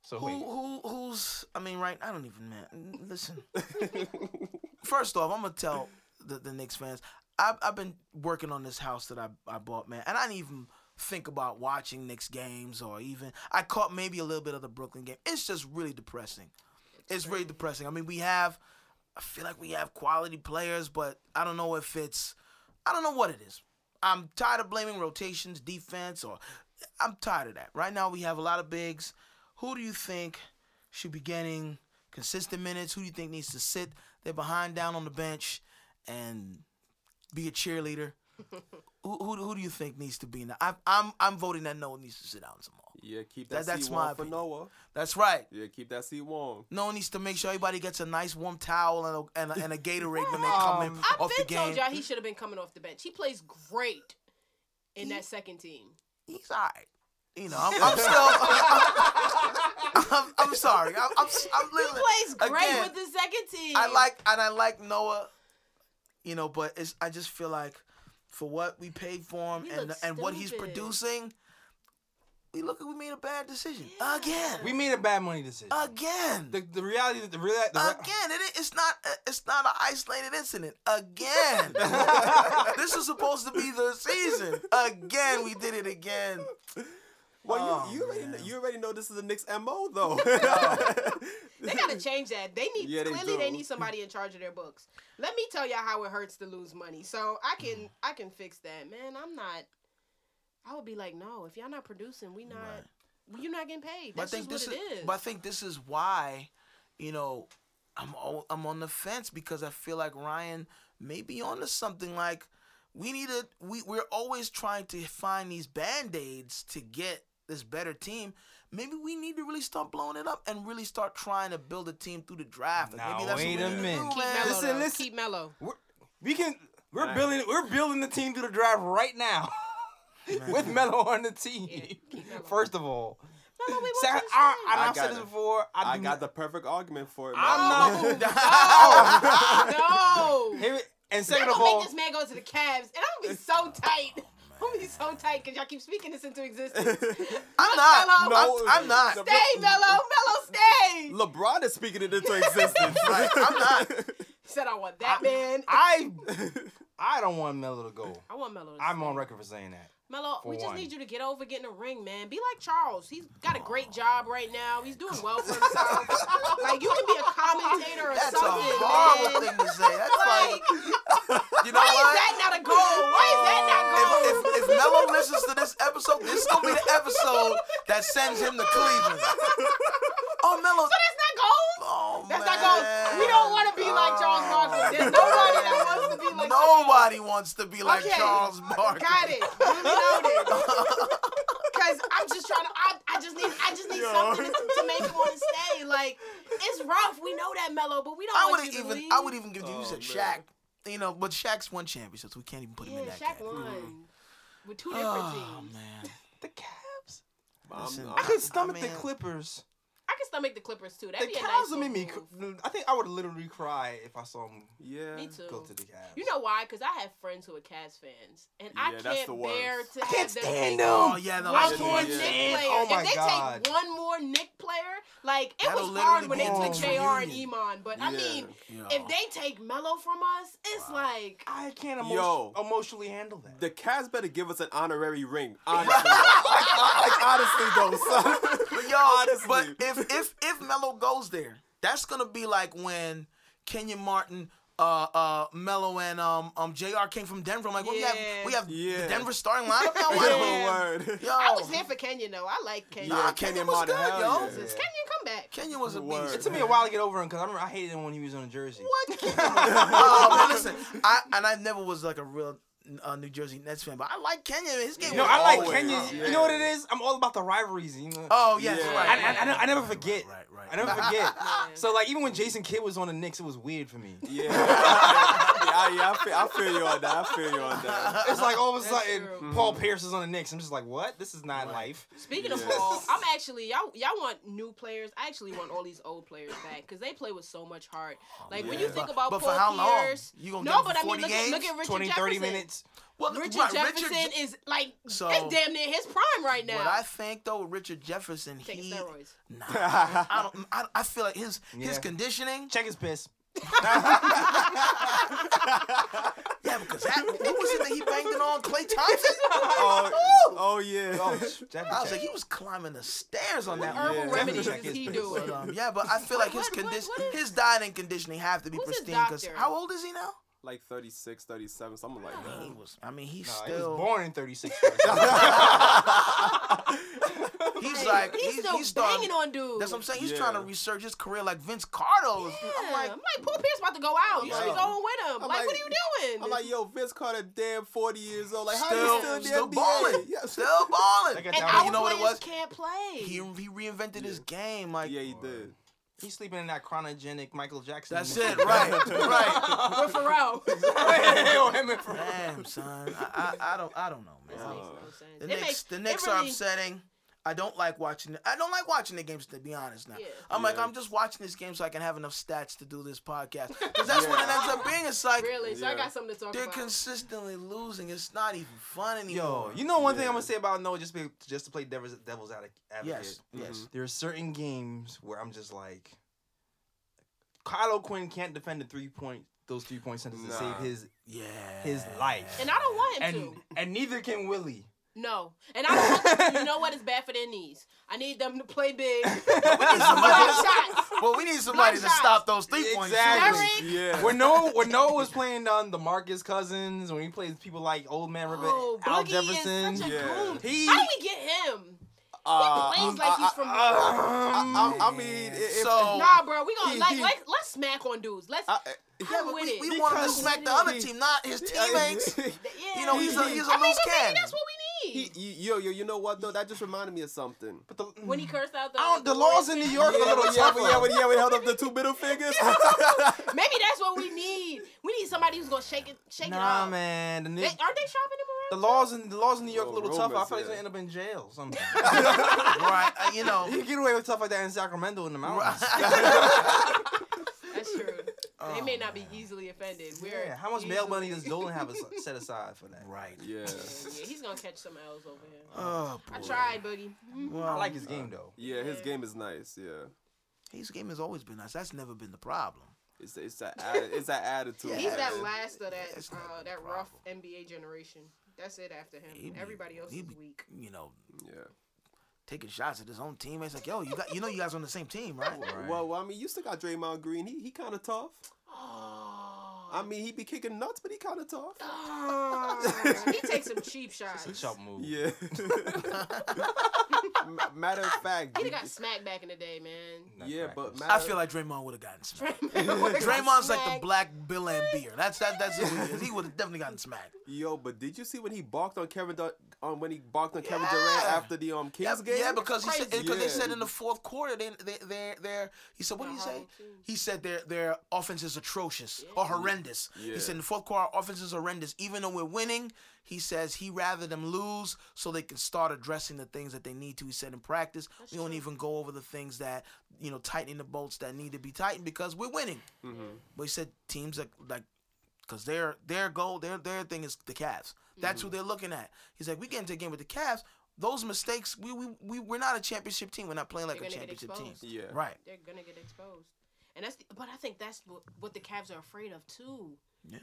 Speaker 2: So
Speaker 1: Who,
Speaker 2: wait.
Speaker 1: who, who's? I mean, right? I don't even man. Listen. [laughs] First off, I'm gonna tell the, the Knicks fans. I've, I've been working on this house that I, I bought, man, and I didn't even think about watching Knicks games or even I caught maybe a little bit of the Brooklyn game. It's just really depressing. It's really depressing. I mean, we have. I feel like we have quality players, but I don't know if it's. I don't know what it is. I'm tired of blaming rotations, defense, or I'm tired of that. Right now, we have a lot of bigs. Who do you think should be getting consistent minutes? Who do you think needs to sit their behind down on the bench and be a cheerleader? who, who, who do you think needs to be in? The, I, I'm I'm voting that no one needs to sit down some more.
Speaker 4: [laughs] Yeah, keep
Speaker 1: That-
Speaker 4: that,
Speaker 1: that's
Speaker 4: seat
Speaker 1: my
Speaker 4: warm for
Speaker 1: opinion.
Speaker 4: Noah.
Speaker 1: That's right.
Speaker 4: Yeah, keep that seat warm.
Speaker 1: No one needs to make sure everybody gets a nice warm towel and a, and a, and a Gatorade when they come in
Speaker 2: Um,
Speaker 3: I've
Speaker 1: off the
Speaker 3: been
Speaker 1: game.
Speaker 3: Oh, told y'all he should have been coming off the bench. He plays great in that second team.
Speaker 1: He's all right. You know, I'm, I'm still. I'm, I'm, sorry. I'm, I'm, I'm
Speaker 3: He
Speaker 1: literally.
Speaker 3: plays great
Speaker 1: again,
Speaker 3: with the second team.
Speaker 1: I like and I like Noah you know. But it's I just feel like for what we paid for him
Speaker 3: We
Speaker 1: and
Speaker 3: look
Speaker 1: and what he's
Speaker 3: stupid.
Speaker 1: producing, we look we made a bad decision
Speaker 3: Yeah.
Speaker 1: again,
Speaker 2: We made a bad money decision.
Speaker 1: again.
Speaker 2: the, the reality that the real the re-
Speaker 1: Uh, Again, it, it's not uh, it's not an isolated incident.
Speaker 2: [laughs]
Speaker 1: Again, this is supposed to be the season. Again, we did it again.
Speaker 4: Well,
Speaker 1: Oh,
Speaker 4: you you already,
Speaker 1: man.
Speaker 4: kn- you already know this is the Knicks mo
Speaker 1: [laughs]
Speaker 4: though.
Speaker 3: They gotta change that. They need
Speaker 4: Yeah, they
Speaker 3: clearly they
Speaker 4: do.
Speaker 3: need somebody in charge of their books. Let me tell y'all how it hurts to lose money. So I can
Speaker 1: [sighs]
Speaker 3: I can fix that, man. I'm not. I would be like, no, if y'all not producing, we not. You're not getting paid.
Speaker 1: But I
Speaker 3: That's
Speaker 1: think
Speaker 3: just
Speaker 1: this
Speaker 3: what it
Speaker 1: is,
Speaker 3: is.
Speaker 1: But I think this is why, you know, I'm o- I'm on the fence because I feel like Ryan may be onto something. Like we need to we we're always trying to find these band aids to get this better team. Maybe we need to really start blowing it up and really start trying to build a team through the draft. Like,
Speaker 2: Now,
Speaker 1: maybe that's
Speaker 2: wait
Speaker 1: what
Speaker 2: a
Speaker 1: we need to
Speaker 2: minute.
Speaker 1: do,
Speaker 3: Keep
Speaker 1: man.
Speaker 3: mellow.
Speaker 2: Listen,
Speaker 3: though.
Speaker 2: listen.
Speaker 3: Keep mellow.
Speaker 2: we're, we can we're
Speaker 4: Right.
Speaker 2: building we're building the team through the draft right now. [laughs] With Melo on the team.
Speaker 3: Yeah, keep Melo.
Speaker 2: First of all.
Speaker 3: Mellow, we
Speaker 2: Second,
Speaker 3: want you
Speaker 2: I,
Speaker 3: to
Speaker 2: and
Speaker 4: I
Speaker 2: I've said
Speaker 4: got
Speaker 2: this
Speaker 4: it.
Speaker 2: before. I,
Speaker 4: [laughs] I
Speaker 2: do
Speaker 4: got the
Speaker 2: not-
Speaker 4: perfect argument for it.
Speaker 2: I'm
Speaker 4: man. [laughs]
Speaker 2: not-
Speaker 3: stay. Oh, No, no.
Speaker 2: Here it- and
Speaker 3: Y'all
Speaker 2: second of
Speaker 3: gonna
Speaker 2: all,
Speaker 3: make this man go to the Cavs, and I'm gonna be so tight. I'm gonna be so tight because y'all keep speaking this into existence.
Speaker 4: [laughs]
Speaker 1: I'm not.
Speaker 3: Mello.
Speaker 1: I'm- I'm not.
Speaker 4: No,
Speaker 3: Stay, Mello. Mello, stay.
Speaker 4: LeBron is speaking it into existence.
Speaker 1: [laughs] Like, I'm not.
Speaker 3: said I want that man. I,
Speaker 2: [laughs]
Speaker 3: [laughs]
Speaker 2: I I don't want Melo to go.
Speaker 3: want Mello. To
Speaker 2: I'm
Speaker 3: stay.
Speaker 2: on record for saying that.
Speaker 3: Mello, we
Speaker 2: for
Speaker 3: just
Speaker 2: one.
Speaker 3: need you to get over getting a ring, man. Be like Charles. He's got a great job right now. He's doing well for himself. like you can be a commentator or
Speaker 1: That's a
Speaker 3: something, man.
Speaker 1: horrible thing to say.
Speaker 3: [laughs]
Speaker 1: That's like,
Speaker 3: Like,
Speaker 1: you know
Speaker 3: why is
Speaker 1: what?
Speaker 3: that not a goal? Why is that
Speaker 1: if,
Speaker 3: not gold?
Speaker 1: if, if Mello listens to this episode, this is gonna be the episode that sends him to Cleveland. Oh, Mello.
Speaker 3: so that's not gold.
Speaker 1: Oh,
Speaker 3: That's
Speaker 1: man. Oh.
Speaker 3: not gold. We don't want to be like Charles Barkley. There's nobody that wants to be like.
Speaker 1: Nobody wants to be like
Speaker 3: Okay.
Speaker 1: Charles Barkley.
Speaker 3: Got it. Duly [laughs] noted. Because I'm just trying to. I, I just need. I just need
Speaker 4: Yo.
Speaker 3: something to, to make him want to stay. Like it's rough. We know that, Mello, but we don't.
Speaker 1: I
Speaker 3: want
Speaker 1: would
Speaker 3: you to
Speaker 1: even.
Speaker 3: leave.
Speaker 1: I would even give you. You
Speaker 4: Oh,
Speaker 1: said Shaq.
Speaker 4: man.
Speaker 1: You know, but Shaq's won championships. We can't even put him
Speaker 3: Yeah,
Speaker 1: in that
Speaker 3: Shaq
Speaker 1: category.
Speaker 3: won with two different
Speaker 1: Oh
Speaker 3: teams.
Speaker 1: man.
Speaker 2: The Cavs.
Speaker 4: I'm,
Speaker 1: Listen.
Speaker 2: I could
Speaker 1: I
Speaker 2: stomach
Speaker 1: mean-
Speaker 2: the Clippers.
Speaker 3: I can stomach the Clippers too. That'd
Speaker 2: the
Speaker 3: be a
Speaker 2: Cavs
Speaker 3: nice
Speaker 2: would make me.
Speaker 3: little
Speaker 2: cr- I think I would literally cry if I saw them
Speaker 4: yeah.
Speaker 3: move. Me
Speaker 2: go
Speaker 3: too.
Speaker 2: to the Cavs.
Speaker 3: You know why? Because I have friends who are Cavs fans, and I
Speaker 4: Yeah, that's
Speaker 3: can't
Speaker 4: the worst.
Speaker 3: bear to
Speaker 2: I can't
Speaker 3: have them take
Speaker 2: stand
Speaker 1: Oh
Speaker 2: them.
Speaker 1: yeah, no,
Speaker 4: I
Speaker 1: that's
Speaker 4: can't
Speaker 1: one.
Speaker 3: one
Speaker 4: Yeah.
Speaker 3: Nick
Speaker 2: stand-
Speaker 3: player.
Speaker 2: oh my
Speaker 3: if they
Speaker 2: God.
Speaker 3: take one more Nick player, like it
Speaker 1: That'll
Speaker 3: was hard
Speaker 1: literally
Speaker 3: when
Speaker 1: be
Speaker 3: they
Speaker 1: the
Speaker 3: took
Speaker 1: next
Speaker 3: JR and
Speaker 1: reunion.
Speaker 3: Iman, but I
Speaker 4: Yeah.
Speaker 3: mean,
Speaker 1: Yeah.
Speaker 3: if they take Mello from us, it's like
Speaker 2: I can't emo-
Speaker 4: Yo.
Speaker 2: emotionally handle that.
Speaker 4: The Cavs better give us an honorary
Speaker 1: [laughs]
Speaker 4: ring. Honestly, like, I- like, honestly though, son.
Speaker 1: But yo,
Speaker 4: Honestly.
Speaker 1: but if if if Melo goes there, that's gonna be like when Kenyon Martin, uh, uh, Melo and um, um, Jr. came from Denver. I'm like, well,
Speaker 3: Yeah.
Speaker 1: we have we have
Speaker 4: Yeah.
Speaker 1: the Denver starting lineup now. Why don't we-
Speaker 3: Yeah.
Speaker 4: [laughs] Word.
Speaker 1: Yo,
Speaker 3: I was here for Kenyon though. I like Kenyon.
Speaker 1: nah,
Speaker 4: Yeah,
Speaker 1: Kenyon
Speaker 4: Kenyon
Speaker 1: was
Speaker 4: Martin,
Speaker 1: good,
Speaker 4: hell
Speaker 1: yo.
Speaker 4: yeah. [laughs]
Speaker 3: Jesus, Kenyon, come back.
Speaker 1: Kenyon was a
Speaker 4: Word.
Speaker 1: beast. [laughs]
Speaker 2: it took me a while to get over him because I remember I hated him when he was on Jersey.
Speaker 3: [laughs] What?
Speaker 1: Oh, man, listen, I and I never was like a real uh, New Jersey Nets fan, but I like Kenyon. His game.
Speaker 2: You know,
Speaker 1: was
Speaker 2: I like
Speaker 1: always-
Speaker 2: Kenya.
Speaker 4: Yeah.
Speaker 2: You know what it is? I'm all about the rivalries. You know?
Speaker 1: Oh yes,
Speaker 4: Yeah.
Speaker 1: right.
Speaker 2: I, I, I, I never
Speaker 1: Right,
Speaker 2: forget.
Speaker 1: Right, right.
Speaker 2: I never forget.
Speaker 3: Yeah.
Speaker 2: so like even when Jason Kidd was on the Knicks, it was weird for me.
Speaker 4: [laughs] Yeah, yeah, I, yeah I, feel, I feel you on that. I feel you on that. [laughs]
Speaker 2: It's like all of a
Speaker 3: That's
Speaker 2: sudden
Speaker 3: true.
Speaker 2: Paul Pierce is on the Knicks. I'm just like, what? This is not life.
Speaker 3: Speaking of
Speaker 4: Yes.
Speaker 3: ball, I'm actually y'all y'all want new players. I actually want all these old players back because they play with so much heart. Like when you
Speaker 4: yeah.
Speaker 3: think about
Speaker 1: Oh, But for
Speaker 3: Paul
Speaker 1: how long?
Speaker 3: Pierce,
Speaker 1: You gonna
Speaker 3: no,
Speaker 1: give him
Speaker 3: but I mean
Speaker 1: 40
Speaker 3: look at look
Speaker 1: games?
Speaker 3: at Richard
Speaker 2: 20, 30
Speaker 3: Jefferson.
Speaker 2: minutes.
Speaker 1: Well,
Speaker 3: Richard
Speaker 1: right,
Speaker 3: Jefferson
Speaker 1: Je-
Speaker 3: is like
Speaker 1: So-
Speaker 3: it's damn near his prime right now.
Speaker 1: What I think though, with Richard Jefferson,
Speaker 3: taking
Speaker 1: he
Speaker 3: steroids.
Speaker 1: Nah, I don't. I, I feel like his his
Speaker 2: Yeah.
Speaker 1: conditioning.
Speaker 2: Check his piss.
Speaker 1: Yeah, because that what was it that he banged it on Clay Thompson?
Speaker 4: Oh, oh yeah.
Speaker 2: Oh, check
Speaker 1: I was like, he was climbing the stairs on that.
Speaker 3: Herbal
Speaker 1: one.
Speaker 4: Yeah.
Speaker 3: remedies
Speaker 2: Check
Speaker 3: is
Speaker 2: his
Speaker 3: he
Speaker 2: face.
Speaker 3: doing?
Speaker 1: [laughs] But, um, yeah, but I feel like his
Speaker 3: What- what-
Speaker 1: condition,
Speaker 3: what is-
Speaker 1: his diet and conditioning have to be
Speaker 3: Who's his
Speaker 1: pristine. Because
Speaker 3: doctor?
Speaker 1: how old is he now?
Speaker 4: Like 36, 37, something like
Speaker 1: He
Speaker 4: that.
Speaker 1: was. I mean, he's
Speaker 2: Nah, he was
Speaker 1: still.
Speaker 2: born in 36.
Speaker 1: He's
Speaker 3: Hey,
Speaker 1: like
Speaker 3: he's,
Speaker 1: he's
Speaker 3: still
Speaker 1: he's starting.
Speaker 3: banging on dudes.
Speaker 1: That's what I'm saying. He's
Speaker 4: Yeah.
Speaker 1: trying to research his career like Vince Carter. was-
Speaker 3: Yeah.
Speaker 1: I'm like,
Speaker 3: Paul Pierce about to go out. You
Speaker 4: Yeah.
Speaker 3: should be going with him.
Speaker 4: I'm
Speaker 3: like,
Speaker 4: like-
Speaker 3: what are you doing?
Speaker 4: I'm like, yo, Vince Carter, damn 40 years old. Like, how you still
Speaker 1: still
Speaker 4: in the
Speaker 1: still
Speaker 4: NBA?
Speaker 1: balling,
Speaker 4: Yeah,
Speaker 1: still balling.
Speaker 2: got
Speaker 3: and
Speaker 2: that
Speaker 1: but
Speaker 3: our
Speaker 2: one.
Speaker 1: you know what it
Speaker 3: players
Speaker 1: was?
Speaker 3: can't play.
Speaker 1: He he reinvented his game. Like
Speaker 4: yeah, he did.
Speaker 2: [laughs] He's sleeping in that chronogenic Michael Jackson.
Speaker 1: that's it, right,
Speaker 4: [laughs]
Speaker 1: right.
Speaker 3: with
Speaker 1: [laughs]
Speaker 3: Pharrell.
Speaker 2: [laughs]
Speaker 1: Damn, son. I, I, I don't I don't know, man.
Speaker 4: Uh,
Speaker 3: Makes no sense.
Speaker 1: The
Speaker 3: It
Speaker 1: Knicks,
Speaker 3: makes-
Speaker 1: the
Speaker 3: it
Speaker 1: Knicks are
Speaker 3: really-
Speaker 1: upsetting. I don't like watching. I don't like watching the games to be honest. Now
Speaker 3: Yeah.
Speaker 1: I'm like
Speaker 4: Yeah.
Speaker 1: I'm just watching this game so I can have enough stats to do this podcast
Speaker 3: [laughs]
Speaker 1: because that's what it ends up being. It's like
Speaker 3: really? So I
Speaker 4: Yeah.
Speaker 3: got something to talk
Speaker 1: they're
Speaker 3: about.
Speaker 1: consistently losing. It's not even fun
Speaker 2: Yo,
Speaker 1: anymore.
Speaker 2: you know one thing
Speaker 4: Yeah.
Speaker 2: I'm gonna say about no, just be, just to play devil's devil's advoc- advocate.
Speaker 1: yes,
Speaker 4: Mm-hmm.
Speaker 1: yes.
Speaker 2: There are certain games where I'm just like, Kylo Quinn can't defend the three point those three point sentences to save
Speaker 4: Nah.
Speaker 2: his
Speaker 1: Yeah.
Speaker 2: his life,
Speaker 3: and I don't want him
Speaker 2: and
Speaker 3: to.
Speaker 2: and neither
Speaker 3: [laughs]
Speaker 2: can Willie.
Speaker 3: No. And I don't want them to. You know what? It's bad for their knees. I need them to play
Speaker 1: [laughs]
Speaker 3: big.
Speaker 2: [laughs]
Speaker 1: somebody-
Speaker 3: Block shots.
Speaker 1: Well, we need somebody to
Speaker 3: Blood shots.
Speaker 1: stop those three points.
Speaker 2: Exactly.
Speaker 4: Yeah.
Speaker 2: when Noah when Noah was playing on the Marcus Cousins, when he plays people like Old Man River,
Speaker 3: Oh,
Speaker 2: Al
Speaker 3: Boogie
Speaker 2: Jefferson,
Speaker 3: is such a
Speaker 4: Yeah.
Speaker 3: goon.
Speaker 2: he.
Speaker 3: How do we get him?
Speaker 4: Uh,
Speaker 3: plays
Speaker 4: um,
Speaker 3: like he's
Speaker 4: I-
Speaker 3: from-
Speaker 1: uh,
Speaker 2: Um,
Speaker 4: I, I, I mean, if,
Speaker 1: So-
Speaker 3: Nah, bro, we gonna
Speaker 4: He-
Speaker 3: like
Speaker 4: he-
Speaker 3: let, let's smack on dudes. Let's
Speaker 4: I,
Speaker 1: Uh, Yeah,
Speaker 3: I'm
Speaker 1: but
Speaker 3: with
Speaker 1: we,
Speaker 3: it.
Speaker 1: we want to
Speaker 4: Because-
Speaker 1: smack the other team, not
Speaker 2: [laughs]
Speaker 1: his teammates.
Speaker 3: yeah.
Speaker 1: You know, he's a, he's a
Speaker 3: I mean,
Speaker 1: loose
Speaker 3: but maybe
Speaker 1: cannon.
Speaker 3: that's what we
Speaker 4: [laughs] he,
Speaker 3: need.
Speaker 4: he- yo, yo, you know what though? That just reminded me of something.
Speaker 2: But the,
Speaker 3: when he cursed out the,
Speaker 2: I don't, the laws in New York are a little
Speaker 4: yeah,
Speaker 2: tougher.
Speaker 4: yeah, when, yeah, when he held up the two middle fingers.
Speaker 3: maybe that's what we need. We need somebody who's gonna shake it, shake it
Speaker 2: nah,
Speaker 3: up.
Speaker 2: man, the,
Speaker 3: They,
Speaker 2: Knicks-
Speaker 3: aren't they shopping him around?
Speaker 2: the laws in the laws in New York are a
Speaker 4: Little
Speaker 2: little tougher. I
Speaker 4: rumors,
Speaker 2: feel like he's
Speaker 4: yeah.
Speaker 2: gonna end up in jail or something.
Speaker 1: right, uh, you
Speaker 2: [laughs]
Speaker 1: know.
Speaker 2: you can get away with stuff like that in Sacramento in
Speaker 1: [laughs]
Speaker 2: the mountains.
Speaker 3: That's true. they
Speaker 1: Oh,
Speaker 3: may not be easily offended. We're
Speaker 2: yeah, how much bail money does
Speaker 3: easily-
Speaker 2: Dolan have as- set aside for that?
Speaker 1: right.
Speaker 4: [laughs]
Speaker 3: [laughs]
Speaker 4: yeah.
Speaker 3: Yeah, yeah, he's gonna catch some L's over here.
Speaker 1: Oh, boy.
Speaker 3: I tried, Boogie. Mm.
Speaker 1: Well,
Speaker 2: I like
Speaker 4: Uh,
Speaker 2: his game though.
Speaker 4: Yeah, his game is nice. Yeah.
Speaker 1: His game has always been nice. That's never been the problem.
Speaker 4: It's it's that atti- it's that attitude.
Speaker 3: He's that
Speaker 4: man.
Speaker 3: last of that
Speaker 1: That's not
Speaker 3: uh,
Speaker 1: the
Speaker 3: that rough
Speaker 1: problem.
Speaker 3: NBA generation. That's it after
Speaker 1: He
Speaker 3: him.
Speaker 1: be-
Speaker 3: Everybody else
Speaker 1: he
Speaker 3: is
Speaker 1: be- [gasps]
Speaker 3: weak.
Speaker 1: You know,
Speaker 4: Yeah.
Speaker 1: taking shots at his own teammates. Like, yo, you got, you know, you guys on the same team, right?
Speaker 2: Right.
Speaker 4: Well, well, I mean, you still got Draymond Green. He he kind of tough. I mean, he be kicking nuts, but he kind of tough.
Speaker 3: Oh, [laughs] he takes some cheap shots.
Speaker 2: It's a chump move.
Speaker 4: Yeah. M- Matter of fact,
Speaker 3: He'd have got smacked back in the day, man.
Speaker 2: Not
Speaker 4: yeah,
Speaker 2: practice.
Speaker 4: but matter,
Speaker 1: I feel like Draymond would have gotten
Speaker 2: [laughs]
Speaker 1: smacked.
Speaker 3: Draymond would've got
Speaker 1: Draymond's like the
Speaker 3: smacked.
Speaker 1: black Bill and Beer. That's that. That's it. what he is. He would have definitely gotten smacked.
Speaker 4: yo, but did you see when he barked on Kevin Dur- on when he barked on Kevin
Speaker 1: Yeah.
Speaker 4: Durant after the um Kings
Speaker 1: Yeah,
Speaker 4: game?
Speaker 1: yeah, because he said
Speaker 3: Crazy.
Speaker 1: because they
Speaker 4: Yeah.
Speaker 1: said in the fourth quarter they they they they're he said what did he
Speaker 3: The
Speaker 1: say?
Speaker 3: whole team.
Speaker 1: He said their their offense is atrocious or horrendous.
Speaker 4: Yeah.
Speaker 1: He said in the fourth quarter our offense is horrendous. Even though we're winning, he says he rather them lose so they can start addressing the things that they need to. He said in practice we don't even go over the things that you know tightening the bolts that need to be tightened because we're winning. But he said teams that like because their their goal, their their thing is the Cavs. That's
Speaker 3: Mm-hmm.
Speaker 1: who they're looking at. He's like, we get into a game with the Cavs. Those mistakes, we we we we're not a championship team. We're not playing like
Speaker 3: They're
Speaker 1: a
Speaker 3: gonna get
Speaker 1: championship team.
Speaker 3: exposed.
Speaker 4: yeah,
Speaker 1: Right.
Speaker 3: They're gonna get exposed. And that's the, but I think that's what, what the Cavs are afraid of too.
Speaker 1: Yeah.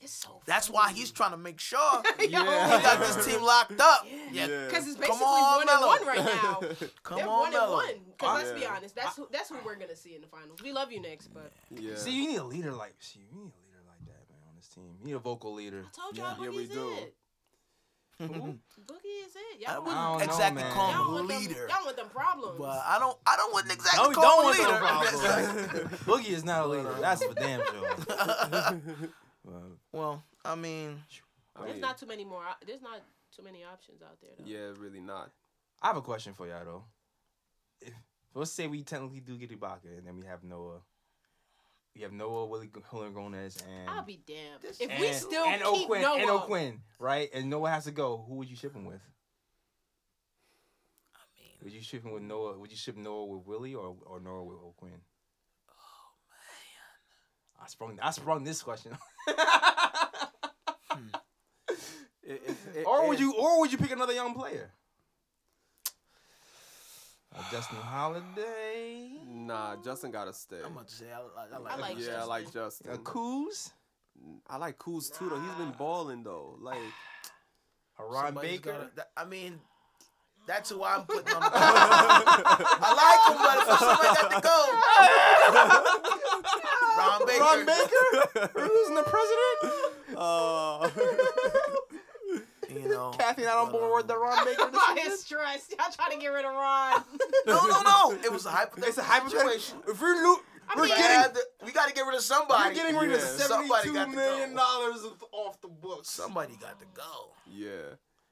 Speaker 3: It's so
Speaker 1: That's why
Speaker 3: Mm.
Speaker 1: he's trying to
Speaker 3: [laughs]
Speaker 1: make sure he
Speaker 4: Yeah.
Speaker 1: got this team locked up. Yeah.
Speaker 4: Yeah.
Speaker 3: Because it's
Speaker 1: Come
Speaker 3: basically
Speaker 1: on,
Speaker 3: one
Speaker 1: Melo.
Speaker 3: and one right
Speaker 1: [laughs]
Speaker 3: now.
Speaker 1: Come
Speaker 3: They're
Speaker 1: on,
Speaker 3: one and
Speaker 1: Melo.
Speaker 3: one.
Speaker 1: I-
Speaker 3: Because let's be
Speaker 4: Yeah.
Speaker 3: honest, that's who that's who we're gonna see in the finals. We love you next, but
Speaker 4: yeah.
Speaker 2: See, you need a leader like see, you need a leader like that, man, on this team. You need a vocal
Speaker 4: [laughs]
Speaker 2: leader.
Speaker 3: I told y'all
Speaker 4: Yeah, we
Speaker 3: Boogie's
Speaker 4: do.
Speaker 3: it.
Speaker 1: [laughs]
Speaker 3: Boogie is it.
Speaker 1: I
Speaker 3: Y'all
Speaker 1: wouldn't
Speaker 2: I don't
Speaker 3: want,
Speaker 2: know,
Speaker 1: exactly
Speaker 2: man.
Speaker 1: call
Speaker 3: y'all
Speaker 1: him a
Speaker 3: want them,
Speaker 1: Uh, leader,
Speaker 3: y'all want them problems.
Speaker 1: but I don't I don't wouldn't
Speaker 2: No,
Speaker 1: exactly
Speaker 2: we
Speaker 1: call him a
Speaker 2: don't
Speaker 1: leader.
Speaker 2: want
Speaker 1: [laughs]
Speaker 2: no
Speaker 1: That's
Speaker 2: Boogie is not a leader. That's for damn sure. [laughs] Well,
Speaker 1: well, I mean,
Speaker 4: [laughs] I
Speaker 3: there's
Speaker 4: mean,
Speaker 3: not too many more. op- There's not too many options out there. Though.
Speaker 4: Yeah, really not.
Speaker 2: I have a question for y'all though. If, let's say we technically do get Ibaka, and then we have Noah. We have Noah, Willie Helen Gomez, and
Speaker 3: I'll be damned
Speaker 1: This-
Speaker 3: if
Speaker 2: and,
Speaker 3: we still
Speaker 2: and
Speaker 3: keep
Speaker 2: O'Quinn,
Speaker 3: Noah.
Speaker 2: and O'Quinn, right? And Noah has to go. Who would you ship him with? Would you ship him with Noah? Would you ship Noah with Willie or or Noah with O'Quinn? Oh man, I sprung I sprung this question.
Speaker 4: I- if- i-
Speaker 2: or would
Speaker 4: if-
Speaker 2: you or would you pick another young player? Uh, Justin Holiday,
Speaker 4: Nah, Justin gotta stay.
Speaker 1: I'm about to say I, I,
Speaker 3: I like
Speaker 4: yeah, I
Speaker 3: Justin.
Speaker 4: like Justin.
Speaker 2: a Kuz,
Speaker 4: I like Kuz too though. He's been balling though. Like
Speaker 2: a Ron
Speaker 1: Somebody's
Speaker 2: Baker.
Speaker 1: gotta- that- I mean, that's who I'm putting on. The I like him, but if somebody got to go,
Speaker 2: [laughs]
Speaker 1: Ron Baker.
Speaker 2: Ron Baker? We're losing the president?
Speaker 4: uh,
Speaker 1: You know,
Speaker 2: Kathy not on
Speaker 1: but,
Speaker 2: board with
Speaker 1: um,
Speaker 2: the Ron Baker
Speaker 3: About
Speaker 2: decision?
Speaker 3: his stress. Y'all trying to get rid of
Speaker 1: [laughs]
Speaker 3: Ron.
Speaker 1: No, no, no. It
Speaker 2: [laughs]
Speaker 1: was a hypothetical.
Speaker 2: It's a hypothetical. If we're, lo- we're
Speaker 1: We
Speaker 2: getting,
Speaker 1: had to- we got to get rid of somebody.
Speaker 2: we're getting rid of
Speaker 4: Yeah.
Speaker 1: Somebody
Speaker 2: $72
Speaker 1: got to
Speaker 2: million
Speaker 1: go.
Speaker 2: dollars of- off the books.
Speaker 1: Somebody got to go.
Speaker 4: yeah.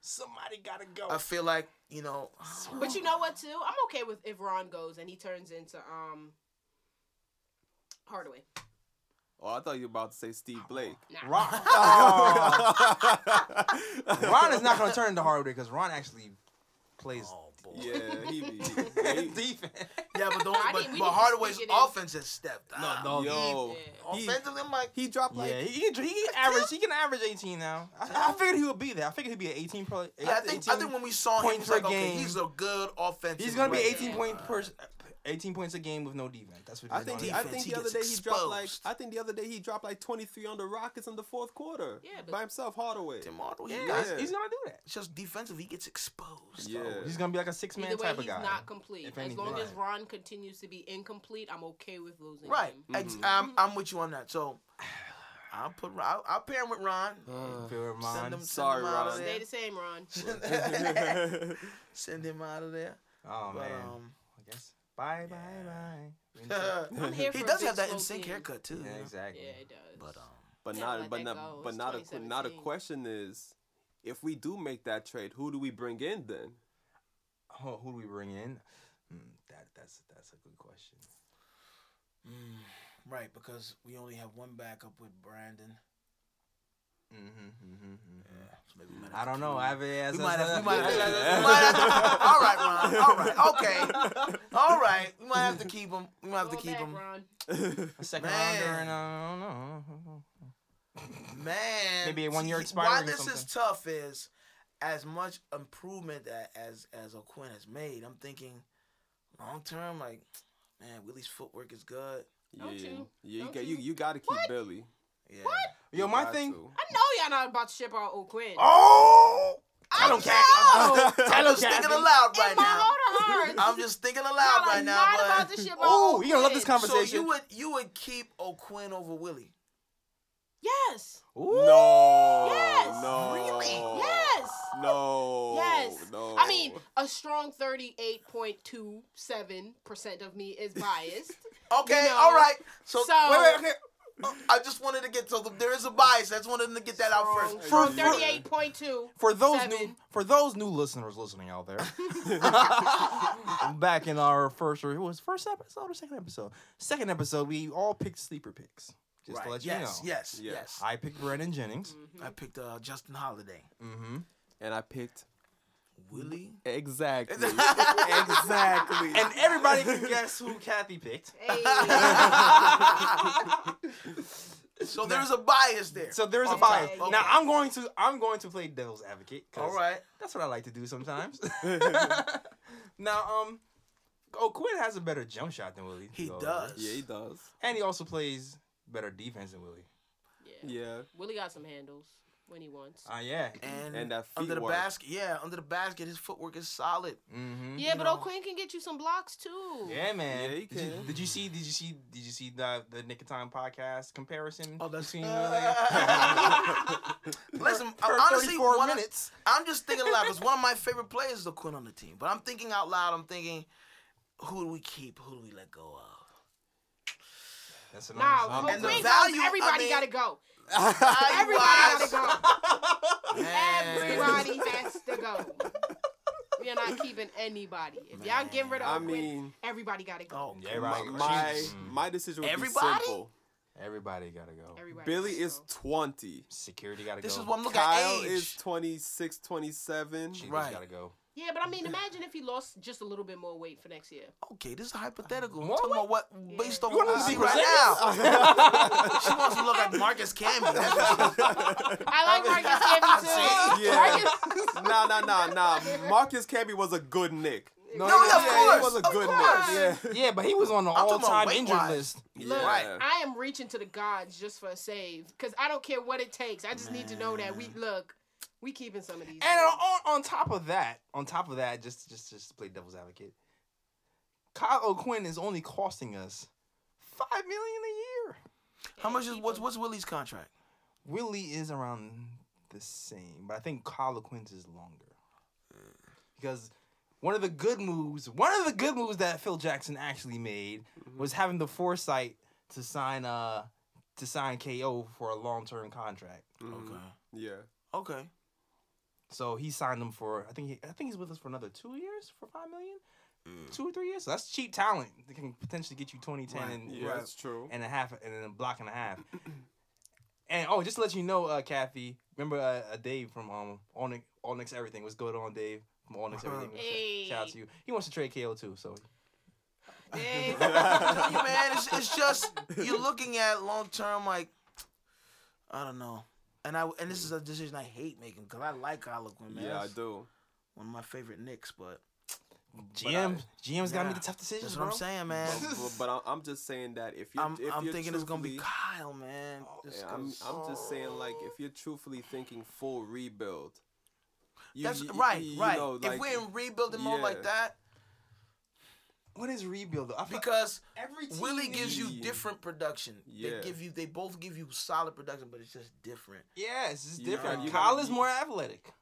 Speaker 2: Somebody gotta go.
Speaker 1: [laughs] I feel like you know.
Speaker 3: but you know what too? I'm okay with if Ron goes and he turns into um Hardaway.
Speaker 4: Oh, I thought you were about to say Steve Blake.
Speaker 3: Nah.
Speaker 2: [laughs] Ron, Oh. Ron is not gonna turn into Hardaway because Ron actually plays [laughs]
Speaker 1: Oh, boy.
Speaker 4: [laughs] Yeah, he be. he-
Speaker 2: Defense.
Speaker 1: Yeah, but the
Speaker 3: I
Speaker 1: only, but,
Speaker 3: didn't- we didn't
Speaker 1: but Hardaway's
Speaker 3: speak it in.
Speaker 1: offense has stepped. up.
Speaker 2: no,
Speaker 1: Oh,
Speaker 4: yo,
Speaker 3: Yeah.
Speaker 4: he,
Speaker 1: offensively, I'm like,
Speaker 4: he dropped like
Speaker 2: yeah, he, he, he average. He can average 18 now. I, I figured he would be there. I figured he'd be an 18 pro.
Speaker 1: yeah, I think I think when we saw him,
Speaker 2: points
Speaker 1: it's like,
Speaker 2: per
Speaker 1: okay,
Speaker 2: game.
Speaker 1: he's a good offensive.
Speaker 2: he's gonna be
Speaker 1: player.
Speaker 2: 18 point per, 18 points a game with no defense. That's what
Speaker 4: I
Speaker 2: he's
Speaker 4: think
Speaker 2: gonna
Speaker 4: I
Speaker 2: be.
Speaker 1: defense,
Speaker 4: think
Speaker 1: he
Speaker 4: the other
Speaker 1: gets
Speaker 4: day he dropped like
Speaker 1: exposed.
Speaker 4: I think the other day he dropped like 23 on the Rockets in the fourth quarter.
Speaker 3: Yeah, but-
Speaker 4: by
Speaker 1: [laughs]
Speaker 4: himself Hardaway.
Speaker 1: Tim Hardaway.
Speaker 4: Yeah.
Speaker 1: he got-
Speaker 2: He's- He's gonna do that.
Speaker 1: It's just defensive. He gets exposed.
Speaker 4: Yeah.
Speaker 2: He's gonna be like a six man
Speaker 3: Either way,
Speaker 2: type of
Speaker 3: he's
Speaker 2: guy.
Speaker 3: not complete.
Speaker 2: if
Speaker 3: As long
Speaker 2: anything.
Speaker 3: as Ron continues to be incomplete, I'm okay with losing.
Speaker 1: Right.
Speaker 3: him.
Speaker 1: Ex-
Speaker 4: Mm-hmm.
Speaker 1: I'm, I'm with you on that. So I'll put Ron- I'll, I'll pair him with Ron.
Speaker 2: Bear
Speaker 1: Send
Speaker 2: in mind-
Speaker 1: him,
Speaker 4: sorry,
Speaker 1: send him out
Speaker 4: Ron.
Speaker 1: of
Speaker 3: Stay
Speaker 1: there.
Speaker 3: the same,
Speaker 1: [laughs]
Speaker 3: Ron.
Speaker 4: [laughs]
Speaker 2: [laughs]
Speaker 1: send him out of there.
Speaker 3: [laughs]
Speaker 2: Oh
Speaker 1: But,
Speaker 2: man.
Speaker 1: um,
Speaker 2: I guess. Bye
Speaker 1: [laughs]
Speaker 2: bye bye. [laughs]
Speaker 1: he
Speaker 3: here for a
Speaker 1: does
Speaker 3: big
Speaker 1: have that
Speaker 3: slow
Speaker 1: in sync
Speaker 3: team.
Speaker 1: haircut too.
Speaker 2: yeah,
Speaker 1: you know?
Speaker 2: exactly.
Speaker 3: Yeah, it does.
Speaker 1: But um,
Speaker 4: but
Speaker 3: Yeah,
Speaker 4: not
Speaker 3: let
Speaker 4: but
Speaker 3: that
Speaker 4: not
Speaker 3: go.
Speaker 4: but
Speaker 3: It's
Speaker 4: not a not a
Speaker 3: 2017.
Speaker 4: question is if we do make that trade, who do we bring in then?
Speaker 2: Oh, who do we bring in? Hmm, that that's that's a good question.
Speaker 1: right because we only have one backup with Brandon.
Speaker 2: Mm-hmm, mm-hmm, mm-hmm.
Speaker 1: So maybe we might
Speaker 2: I
Speaker 1: have to
Speaker 2: don't know. I
Speaker 1: keep-
Speaker 2: haven't.
Speaker 1: We
Speaker 2: that's-
Speaker 1: might have. We
Speaker 2: [laughs] that's-
Speaker 1: might have.
Speaker 2: that's-
Speaker 1: to-
Speaker 2: that's-
Speaker 1: we might
Speaker 4: [laughs]
Speaker 1: have
Speaker 2: [laughs]
Speaker 1: to- All right, Ron. All right. Okay. All right. We might have to keep him. We might have to
Speaker 3: Go
Speaker 1: keep
Speaker 3: back,
Speaker 1: him.
Speaker 3: Ron.
Speaker 4: [laughs]
Speaker 2: A second
Speaker 1: Man.
Speaker 2: rounder, and uh, I don't know. I don't know.
Speaker 1: Man,
Speaker 2: Maybe a one-year
Speaker 1: see, Why
Speaker 2: expiring or
Speaker 1: this is
Speaker 2: something.
Speaker 1: tough is as much improvement a- as as O'Quinn has made. I'm thinking long term, like man, Willie's footwork is good.
Speaker 3: Don't
Speaker 4: yeah,
Speaker 3: you?
Speaker 4: yeah, you,
Speaker 3: Don't
Speaker 4: got, you
Speaker 3: you?
Speaker 4: you got to keep Billy.
Speaker 1: Yeah.
Speaker 2: Yo,
Speaker 4: You
Speaker 2: my
Speaker 4: got
Speaker 2: thing.
Speaker 4: to.
Speaker 3: I know y'all not about to ship out O'Quinn.
Speaker 4: [laughs]
Speaker 2: Oh,
Speaker 3: I
Speaker 2: don't care.
Speaker 3: know.
Speaker 2: [laughs]
Speaker 1: I'm just thinking aloud right
Speaker 3: In my
Speaker 1: now.
Speaker 3: heart of hearts,
Speaker 1: I'm just thinking
Speaker 3: y'all
Speaker 1: aloud
Speaker 3: are
Speaker 1: right now,
Speaker 3: not
Speaker 1: but
Speaker 3: about to ship out
Speaker 2: oh, you're gonna love this
Speaker 3: O'Quinn.
Speaker 1: so
Speaker 2: [laughs] conversation.
Speaker 1: you would you would keep O'Quinn over Willie?
Speaker 3: Yes.
Speaker 2: Ooh.
Speaker 4: No.
Speaker 3: Yes.
Speaker 4: No.
Speaker 1: Oh.
Speaker 3: Yes.
Speaker 4: No.
Speaker 3: Yes.
Speaker 4: No.
Speaker 3: I mean, a strong 38.27% of me
Speaker 1: [laughs]
Speaker 3: is biased.
Speaker 1: Okay,
Speaker 3: You know,
Speaker 1: all right. So,
Speaker 3: so,
Speaker 1: wait, wait, okay. Uh, I just wanted to get so there is a bias. I just wanted to get that out first.
Speaker 3: strong,
Speaker 4: For-
Speaker 3: strong 38.2.
Speaker 1: [laughs]
Speaker 2: For those new
Speaker 3: Seven.
Speaker 2: for those new listeners listening [laughs] out there, back in our first or it was first episode or second episode, second episode we all picked sleeper picks. Just
Speaker 1: Right,
Speaker 2: to let you
Speaker 1: yes,
Speaker 2: know,
Speaker 1: yes,
Speaker 4: Yeah.
Speaker 1: yes.
Speaker 2: I picked Brandon Jennings.
Speaker 1: I picked uh, Justin Holiday.
Speaker 2: Mm-hmm.
Speaker 4: and I picked [laughs]
Speaker 1: Willie. [laughs]
Speaker 4: exactly. exactly.
Speaker 2: And everybody [laughs] can guess who Kathy picked.
Speaker 3: Hey.
Speaker 1: So there's a bias there.
Speaker 2: So there is a
Speaker 1: Okay,
Speaker 2: bias.
Speaker 1: okay.
Speaker 2: Now I'm going to I'm going to play devil's advocate. 'cause
Speaker 1: all right.
Speaker 2: That's what I like to do sometimes.
Speaker 1: [laughs]
Speaker 2: [laughs] now, um, O'Quinn has a better jump shot than Willie.
Speaker 1: He
Speaker 2: though.
Speaker 1: does.
Speaker 4: [laughs] yeah, he does.
Speaker 2: and he also plays better defense than Willie.
Speaker 3: yeah.
Speaker 4: Yeah.
Speaker 3: Willie got some handles when he wants.
Speaker 1: Um,
Speaker 2: Ah, yeah.
Speaker 1: And,
Speaker 4: And that feet
Speaker 1: under the
Speaker 4: work.
Speaker 1: basket, yeah, under the basket, his footwork is solid.
Speaker 2: Mm-hmm.
Speaker 3: yeah, but
Speaker 1: know.
Speaker 3: O'Quinn can get you some blocks too. [laughs]
Speaker 2: Yeah, man.
Speaker 4: Yeah, he
Speaker 2: did, you,
Speaker 4: can.
Speaker 2: did you see? Did you see? Did you see the the Nick of Time podcast comparison?
Speaker 1: Oh, [laughs] that's-
Speaker 2: between
Speaker 1: Listen,
Speaker 2: For
Speaker 1: honestly,
Speaker 2: 34
Speaker 1: one of-
Speaker 2: minutes.
Speaker 1: I'm just thinking aloud because one of my favorite players is Quinn on the team. But I'm thinking out loud. I'm thinking, who do we keep? Who do we let go of?
Speaker 2: That's
Speaker 3: Now,
Speaker 2: another.
Speaker 3: O'Quinn
Speaker 1: And the
Speaker 3: goes,
Speaker 1: value, I
Speaker 3: everybody
Speaker 1: mean-
Speaker 3: gotta go.
Speaker 1: Everybody
Speaker 3: Everybody gotta go.
Speaker 1: Man.
Speaker 3: Everybody
Speaker 1: [laughs]
Speaker 3: has to go. We are not keeping anybody. If y'all
Speaker 1: Man,
Speaker 3: getting rid
Speaker 4: I
Speaker 3: of O'Quinn,
Speaker 4: mean-
Speaker 3: everybody gotta go.
Speaker 1: Oh,
Speaker 2: Yeah,
Speaker 1: come
Speaker 2: right.
Speaker 1: on.
Speaker 4: My
Speaker 2: Jesus.
Speaker 4: my decision would
Speaker 1: Everybody?
Speaker 4: be simple.
Speaker 2: Everybody gotta go.
Speaker 3: Everybody
Speaker 4: Billy
Speaker 3: gotta
Speaker 4: is
Speaker 3: go.
Speaker 4: 20.
Speaker 2: Security gotta
Speaker 1: This
Speaker 2: go.
Speaker 1: is what I'm looking
Speaker 4: Kyle
Speaker 1: at. Age.
Speaker 4: is 26, 27.
Speaker 2: Cheaters
Speaker 1: right.
Speaker 2: gotta go. [laughs]
Speaker 3: Yeah, but I mean, imagine if he lost just a little bit more weight for next year.
Speaker 1: Okay, this is hypothetical. I'm
Speaker 2: What?
Speaker 1: talking about what based on
Speaker 2: You
Speaker 1: what
Speaker 2: wanna
Speaker 1: I
Speaker 2: see
Speaker 1: see
Speaker 4: [laughs]
Speaker 1: right now. she wants to look like Marcus Camby. That's what she
Speaker 3: I like
Speaker 4: [laughs]
Speaker 3: Marcus Camby too. Marcus,
Speaker 4: Yeah. [laughs] nah, nah, nah, nah. Marcus Camby was a good Nick.
Speaker 2: No,
Speaker 1: [laughs] No, yeah,
Speaker 4: yeah,
Speaker 1: of
Speaker 4: he
Speaker 1: course,
Speaker 4: was a
Speaker 1: of
Speaker 4: good
Speaker 1: course.
Speaker 4: Nick.
Speaker 1: [laughs]
Speaker 4: Yeah.
Speaker 2: Yeah, but he was on the
Speaker 1: I'm talking
Speaker 2: all
Speaker 1: about
Speaker 2: time
Speaker 1: weight
Speaker 2: injured
Speaker 1: wise.
Speaker 2: list.
Speaker 1: Look,
Speaker 4: yeah.
Speaker 3: I am reaching to the gods just for a save because I don't care what it takes. I just need to know that we look, we keeping some of these.
Speaker 2: And on, on- on top of that, on top of that, just just just to play devil's advocate, Kyle O'Quinn is only costing us five million a year.
Speaker 1: How much is
Speaker 3: keep
Speaker 1: what's
Speaker 3: him.
Speaker 1: what's Willie's contract?
Speaker 2: Willie is around the same, but I think Kyle O'Quinn's is longer because one of the good moves, one of the good moves that Phil Jackson actually made was having the foresight to sign uh to sign KO for a long term contract.
Speaker 4: Mhm. Yeah.
Speaker 1: Okay.
Speaker 2: So he signed him for I think he, I think he's with us for another two years for five million,
Speaker 4: Mm.
Speaker 2: two or three years. So that's cheap talent that can potentially get you twenty ten
Speaker 1: Right,
Speaker 2: and
Speaker 4: Yeah, that's true.
Speaker 2: and a half and then a block and a half. [clears throat] and oh, just to let you know, uh, Kathy, remember uh, uh, Dave from um Onyx Onyx Everything. What's going on, Dave? Mornings,
Speaker 1: Uh-huh.
Speaker 2: everything.
Speaker 3: Hey.
Speaker 2: Shout out to you. He wants to trade KO too, so
Speaker 4: [laughs]
Speaker 3: Dang.
Speaker 1: man, it's, it's just you're looking at long term like I don't know. And I and this is a decision I hate making because I like Harlequin, man.
Speaker 4: Yeah, I
Speaker 1: That's [laughs]
Speaker 4: do.
Speaker 1: One of my favorite Knicks, but
Speaker 2: GM GM's uh, gotta
Speaker 1: Yeah.
Speaker 2: make the tough decisions.
Speaker 1: that's what I'm
Speaker 2: bro.
Speaker 1: saying,
Speaker 4: [laughs] But,
Speaker 1: man.
Speaker 4: but- but I- I'm just saying that if you,
Speaker 1: I'm
Speaker 4: if
Speaker 1: I'm
Speaker 4: you're
Speaker 1: thinking it's gonna be
Speaker 4: truthfully-
Speaker 1: Kyle, man. Just
Speaker 4: Yeah, I'm,
Speaker 1: 'cause-
Speaker 4: I'm just saying, like, if you're truthfully thinking full rebuild, you,
Speaker 1: that's
Speaker 4: you-
Speaker 1: right,
Speaker 4: you
Speaker 1: right.
Speaker 4: know,
Speaker 1: if
Speaker 4: like,
Speaker 1: we're in rebuilding mode like
Speaker 4: yeah.
Speaker 1: that,
Speaker 2: What is rebuild? though? I feel-
Speaker 1: because
Speaker 5: Every team
Speaker 1: Willie gives you
Speaker 4: Yeah.
Speaker 1: different production.
Speaker 4: Yeah.
Speaker 1: They give you they both give you solid production, but it's just different.
Speaker 2: yes, it's
Speaker 4: You
Speaker 2: different.
Speaker 1: know, you
Speaker 2: Kyle
Speaker 4: gotta
Speaker 2: is
Speaker 4: be-
Speaker 2: more athletic.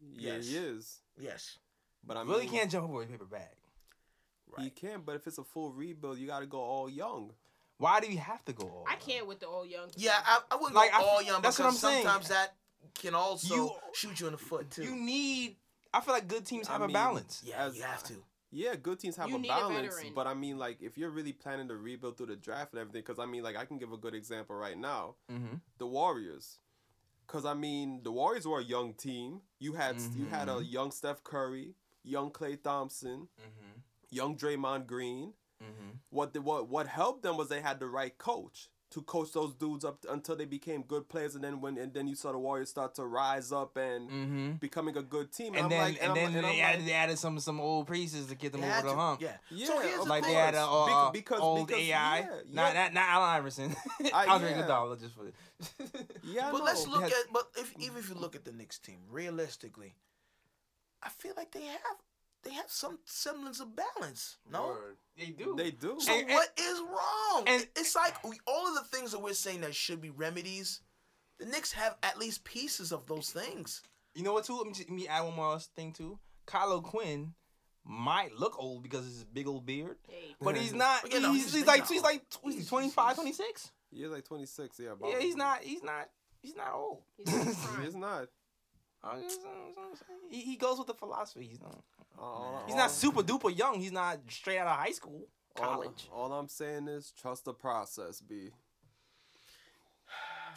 Speaker 4: yeah,
Speaker 1: yes.
Speaker 4: he is.
Speaker 1: Yes.
Speaker 4: But I mean,
Speaker 2: Willie can't jump over a paper bag.
Speaker 4: He can, but if it's a full rebuild, you got to go all young.
Speaker 2: Why do you have to go? All
Speaker 3: I
Speaker 2: out?
Speaker 3: can't with the old young.
Speaker 1: Yeah,
Speaker 3: stuff.
Speaker 1: I, I wouldn't
Speaker 2: Like,
Speaker 1: go
Speaker 2: I-
Speaker 1: all young
Speaker 2: that's what
Speaker 1: because
Speaker 2: I'm saying.
Speaker 1: sometimes that can also
Speaker 2: You-
Speaker 1: shoot you in the foot too.
Speaker 2: You need. I feel like good teams
Speaker 4: I
Speaker 2: have a
Speaker 4: mean,
Speaker 2: balance.
Speaker 1: yeah,
Speaker 4: as-
Speaker 1: you have to.
Speaker 4: Yeah, good teams have
Speaker 3: You
Speaker 4: a
Speaker 3: need a
Speaker 4: balance,
Speaker 3: veteran.
Speaker 4: but I mean, like, if you're really planning to rebuild through the draft and everything, because I mean, like, I can give a good example right now
Speaker 2: Mhm.
Speaker 4: the Warriors. Because I mean, the Warriors were a young team. You had you had
Speaker 1: Mm-hmm.
Speaker 4: a young Steph Curry, young Klay Thompson, young Draymond Green.
Speaker 2: Mm-hmm.
Speaker 4: What the, what what helped them was they had the right coach to coach those dudes up until they became good players, and then when and then you saw the Warriors start to rise up and
Speaker 2: Mm-hmm.
Speaker 4: becoming a good team.
Speaker 2: Mm. And
Speaker 4: I'm
Speaker 2: then,
Speaker 4: like,
Speaker 2: and
Speaker 4: I'm-
Speaker 2: then
Speaker 4: and I'm
Speaker 2: they,
Speaker 4: like-
Speaker 2: added, they added some some old pieces to get them
Speaker 1: They
Speaker 2: over
Speaker 1: had
Speaker 2: the
Speaker 1: to,
Speaker 2: hump.
Speaker 1: Yeah.
Speaker 4: Yeah,
Speaker 1: so here's the
Speaker 2: Like
Speaker 1: thing.
Speaker 2: they had an
Speaker 4: course.
Speaker 2: uh,
Speaker 4: Bec- because-
Speaker 2: old
Speaker 4: because-
Speaker 2: AI.
Speaker 4: yeah,
Speaker 2: Not,
Speaker 4: yeah.
Speaker 2: not not Allen Iverson.
Speaker 4: I-
Speaker 2: Andre
Speaker 4: yeah.
Speaker 2: Iguodala just for.
Speaker 4: yeah,
Speaker 1: but let's
Speaker 4: no.
Speaker 1: look
Speaker 2: They
Speaker 1: at.
Speaker 2: had-
Speaker 1: But if even if you look at the Knicks team realistically, I feel like they have they have some semblance of balance. No.
Speaker 2: they do.
Speaker 4: They do.
Speaker 1: So
Speaker 2: And- and-
Speaker 1: what is wrong?
Speaker 2: and-
Speaker 1: It- it's like we, all of the things that we're saying that should be remedies. The Knicks have at least pieces of those things.
Speaker 2: You know what? Too. Let me, just- let me add one more thing too. Kylo Quinn might look old because of his big old beard,
Speaker 3: Hey,
Speaker 2: but he's not.
Speaker 1: But, you know,
Speaker 2: he's,
Speaker 1: he's
Speaker 2: he's
Speaker 1: been
Speaker 2: like
Speaker 1: out.
Speaker 2: he's like tw-
Speaker 1: He's-
Speaker 2: 25,
Speaker 1: he's-
Speaker 2: 26.
Speaker 4: You're like 26. Yeah,
Speaker 2: Yeah, he's
Speaker 4: probably.
Speaker 2: not. He's not. He's not old.
Speaker 3: He's in
Speaker 4: [laughs]
Speaker 3: his prime.
Speaker 4: He's not.
Speaker 2: I'm just- I'm just- I'm just saying. he, he goes with the philosophy. He's not.
Speaker 4: All-
Speaker 2: He's
Speaker 4: all-
Speaker 2: not super duper young. He's not straight out of high school,
Speaker 4: all-
Speaker 2: college.
Speaker 4: All, I'm saying is trust the process, B.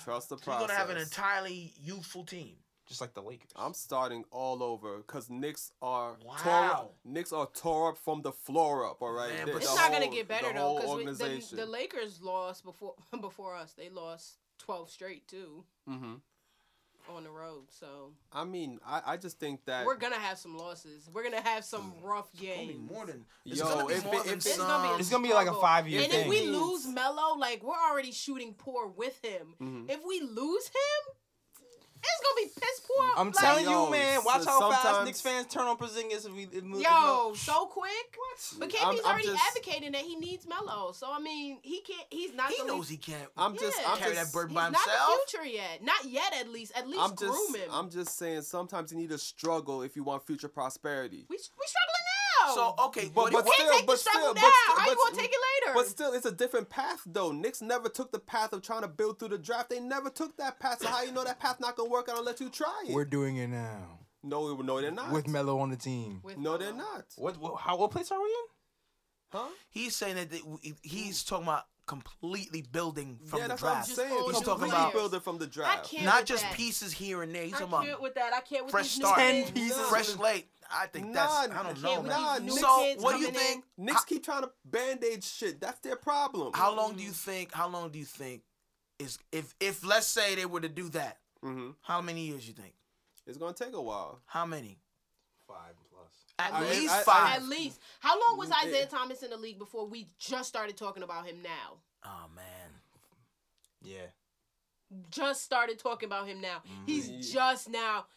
Speaker 4: Trust the
Speaker 1: So you're
Speaker 4: process.
Speaker 1: gonna have an entirely youthful team.
Speaker 2: Just like the Lakers.
Speaker 4: I'm starting all over because Knicks are tore
Speaker 1: Wow.
Speaker 4: up. Knicks are tore up from the floor up. All right,
Speaker 1: Man,
Speaker 4: The-
Speaker 1: but
Speaker 4: the
Speaker 3: it's not gonna
Speaker 4: whole-
Speaker 3: get better
Speaker 4: the
Speaker 3: though,
Speaker 4: whole
Speaker 3: because the,
Speaker 4: organization.
Speaker 3: the Lakers lost before [laughs] before us. They lost twelve straight too
Speaker 4: hmm
Speaker 3: on the road. So
Speaker 4: I mean, I, I just think that
Speaker 3: we're gonna have some losses. We're gonna have some
Speaker 4: Mm.
Speaker 3: rough
Speaker 1: It's gonna be
Speaker 3: games.
Speaker 1: more than. It's
Speaker 4: Yo,
Speaker 1: gonna be
Speaker 4: if
Speaker 1: more
Speaker 4: it-
Speaker 1: than
Speaker 4: if
Speaker 3: It's gonna be a
Speaker 1: some-
Speaker 2: It's gonna be like a
Speaker 3: struggle.
Speaker 2: five-year
Speaker 3: And if
Speaker 2: thing.
Speaker 3: we
Speaker 4: Teams.
Speaker 3: lose Melo, like we're already shooting poor with him.
Speaker 4: Mhm.
Speaker 3: If we lose him, it's gonna be piss poor.
Speaker 2: I'm
Speaker 3: like,
Speaker 2: telling
Speaker 4: Yo,
Speaker 2: you, man. Watch
Speaker 4: so
Speaker 2: how fast
Speaker 4: sometimes-
Speaker 2: Knicks fans turn on Porzingis if we. If, we- if
Speaker 3: Yo, so quick. But
Speaker 4: I'm-
Speaker 3: KP's
Speaker 4: I'm
Speaker 3: already
Speaker 4: just-
Speaker 3: advocating that he needs Melo. So I mean, he can't. He's not.
Speaker 1: He
Speaker 3: the
Speaker 1: knows
Speaker 3: lead-
Speaker 1: he can't.
Speaker 4: I'm just
Speaker 3: Yeah.
Speaker 4: I'm
Speaker 1: carry
Speaker 4: just,
Speaker 1: that burden
Speaker 3: He's
Speaker 1: by
Speaker 3: not
Speaker 1: himself.
Speaker 3: the future yet. Not yet, at least. At least
Speaker 4: I'm
Speaker 3: groom
Speaker 4: just
Speaker 3: him.
Speaker 4: I'm just saying sometimes you need to struggle if you want future prosperity.
Speaker 3: we we struggling now.
Speaker 1: So oh, okay, what,
Speaker 4: But- but
Speaker 1: what-
Speaker 3: can't
Speaker 4: still,
Speaker 3: take the
Speaker 4: but
Speaker 3: struggle
Speaker 4: still, but
Speaker 3: now.
Speaker 4: still,
Speaker 3: How you
Speaker 4: but-
Speaker 3: gonna take it later?
Speaker 4: But still, it's a different path though. Knicks never took the path of trying to build through the draft. They never took that path. So how you know that path not gonna work out unless you try it?
Speaker 2: doing it now
Speaker 4: no, no, they're not.
Speaker 2: Melo on the team.
Speaker 3: With
Speaker 4: no,
Speaker 3: Melo.
Speaker 4: they're not.
Speaker 2: What? What? How? What place are we in?
Speaker 4: Huh?
Speaker 1: he's saying that they, he's talking about completely building from
Speaker 4: yeah,
Speaker 1: the
Speaker 4: that's
Speaker 1: draft,
Speaker 4: what I'm
Speaker 3: Just
Speaker 4: saying.
Speaker 3: all
Speaker 1: He's talking
Speaker 4: Completely
Speaker 1: about-
Speaker 4: build it from the draft.
Speaker 3: can't-
Speaker 1: not
Speaker 3: with
Speaker 1: just
Speaker 3: that.
Speaker 1: pieces here and there. He's
Speaker 3: I
Speaker 1: talking
Speaker 3: can't
Speaker 1: about
Speaker 3: with that. I can't with
Speaker 1: fresh
Speaker 3: these new
Speaker 1: start,
Speaker 2: Ten
Speaker 3: kids.
Speaker 2: pieces.
Speaker 1: fresh slate. I think that's
Speaker 4: Nah,
Speaker 1: I
Speaker 4: I
Speaker 1: don't
Speaker 4: can't
Speaker 1: know,
Speaker 3: with
Speaker 1: man.
Speaker 4: these new
Speaker 1: so
Speaker 3: kids
Speaker 1: what do you
Speaker 3: coming in.
Speaker 1: think?
Speaker 4: Knicks keep trying to band aid shit. That's their problem.
Speaker 1: How long
Speaker 3: Mm.
Speaker 1: do you think? How long do you think is if if let's say they were to do that?
Speaker 4: hmm
Speaker 1: How many years you think?
Speaker 4: It's gonna take a while.
Speaker 1: How many?
Speaker 5: Five plus.
Speaker 1: At
Speaker 3: I-
Speaker 1: least
Speaker 4: I- I-
Speaker 1: five.
Speaker 3: At least. How long was
Speaker 4: Mm,
Speaker 3: Isaiah
Speaker 4: yeah.
Speaker 3: Thomas in the league before we just started talking about him now?
Speaker 1: oh man.
Speaker 2: Yeah.
Speaker 3: Just started talking about him now. He's
Speaker 4: Mhm.
Speaker 3: just now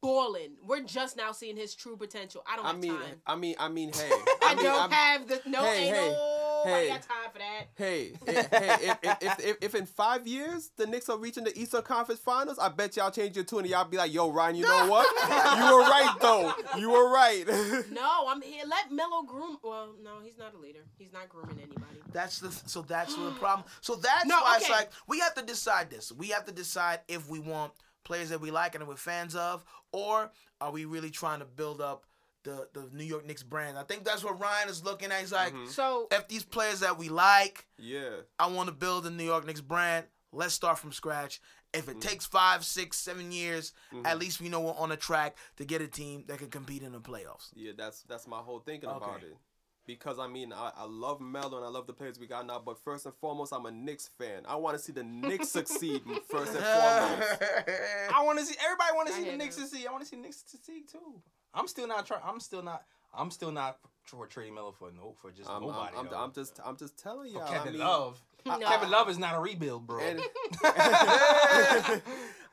Speaker 3: balling. We're just now seeing his true potential. I don't
Speaker 4: I
Speaker 3: have
Speaker 4: mean,
Speaker 3: time.
Speaker 4: I mean, I mean, [laughs] hey,
Speaker 3: I,
Speaker 4: I mean,
Speaker 3: don't
Speaker 4: I'm-
Speaker 3: have the no
Speaker 4: Hey,
Speaker 3: ain't
Speaker 4: hey,
Speaker 3: nobody
Speaker 4: hey.
Speaker 3: got time for that.
Speaker 4: Hey, i- hey, if, if, if, if, if in five years the Knicks are reaching the Eastern Conference Finals, I bet y'all change your tune and y'all be like, yo, Ryan, you know
Speaker 3: [laughs]
Speaker 4: what? you were right, though. You were right. [laughs]
Speaker 3: No, I'm here. Let Melo groom. Well, no, he's not a leader. He's not grooming anybody.
Speaker 1: That's the so
Speaker 3: [gasps]
Speaker 1: that's the problem. So that's
Speaker 3: No,
Speaker 1: why it's
Speaker 3: okay.
Speaker 1: like we have to decide this. We have to decide if we want players that we like and that we're fans of, or are we really trying to build up the the New York Knicks brand? I think that's what Ryan is looking at. He's like,
Speaker 3: Mm-hmm.
Speaker 4: Mm.
Speaker 3: So
Speaker 1: if these players that we like,
Speaker 4: yeah.
Speaker 1: I want to build a New York Knicks brand. Let's start from scratch If it
Speaker 4: Mm-hmm.
Speaker 1: takes five, six, seven years, at
Speaker 4: Mhm.
Speaker 1: least we know we're on a track to get a team that can compete in the playoffs.
Speaker 4: Yeah, that's that's my whole thinking about
Speaker 1: Okay.
Speaker 4: it. Because I mean, I, I love Melo and I love the players we got now, but first and foremost, I'm a Knicks fan. I want to see the Knicks succeed first [laughs] and foremost.
Speaker 2: I want to see everybody want
Speaker 3: I
Speaker 2: to see the
Speaker 3: hear
Speaker 2: Knicks
Speaker 3: that.
Speaker 2: succeed. I want to see the Knicks succeed too. I'm still not trying. I'm still not. I'm still not for trading Melo for no for just
Speaker 4: I'm, I'm,
Speaker 2: nobody.
Speaker 4: I'm,
Speaker 2: though.
Speaker 4: I'm just I'm just telling
Speaker 2: For
Speaker 4: y'all.
Speaker 2: Kevin
Speaker 4: I mean,
Speaker 2: Love.
Speaker 3: No.
Speaker 2: Kevin Love is not a rebuld, bro. [laughs]
Speaker 4: and- [laughs]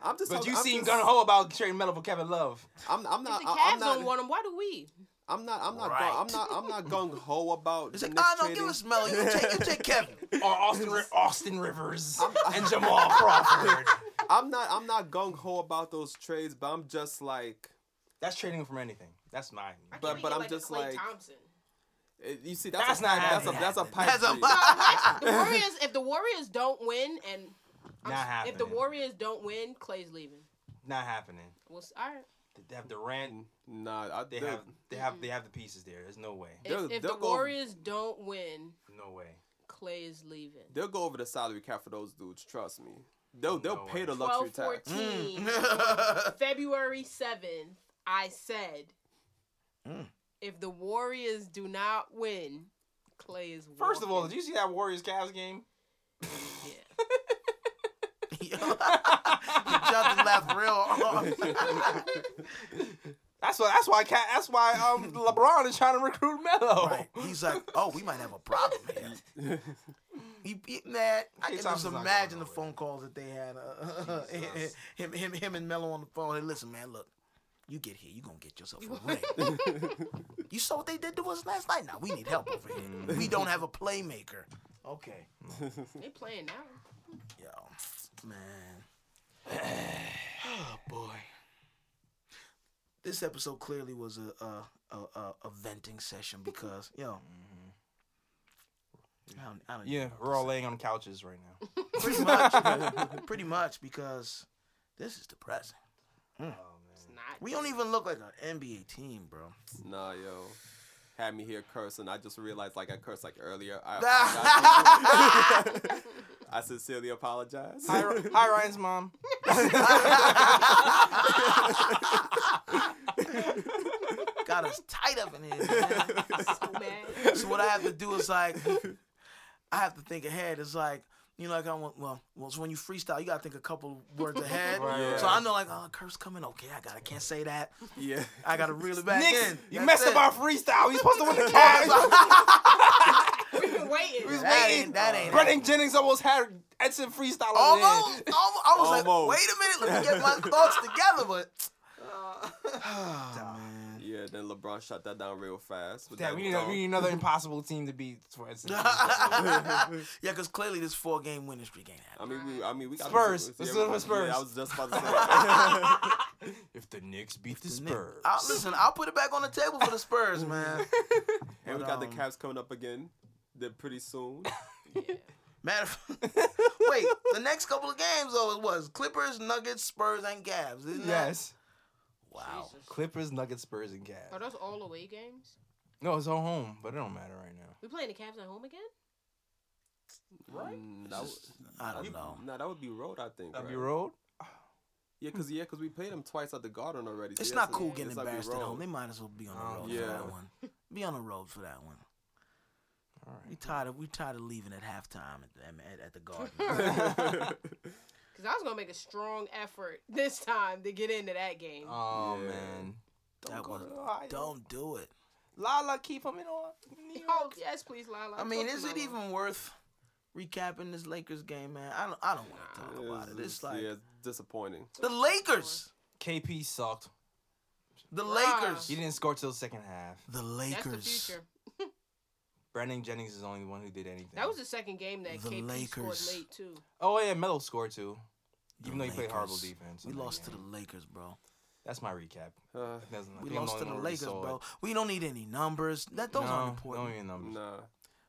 Speaker 4: I'm just.
Speaker 2: but you
Speaker 4: I'm
Speaker 2: seem
Speaker 4: just-
Speaker 2: gun ho about trading Melo for Kevin Love.
Speaker 4: I'm, I'm
Speaker 3: If
Speaker 4: not.
Speaker 3: the Cavs
Speaker 4: I'm not.
Speaker 3: don't want him, why do we?
Speaker 4: I'm not. I'm not.
Speaker 1: Right.
Speaker 4: Gung, I'm not. I'm not gung ho about.
Speaker 1: It's
Speaker 4: the
Speaker 1: like,
Speaker 4: Knicks
Speaker 1: ah, no, give
Speaker 4: trading.
Speaker 1: us Melo. You take, you
Speaker 4: [laughs]
Speaker 1: take Kevin. [laughs]
Speaker 2: Or Austin Ri- Austin Rivers and Jamal Crawford.
Speaker 4: I'm not. I'm not gung ho about those trades, but I'm just like.
Speaker 2: That's trading him from anything. That's mine.
Speaker 3: Why can't
Speaker 4: But-
Speaker 3: we
Speaker 4: but
Speaker 3: get,
Speaker 4: I'm
Speaker 3: a
Speaker 4: just
Speaker 3: Klay
Speaker 4: like-
Speaker 3: Thompson.
Speaker 4: eh, You see, that's,
Speaker 2: That's
Speaker 4: a,
Speaker 2: not
Speaker 4: That's a
Speaker 2: happening.
Speaker 4: that's a pipe
Speaker 1: That's a
Speaker 4: dream.
Speaker 3: Unless
Speaker 1: pipe.
Speaker 4: [laughs]
Speaker 3: the Warriors, if the Warriors don't win, and I'm
Speaker 2: Not
Speaker 3: s- if the
Speaker 2: happening.
Speaker 3: Warriors don't win, Clay's leaving.
Speaker 2: Not happening.
Speaker 3: Well, s- all right.
Speaker 2: They have Durant.
Speaker 4: Nah, I,
Speaker 2: They have they have they have the pieces there. There's no way.
Speaker 3: If,
Speaker 4: They'll-
Speaker 3: if
Speaker 4: they'll
Speaker 3: the
Speaker 4: go-
Speaker 3: Warriors don't win,
Speaker 2: No way.
Speaker 3: Clay is leaving.
Speaker 4: They'll go over the salary cap for those dudes. Trust me. They'll they'll
Speaker 2: No
Speaker 4: pay the
Speaker 2: way.
Speaker 4: luxury
Speaker 3: Twelve
Speaker 4: tax. Hmm.
Speaker 3: fourteen,
Speaker 4: [laughs]
Speaker 1: [laughs]
Speaker 3: February seventh. I said,
Speaker 2: Hmm.
Speaker 1: Mm.
Speaker 3: if the Warriors do not win, Clay is. Walking.
Speaker 2: First of all, did you see that Warriors Cavs game?
Speaker 3: yeah.
Speaker 4: [laughs]
Speaker 1: Jonathan left real hard.
Speaker 4: [laughs]
Speaker 2: That's why. That's why. Ca- That's why.
Speaker 1: [laughs]
Speaker 2: Um, LeBron is trying to recruit Melo.
Speaker 1: Right. He's like, oh, we might have a problem here. He, he, man, I
Speaker 2: Klay
Speaker 1: can just
Speaker 2: Thompson's not
Speaker 1: imagine
Speaker 2: going
Speaker 1: the
Speaker 2: nowhere.
Speaker 1: phone calls that they had. Uh, [laughs]
Speaker 2: Jesus.
Speaker 1: him, him, him, and Melo on the phone. Hey, listen, man, look, you get here, you gonna get yourself a ring. [laughs] you saw what they did to us last night. Now we need help over here. we don't have a playmaker. Okay,
Speaker 3: They playing now.
Speaker 1: yo, man. oh boy, this episode clearly was a a, a, a, a venting session because yo. I don't, I don't
Speaker 2: Yeah, we're all laying on couches right
Speaker 1: [laughs]
Speaker 2: now.
Speaker 1: pretty much, pretty much, because this is depressing.
Speaker 3: It's not.
Speaker 1: We don't even look like an NBA team, bro.
Speaker 4: Nah, yo. Had me here cursing. I just realized, like I cursed like earlier.
Speaker 2: [laughs]
Speaker 4: I, apologize. I sincerely apologize.
Speaker 2: Hi, Ri- hi, Ryan's mom.
Speaker 1: [laughs] Got us tight up in here. Man.
Speaker 3: so
Speaker 4: [laughs]
Speaker 3: bad.
Speaker 1: So what I have to do is like, I have to think ahead. It's like. You know, like I want well, well. So when you freestyle, you gotta think a couple words ahead.
Speaker 2: Right,
Speaker 1: So
Speaker 2: right.
Speaker 1: I know, like, oh, curse coming. Okay, I got. I can't say that.
Speaker 4: [laughs] yeah.
Speaker 1: I gotta reel it back
Speaker 2: Knicks,
Speaker 1: in.
Speaker 2: you
Speaker 1: That's
Speaker 2: messed
Speaker 1: it.
Speaker 2: up our freestyle. We supposed to
Speaker 1: [laughs]
Speaker 2: win the Cavs.
Speaker 3: [laughs] We've been waiting.
Speaker 2: We was
Speaker 1: That
Speaker 2: waiting.
Speaker 1: ain't- that ain't
Speaker 2: Brendan Jennings almost had Edson freestyle. over there.
Speaker 1: [laughs] Almost, almost. I was
Speaker 4: Almost.
Speaker 1: like, wait a minute, let me get my thoughts together. But
Speaker 4: Yeah. Then LeBron shut that down real fast. with
Speaker 2: Yeah, we need, a-
Speaker 4: dunk.
Speaker 2: we need another impossible team to beat for
Speaker 1: [laughs]
Speaker 2: Edson. [laughs]
Speaker 1: yeah, because clearly this four game winning streak ain't
Speaker 4: I
Speaker 1: happening.
Speaker 4: mean, we. I mean, we got
Speaker 2: Spurs.
Speaker 4: Yeah,
Speaker 2: Let's do it for Spurs.
Speaker 4: Yeah, I was just
Speaker 1: [laughs]
Speaker 4: about to say. that.
Speaker 2: if the Knicks beat the
Speaker 1: Nick,
Speaker 2: Spurs,
Speaker 1: I'll, listen, I'll put it back on the table for the Spurs,
Speaker 2: [laughs]
Speaker 1: man.
Speaker 4: and we got the
Speaker 1: um,
Speaker 4: Cavs coming up again. They're
Speaker 1: [laughs]
Speaker 4: pretty soon.
Speaker 1: Matter of [laughs] wait, the next couple of games though it was Clippers, Nuggets, Spurs, and Cavs. Isn't that-
Speaker 2: yes,
Speaker 1: Wow.
Speaker 3: Jesus.
Speaker 2: Clippers, Nuggets, Spurs, and Cavs.
Speaker 3: Are those all away games?
Speaker 2: No, it's all home, but it don't matter right now.
Speaker 3: We playing the Cavs at home again?
Speaker 4: [laughs]
Speaker 2: Right?
Speaker 4: Mm, that would,
Speaker 1: I
Speaker 4: we-
Speaker 1: don't know.
Speaker 4: Nah, that would be road. I think.
Speaker 2: W
Speaker 4: right?
Speaker 2: Road.
Speaker 4: Yeah, cause yeah, cause we played them twice at the Garden already. so
Speaker 1: It's
Speaker 4: yeah,
Speaker 1: not
Speaker 4: so
Speaker 1: cool getting
Speaker 4: it's like we
Speaker 1: embarrassed at
Speaker 4: rolled. [laughs]
Speaker 1: home. They might as well be on the
Speaker 2: Oh,
Speaker 1: road for
Speaker 4: yeah.
Speaker 1: that one. Be on the road for that one.
Speaker 2: All
Speaker 1: We
Speaker 2: right.
Speaker 1: tired of we tired of leaving at halftime at, at, at the Garden.
Speaker 3: Because I was gonna make a strong effort [laughs] this time to get into that game.
Speaker 1: Uh,
Speaker 2: Oh
Speaker 4: Yeah.
Speaker 2: man,
Speaker 1: That
Speaker 2: go
Speaker 1: was-
Speaker 2: to Ohio.
Speaker 1: don't do it.
Speaker 2: Lala keep him in on. New
Speaker 3: [laughs] oh
Speaker 2: York.
Speaker 3: yes, please, Lala.
Speaker 1: I mean,
Speaker 3: Talk to
Speaker 1: is it
Speaker 3: Lala.
Speaker 1: even worth recapping this Lakers game, man? I don't I don't want to talk about it. It's like
Speaker 4: [laughs] yeah, disappointing. [sighs]
Speaker 1: the Lakers.
Speaker 2: KP sucked.
Speaker 1: The
Speaker 3: Bruh.
Speaker 1: Lakers.
Speaker 2: He didn't score till the second half.
Speaker 1: The
Speaker 3: That's
Speaker 1: Lakers.
Speaker 3: the future.
Speaker 2: Brandon Jennings is the only one who did anything.
Speaker 3: That was the second game that
Speaker 1: The
Speaker 3: KP
Speaker 1: Lakers.
Speaker 3: scored late too.
Speaker 2: Oh yeah, Melo scored too.
Speaker 1: The
Speaker 2: Even though he played horrible
Speaker 1: Lakers.
Speaker 2: defense.
Speaker 1: We
Speaker 2: in that
Speaker 1: lost to
Speaker 2: game.
Speaker 1: the Lakers, bro.
Speaker 2: That's my recap.
Speaker 4: Uh,
Speaker 2: That's- I
Speaker 1: We
Speaker 2: think I'm
Speaker 1: lost to the
Speaker 2: only one who
Speaker 1: Lakers,
Speaker 2: saw it.
Speaker 1: bro. We don't need any numbers. That those
Speaker 2: no,
Speaker 1: aren't important.
Speaker 2: Don't even numbers.
Speaker 4: nah.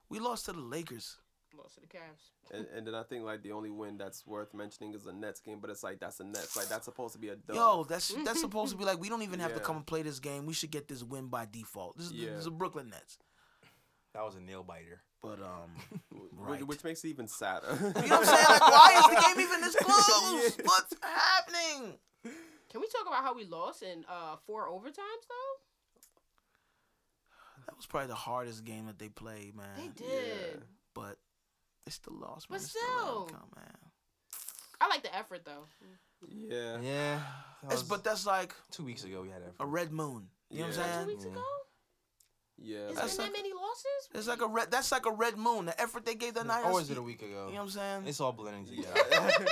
Speaker 1: We lost to the Lakers.
Speaker 3: Lost to the Cavs.
Speaker 4: And, and then I think like the only win that's worth mentioning is the Nets game, but it's like that's the Nets. Like that's supposed to be a dub.
Speaker 1: Yo,
Speaker 3: [laughs]
Speaker 1: that's that's supposed to be like we don't even have to
Speaker 4: Yeah.
Speaker 1: come and play this game. We should get this win by default. This is,
Speaker 4: Yeah.
Speaker 1: this is the Brooklyn Nets.
Speaker 2: That was a nail biter.
Speaker 1: [laughs] but um,
Speaker 4: which,
Speaker 1: right.
Speaker 4: which makes it even sadder.
Speaker 1: you know what I'm saying? Like, why is the game even this close? What's happening?
Speaker 3: Can we talk about how we lost in uh, four overtimes though?
Speaker 1: That was probably the hardest game that they played, man.
Speaker 3: They did.
Speaker 4: Yeah.
Speaker 1: But they still lost, man.
Speaker 3: But
Speaker 1: It's still
Speaker 3: still.
Speaker 1: an outcome, man.
Speaker 3: I like the effort though.
Speaker 4: [laughs]
Speaker 1: [laughs]
Speaker 4: yeah.
Speaker 2: Yeah. that
Speaker 1: It's,
Speaker 2: was
Speaker 1: but that's like
Speaker 2: two weeks ago we had that.
Speaker 1: a red moon. You know what
Speaker 4: Yeah.
Speaker 3: Two
Speaker 1: I'm saying?
Speaker 3: weeks
Speaker 2: Yeah.
Speaker 3: ago,
Speaker 4: Yeah.
Speaker 3: is
Speaker 1: That's
Speaker 3: there that
Speaker 1: like-
Speaker 3: many losses?
Speaker 1: It's like a red. That's like a red moon. The effort they gave that night.
Speaker 2: Or
Speaker 1: that's-
Speaker 2: is it a week ago?
Speaker 1: You know what I'm saying?
Speaker 2: It's all blending together. [laughs]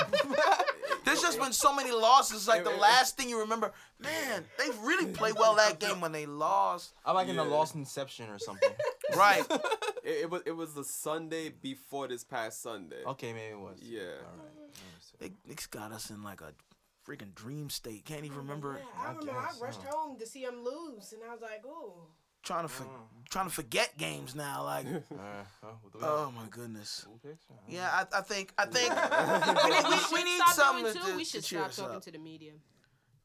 Speaker 1: There's just been so many losses. Like the
Speaker 4: It- it-
Speaker 1: last thing you remember, man, they really played well that game when they lost.
Speaker 2: I like in the
Speaker 4: Yeah.
Speaker 2: Lost Inception or something.
Speaker 1: [laughs] Right.
Speaker 4: [laughs] It, it was it was the Sunday before this past Sunday. [laughs]
Speaker 1: [laughs]
Speaker 2: Okay, maybe it was.
Speaker 4: Yeah.
Speaker 2: All right.
Speaker 1: They, they got us in like a freaking dream state. Can't even
Speaker 3: Oh,
Speaker 1: remember
Speaker 3: yeah,
Speaker 2: I
Speaker 3: I remember. I
Speaker 2: guess,
Speaker 3: rushed
Speaker 2: huh.
Speaker 3: home to see him lose, and I was like, "Ooh,
Speaker 1: trying to for, trying to forget games now. [laughs] Like,
Speaker 2: All right. uh, Well, with the
Speaker 1: oh my goodness.
Speaker 2: little picture, huh?
Speaker 1: Yeah, I, I think [laughs] I think
Speaker 3: we,
Speaker 1: [laughs] we need, we- we,
Speaker 3: should
Speaker 1: need
Speaker 3: stop
Speaker 1: something
Speaker 3: doing
Speaker 1: to,
Speaker 3: too.
Speaker 1: to,
Speaker 3: we should
Speaker 1: to cheer
Speaker 3: stop
Speaker 1: us
Speaker 3: talking
Speaker 1: up.
Speaker 3: to the media.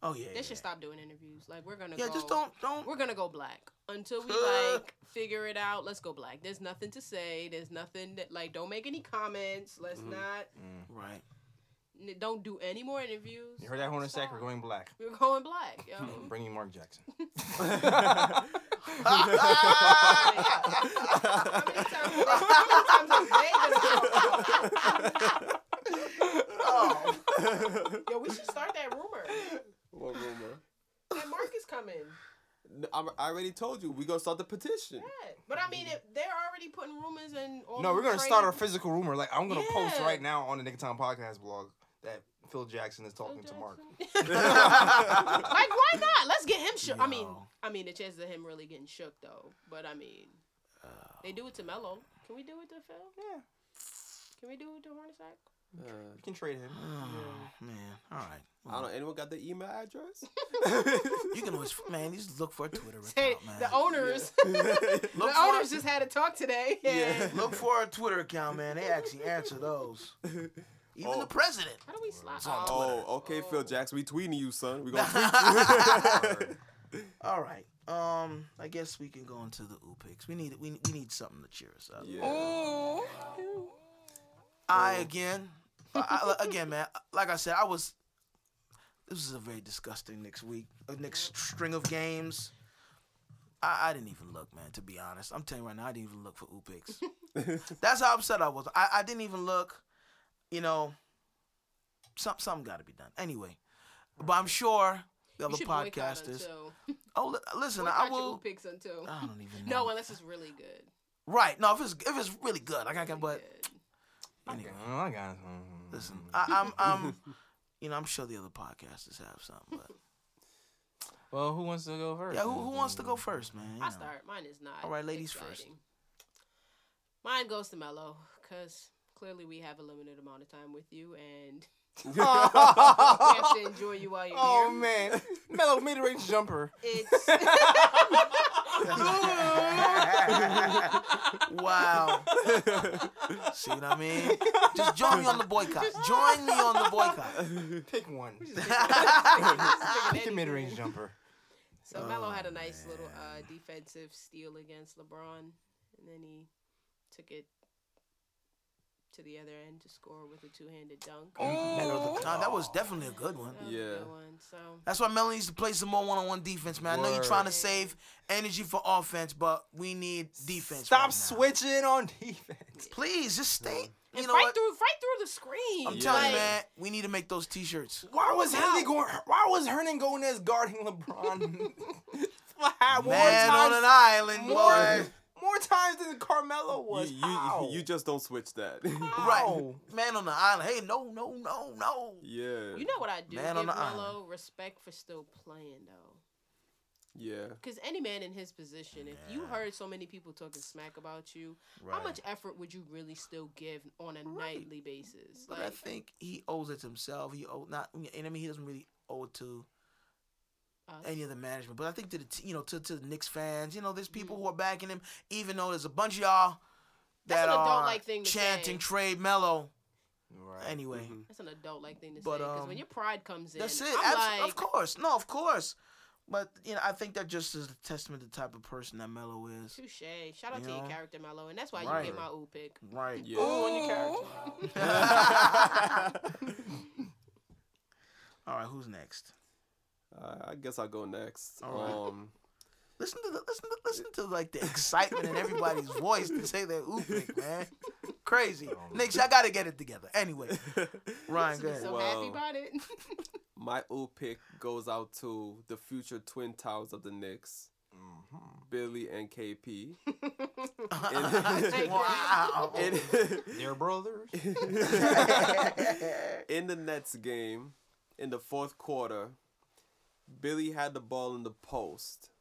Speaker 1: Oh yeah,
Speaker 3: They
Speaker 1: yeah.
Speaker 3: should stop doing interviews. Like we're gonna
Speaker 1: yeah,
Speaker 3: go,
Speaker 1: just don't don't.
Speaker 3: We're gonna go black until we
Speaker 2: [laughs]
Speaker 3: like figure it out. Let's go black. There's nothing to say. There's nothing that like. Don't make any comments. Let's
Speaker 4: Mhm.
Speaker 3: not.
Speaker 1: [laughs]
Speaker 2: Mm.
Speaker 1: [laughs] Right.
Speaker 3: n- Don't do any more interviews.
Speaker 2: You heard that horn sack?
Speaker 3: Stop.
Speaker 2: We're going black.
Speaker 3: We're going black.
Speaker 2: [laughs]
Speaker 3: Yo.
Speaker 2: Bringing Mark
Speaker 1: [laughs]
Speaker 2: Jackson. [laughs]
Speaker 3: How many times? How many times have they been
Speaker 1: Oh,
Speaker 3: Yo, we should start that rumor.
Speaker 4: What rumor?
Speaker 3: That Mark is coming.
Speaker 4: N- I'm- I already told you we gonna start the petition.
Speaker 3: Yeah. But I mean, if they're already putting rumors in. all
Speaker 2: no,
Speaker 3: the
Speaker 2: we're gonna
Speaker 3: trade-
Speaker 2: start a physical rumor. Like I'm gonna post
Speaker 3: Yeah.
Speaker 2: right now on the Nick Time podcast blog that Phil Jackson is talking to Mark.
Speaker 3: [laughs] like, why not? Let's get him shook. I mean,
Speaker 1: Yo.
Speaker 3: I mean, the chances of him really getting shook though. But I mean, they do it to Melo. Can we do it to Phil?
Speaker 2: Yeah.
Speaker 3: Can we do it to Hornacek?
Speaker 4: Uh,
Speaker 2: You can trade him.
Speaker 1: Oh, man. All right.
Speaker 4: I don't. Anyone got the email address? [laughs]
Speaker 1: You can always man, just look for a Twitter
Speaker 3: Hey,
Speaker 1: account, Oh, man.
Speaker 3: the owners, [laughs]
Speaker 1: Look
Speaker 3: the
Speaker 1: for-
Speaker 3: owners just had a talk today. and-
Speaker 1: Look for a Twitter account, man. They actually answer [laughs] those. Even
Speaker 4: Oh.
Speaker 1: the president.
Speaker 3: How do we slide?
Speaker 1: on
Speaker 4: Oh, okay, Phil
Speaker 3: Oh.
Speaker 4: Jackson. We tweeting you,
Speaker 1: [laughs]
Speaker 4: son. We gonna tweet you.
Speaker 1: All right. Um, I guess we can go into the oopics. We need we, we need something to cheer us up.
Speaker 4: [laughs] yeah.
Speaker 1: I again, I, I- again, man. Like I said, I was. This was a very disgusting next week, uh, next string of games. I, I didn't even look, man. To be honest, I'm telling you right now, I didn't even look for Upix. That's how upset I was. I, I didn't even look. You know, some something got to be done anyway. But I'm sure the
Speaker 3: You
Speaker 1: other
Speaker 3: should boycott
Speaker 1: podcasters.
Speaker 3: until.
Speaker 1: Oh, li- listen,
Speaker 3: Boycott
Speaker 1: I
Speaker 3: your
Speaker 1: will.
Speaker 3: Oopix until.
Speaker 1: I don't even know.
Speaker 3: [laughs] No, unless it's really good.
Speaker 1: right? No, if it's if it's really good, like I can. But
Speaker 3: Good.
Speaker 1: anyway.
Speaker 2: Oh, I got him.
Speaker 1: Listen, I, I'm,
Speaker 2: [laughs]
Speaker 1: I'm, you know, I'm sure the other podcasters have something, but
Speaker 2: Well, who wants to go first?
Speaker 1: yeah, who, who wants to go first, man? You
Speaker 3: I
Speaker 1: know.
Speaker 3: start. Mine is not.
Speaker 1: All right, ladies first.
Speaker 3: exciting. Mine goes to Mello because clearly we have a limited amount of time with you, and
Speaker 1: [laughs]
Speaker 2: [laughs]
Speaker 3: we have to enjoy you while you're
Speaker 2: oh
Speaker 3: here.
Speaker 2: man, Mellow mid-range [laughs] jumper.
Speaker 1: [laughs]
Speaker 3: It's [laughs]
Speaker 1: wow. See what I mean? Just join me on the boycott. Join me on the
Speaker 3: [laughs]
Speaker 1: boycott.
Speaker 2: Pick one. Pick the
Speaker 3: anything.
Speaker 2: mid-range jumper.
Speaker 3: so Mello
Speaker 1: Oh,
Speaker 3: had a nice little uh, defensive steal against LeBron, and then he took it to the other end to score with a two-handed dunk.
Speaker 1: Oh, Nah, that was definitely a good one.
Speaker 3: That was a
Speaker 4: Yeah.
Speaker 3: good one. So
Speaker 1: That's why Melanie needs to play some more one-on-one defense, man. I know you're
Speaker 2: Word.
Speaker 1: trying to save energy for offense, but we need defense.
Speaker 2: Stop
Speaker 1: right now.
Speaker 2: switching on defense.
Speaker 1: Please, just stay. You
Speaker 3: and
Speaker 1: know
Speaker 3: fight
Speaker 1: what?
Speaker 3: through, fight through the screen.
Speaker 1: I'm telling you,
Speaker 3: Like,
Speaker 1: man. We need to make those t-shirts.
Speaker 2: Why was
Speaker 3: Wow.
Speaker 2: Henry going? Why was Hernan going as guarding [laughs] LeBron? How- more
Speaker 1: Man on an
Speaker 2: times,
Speaker 1: island, boy.
Speaker 2: [laughs] more, more times than Carmelo
Speaker 4: You,
Speaker 2: was. How?
Speaker 4: you, you just don't switch that. [laughs]
Speaker 1: Right.
Speaker 2: Ow.
Speaker 1: Man on the island. Hey, no, no, no, no.
Speaker 4: yeah.
Speaker 3: You know what I do?
Speaker 1: Man on
Speaker 3: give
Speaker 1: the island.
Speaker 3: Melo respect for still playing though.
Speaker 4: Yeah.
Speaker 3: Because any man in his position, if you heard so many people talking smack about you, how much effort would you really still give on a nightly basis?
Speaker 1: But I think he owes it to himself. He owe not, and I mean he doesn't really owe it to
Speaker 3: us.
Speaker 1: any of the management. But I think to the t- you know to to the Knicks fans, you know, there's people who are backing him, even though there's a bunch of y'all
Speaker 3: That's
Speaker 1: that
Speaker 3: an
Speaker 1: are
Speaker 3: adult-like thing to
Speaker 1: chanting
Speaker 3: say.
Speaker 1: trade mellow
Speaker 2: Right.
Speaker 1: anyway.
Speaker 4: Mhm.
Speaker 3: that's an adult like thing to say.
Speaker 1: But,
Speaker 3: Because
Speaker 1: um,
Speaker 3: when your pride comes in,
Speaker 1: That's it.
Speaker 3: I'm
Speaker 1: Abs-
Speaker 3: like,
Speaker 1: of course, no, of course. But you know, I think that just is a testament to the type of person that Melo
Speaker 3: [laughs]
Speaker 1: is.
Speaker 3: Touche. Shout out
Speaker 1: You
Speaker 3: to your
Speaker 1: know?
Speaker 3: character, Mello, and that's why
Speaker 1: Right.
Speaker 3: you get my ooh pick.
Speaker 1: Right.
Speaker 4: Yeah.
Speaker 2: Ooh, on your
Speaker 3: [laughs]
Speaker 2: character.
Speaker 1: All right, who's next?
Speaker 4: Uh, I guess I'll go next.
Speaker 1: All right.
Speaker 4: Um,
Speaker 1: Listen to the listen to listen to like the excitement in everybody's voice to say that ooh pick, man. Crazy.
Speaker 4: Oh,
Speaker 1: Knicks, I gotta get it together. Anyway.
Speaker 2: [laughs]
Speaker 1: Ryan,
Speaker 3: She's
Speaker 1: go ahead.
Speaker 3: so
Speaker 4: Wow.
Speaker 3: happy about it.
Speaker 4: Um,
Speaker 3: [laughs]
Speaker 4: my old pick goes out to the future twin towers of the Knicks,
Speaker 2: Mm-hmm.
Speaker 4: Billy
Speaker 2: [laughs]
Speaker 4: and KP.
Speaker 1: wow.
Speaker 4: In, [laughs]
Speaker 2: They're brothers.
Speaker 4: in the Nets game, in the fourth quarter, Billy had the ball in the post.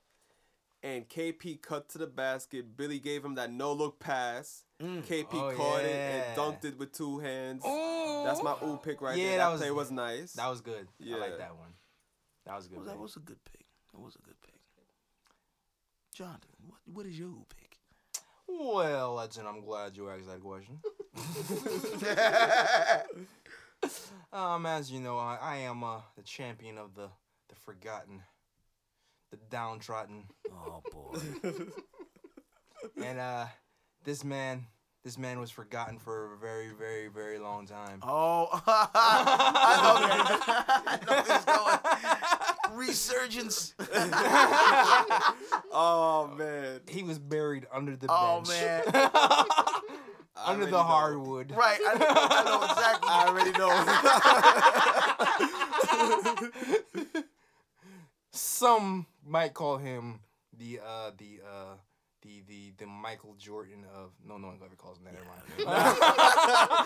Speaker 4: And KP cut to the basket. Billy gave him that no look pass. KP
Speaker 2: Oh,
Speaker 4: caught
Speaker 2: yeah.
Speaker 4: it and dunked it with two hands. That's my ooh pick right
Speaker 2: Yeah,
Speaker 4: there. That,
Speaker 2: that was-
Speaker 4: play was nice.
Speaker 2: That was good.
Speaker 4: Yeah.
Speaker 2: I like that one. That was a good.
Speaker 1: Well, that
Speaker 2: pick.
Speaker 1: was a good pick. That was a good pick. Jonathan, what what is your ooh pick?
Speaker 2: Well, Legend, I'm glad you asked that question. um, as you know, I, I am uh, the champion of the the forgotten, the downtrodden,
Speaker 1: Oh boy.
Speaker 2: and uh, this man, this man was forgotten for a very, very, very long time.
Speaker 1: [laughs] Oh, [laughs]
Speaker 4: [laughs]
Speaker 1: I know where he's going. Resurgence.
Speaker 4: oh man.
Speaker 2: He was buried under the
Speaker 1: Oh,
Speaker 2: bench.
Speaker 1: man.
Speaker 4: I
Speaker 2: under
Speaker 4: already
Speaker 2: the
Speaker 4: know.
Speaker 2: hardwood.
Speaker 1: Right. I, I know exactly.
Speaker 4: I already know.
Speaker 2: Some might call him the uh the uh the the the Michael Jordan of no no one ever calls him that. Never mind.
Speaker 1: [laughs]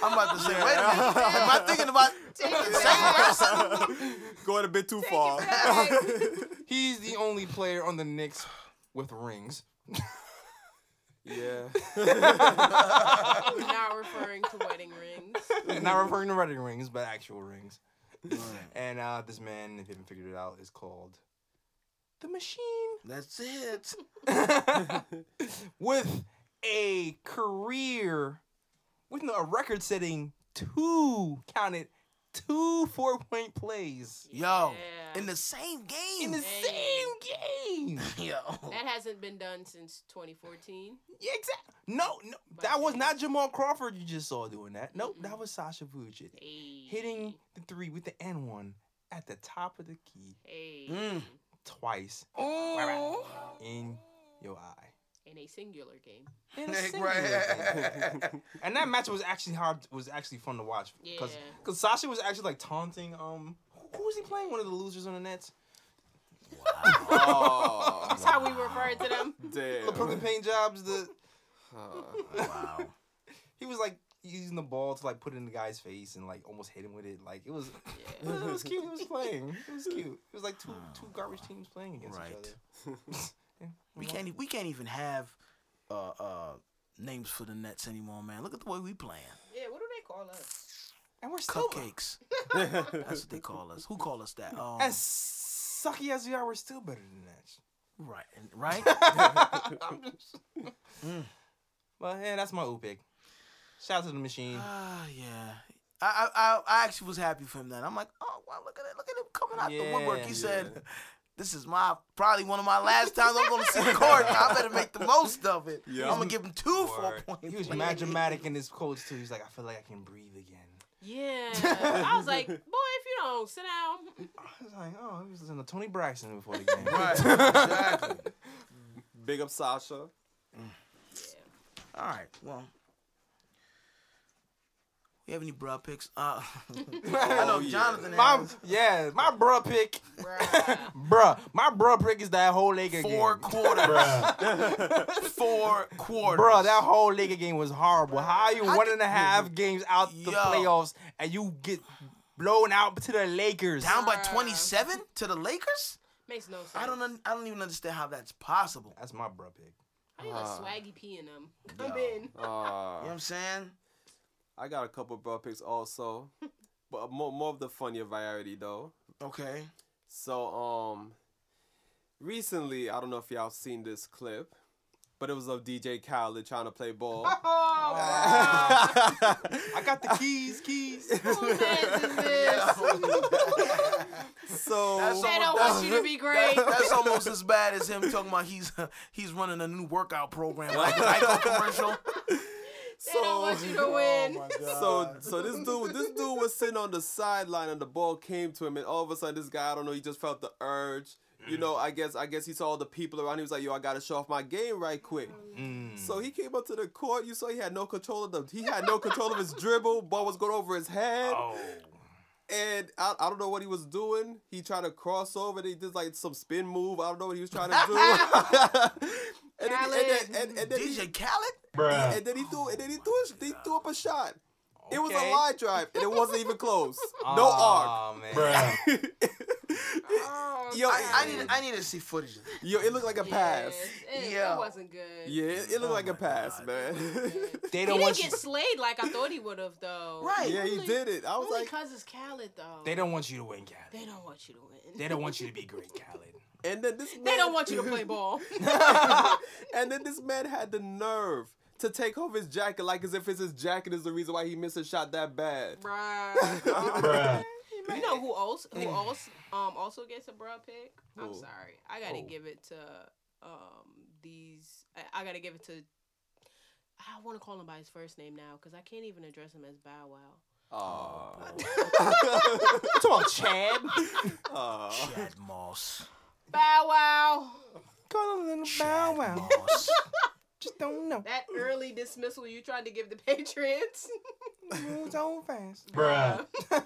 Speaker 1: I'm about to say, wait a minute. Am I thinking about [laughs]
Speaker 3: Take it
Speaker 1: same
Speaker 3: back.
Speaker 1: person?
Speaker 4: Going a bit too
Speaker 3: Take
Speaker 4: far.
Speaker 3: it
Speaker 1: [laughs]
Speaker 3: back.
Speaker 2: He's the only player on the Knicks with
Speaker 1: [laughs]
Speaker 2: rings.
Speaker 4: yeah.
Speaker 3: I'm not referring to wedding rings.
Speaker 2: Not referring to wedding rings, but actual rings. And uh, this man, if you haven't figured it out, is called the Machine
Speaker 1: That's it.
Speaker 2: [laughs] with a career with no, a record-setting two counted two four-point plays
Speaker 1: Yo,
Speaker 3: Yeah.
Speaker 1: in the same game.
Speaker 2: in the same game.
Speaker 1: [laughs] Yo.
Speaker 3: That hasn't been done since 2014.
Speaker 2: Yeah, exactly. No, no, that was not Jamal Crawford you just saw doing that. Nope, that was Sasha Vujic
Speaker 3: Hey.
Speaker 2: hitting the three with the N one at the top of the key
Speaker 3: Hey.
Speaker 1: Mm.
Speaker 2: twice in your eye.
Speaker 3: In a singular game.
Speaker 2: In [laughs] a single game.
Speaker 4: [laughs]
Speaker 2: and that match was actually hard. Was actually fun to watch because
Speaker 3: Yeah.
Speaker 2: because Sasha was actually like taunting. Um, who- who was he playing? One of the losers on the Nets.
Speaker 4: Oh
Speaker 3: That's how we refer to them.
Speaker 2: The
Speaker 4: damn.
Speaker 2: Brooklyn Paint Jobs. The
Speaker 4: Uh,
Speaker 1: Wow.
Speaker 2: he was like using the ball to like put it in the guy's face and like almost hit him with it. Like it was, [laughs] it was, it was cute. It was playing. It was cute. It was like two two garbage teams playing against each
Speaker 1: Right.
Speaker 2: other. [laughs]
Speaker 1: We can't. e- We can't even have uh, uh, names for the Nets anymore, man. Look at the way we playing.
Speaker 3: [laughs] Yeah, what do they call us?
Speaker 2: And we're
Speaker 1: [laughs]
Speaker 2: still
Speaker 1: Cupcakes. That's what they call us. Who call us that? Um,
Speaker 2: as sucky as we are. We're still better than that. [laughs]
Speaker 1: Um, Right. and- Right. [laughs]
Speaker 2: [laughs] Well, yeah, that's my oopic. Shout out to the machine.
Speaker 1: Ah, yeah. I, I I- I actually was happy for him then. I'm like, oh wow, look at it, look at him coming out the woodwork. He
Speaker 2: Yeah.
Speaker 1: said, "This is my probably one of my last times I'm going to see the court. I better make the most of it.
Speaker 4: Yeah.
Speaker 1: I'm gonna give him two four
Speaker 2: Or-
Speaker 1: points.
Speaker 2: He was mad dramatic in his quotes too. He was like, I feel like I can breathe again.
Speaker 3: Yeah. [laughs] I was like, boy, if you don't sit down.
Speaker 2: I was like, oh, he was listening to Tony Braxton before the game.
Speaker 1: Right, exactly.
Speaker 4: Big up Sasha.
Speaker 1: All right, well, we have any broad picks? Uh, [laughs] I know
Speaker 4: Oh, yeah.
Speaker 1: Jonathan
Speaker 2: My,
Speaker 1: has
Speaker 2: yeah, my bruh pick,
Speaker 3: [laughs] Bruh.
Speaker 2: bruh, my bruh pick is that whole Laker
Speaker 1: four
Speaker 2: game.
Speaker 1: quarters. four quarters.
Speaker 2: Bruh, that whole Laker game was horrible. How are you one and a half games out the
Speaker 1: Yo.
Speaker 2: playoffs and you get blown out to the Lakers?
Speaker 1: down by
Speaker 3: Bruh.
Speaker 1: 27 to the Lakers.
Speaker 3: Makes no sense.
Speaker 1: I don't. Un- I don't even understand how that's possible.
Speaker 2: That's my bruh pick.
Speaker 3: I need a swaggy pee in them. Come [laughs] in.
Speaker 1: You
Speaker 4: Uh,
Speaker 1: know what I'm saying?
Speaker 4: I got a couple bro picks also, but more, more of the funnier variety though.
Speaker 1: Okay.
Speaker 4: So um, recently I don't know if y'all seen this clip, but it was of DJ Khaled trying to play ball.
Speaker 3: Oh, wow.
Speaker 2: [laughs]
Speaker 4: [laughs]
Speaker 2: I got the keys, keys.
Speaker 3: Whose hands is this?
Speaker 4: so
Speaker 1: That's
Speaker 3: They don't want you to be great.
Speaker 1: That's almost as bad as him talking about he's [laughs] he's running a new workout program like Geico commercial.
Speaker 3: They don't want you to win.
Speaker 4: So so this dude this dude was sitting on the sideline and the ball came to him and all of a sudden this guy I don't know he just felt the urge. You know, I guess I guess he saw all the people around. He was like, "Yo, I gotta show off my game right quick." So he came up to the court. You saw he had no control of the he had no control of his dribble. Ball was going over his head,
Speaker 2: Oh.
Speaker 4: and I, I don't know what he was doing. He tried to cross over. They did like some spin move. I don't know what he was trying to do. [laughs] and, then, and, then, and, and then he-
Speaker 1: DJ Khaled?
Speaker 4: and then he threw and then he threw a, he threw up a shot. It was a
Speaker 2: Okay.
Speaker 4: line drive and it wasn't
Speaker 3: [laughs]
Speaker 4: even close. No
Speaker 3: Ah.
Speaker 4: arc. [laughs]
Speaker 2: Aw, man.
Speaker 3: Oh,
Speaker 4: Yo,
Speaker 3: God.
Speaker 1: I, I need I need to see footage of that.
Speaker 4: Yo, it looked like a pass.
Speaker 3: Yes, it,
Speaker 1: Yeah.
Speaker 3: it wasn't good.
Speaker 4: Yeah, it, it looked
Speaker 3: Oh
Speaker 4: like a pass, man. [laughs]
Speaker 2: They
Speaker 3: He
Speaker 2: don't
Speaker 3: didn't
Speaker 2: want you.
Speaker 3: get slayed like I thought he would have, though.
Speaker 1: Right.
Speaker 4: yeah, he
Speaker 3: Only-
Speaker 4: did it. I was
Speaker 3: Only
Speaker 4: like,
Speaker 3: because it's Khaled, though.
Speaker 2: They don't want you to win, Khaled.
Speaker 3: They don't want you to win.
Speaker 2: They don't want you to be great, Khaled.
Speaker 4: and then this man,
Speaker 3: They don't want you to play ball.
Speaker 4: [laughs] and then this man had the nerve to take off his jacket like as if it's his jacket is the reason why he missed a shot that
Speaker 3: [laughs]
Speaker 4: bad. [laughs]
Speaker 3: Bruh. you know who else? Who else? Um, also gets a bruh pick. I'm
Speaker 4: Mm. Who?
Speaker 3: sorry. I gotta
Speaker 4: Who?
Speaker 3: give it to um these. I, I gotta give it to. I want to call him by his first name now because I can't even address him as Bow Wow.
Speaker 4: Aw.
Speaker 2: Come on, Chad.
Speaker 4: Aw.
Speaker 1: Chad Moss.
Speaker 3: Bow Wow.
Speaker 2: Call him a little
Speaker 1: Chad Moss.
Speaker 2: Just don't know.
Speaker 3: That early dismissal you tried to give the [laughs] Patriots.
Speaker 2: Moves on fast.
Speaker 5: Bruh.
Speaker 1: wait till,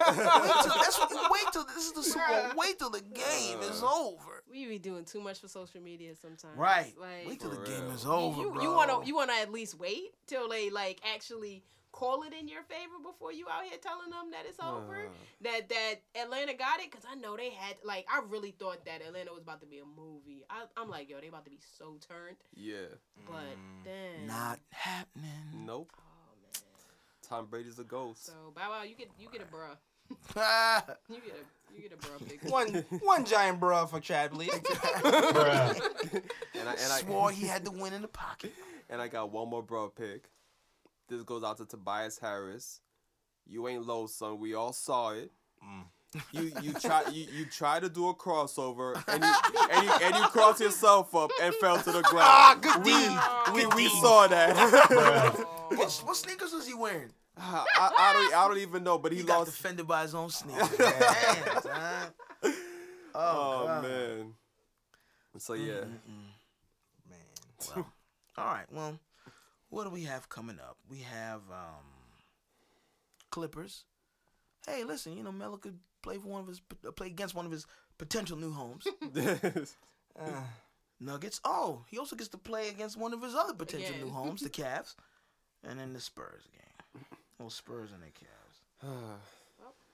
Speaker 1: that's what, wait till this is the Super Bowl. Wait till the game is over.
Speaker 3: we be doing too much for social media sometimes.
Speaker 1: Right.
Speaker 3: Like,
Speaker 1: Wait till the
Speaker 4: For
Speaker 1: game
Speaker 4: real.
Speaker 1: is
Speaker 4: You-
Speaker 1: over,
Speaker 3: you,
Speaker 1: bro.
Speaker 3: you want to you want to at least wait till they like actually call it in your favor before you out here telling them that it's over
Speaker 4: Uh.
Speaker 3: that that Atlanta got it because I know they had like I really thought that Atlanta was about to be a movie I, I'm like yo they about to be so turned
Speaker 4: Yeah.
Speaker 3: but then
Speaker 1: Mm. Not happening.
Speaker 4: Nope.
Speaker 3: oh man
Speaker 4: Tom Brady's a ghost.
Speaker 3: so bow wow you get you get a bruh you get a you get a bruh
Speaker 1: [laughs]
Speaker 3: big
Speaker 2: One, one giant bruh for Chad, [laughs] please.
Speaker 5: Bruh.
Speaker 4: And I and I
Speaker 1: Swore he had the win in the [laughs] pocket.
Speaker 4: And I got one more bro pick. This goes out to Tobias Harris. You ain't low, son. We all saw it. You you try you, you try to do a crossover and you, and you and you cross yourself up and fell to the ground.
Speaker 2: Ah, good
Speaker 4: we,
Speaker 2: deed.
Speaker 4: We,
Speaker 2: Good
Speaker 4: we
Speaker 2: deed.
Speaker 4: saw that.
Speaker 3: Oh.
Speaker 1: What, what sneakers was he wearing?
Speaker 4: [laughs] I, I don't I don't even know, but he,
Speaker 1: He, got
Speaker 4: lost.
Speaker 1: defended by his own [laughs] sneakers. Damn, son. Oh,
Speaker 4: oh
Speaker 1: God.
Speaker 4: man. So yeah,
Speaker 2: Man.
Speaker 1: Well, all right. Well, what do we have coming up? We have um, Clippers. Hey, listen, you know Melo could play for one of his play against one of his potential new
Speaker 4: [laughs]
Speaker 1: homes.
Speaker 2: Uh,
Speaker 1: Nuggets. Oh, he also gets to play against one of his other potential new
Speaker 3: Again.
Speaker 1: homes,
Speaker 4: [laughs]
Speaker 1: the Cavs, and then the Spurs game. Well, Spurs and the Cavs.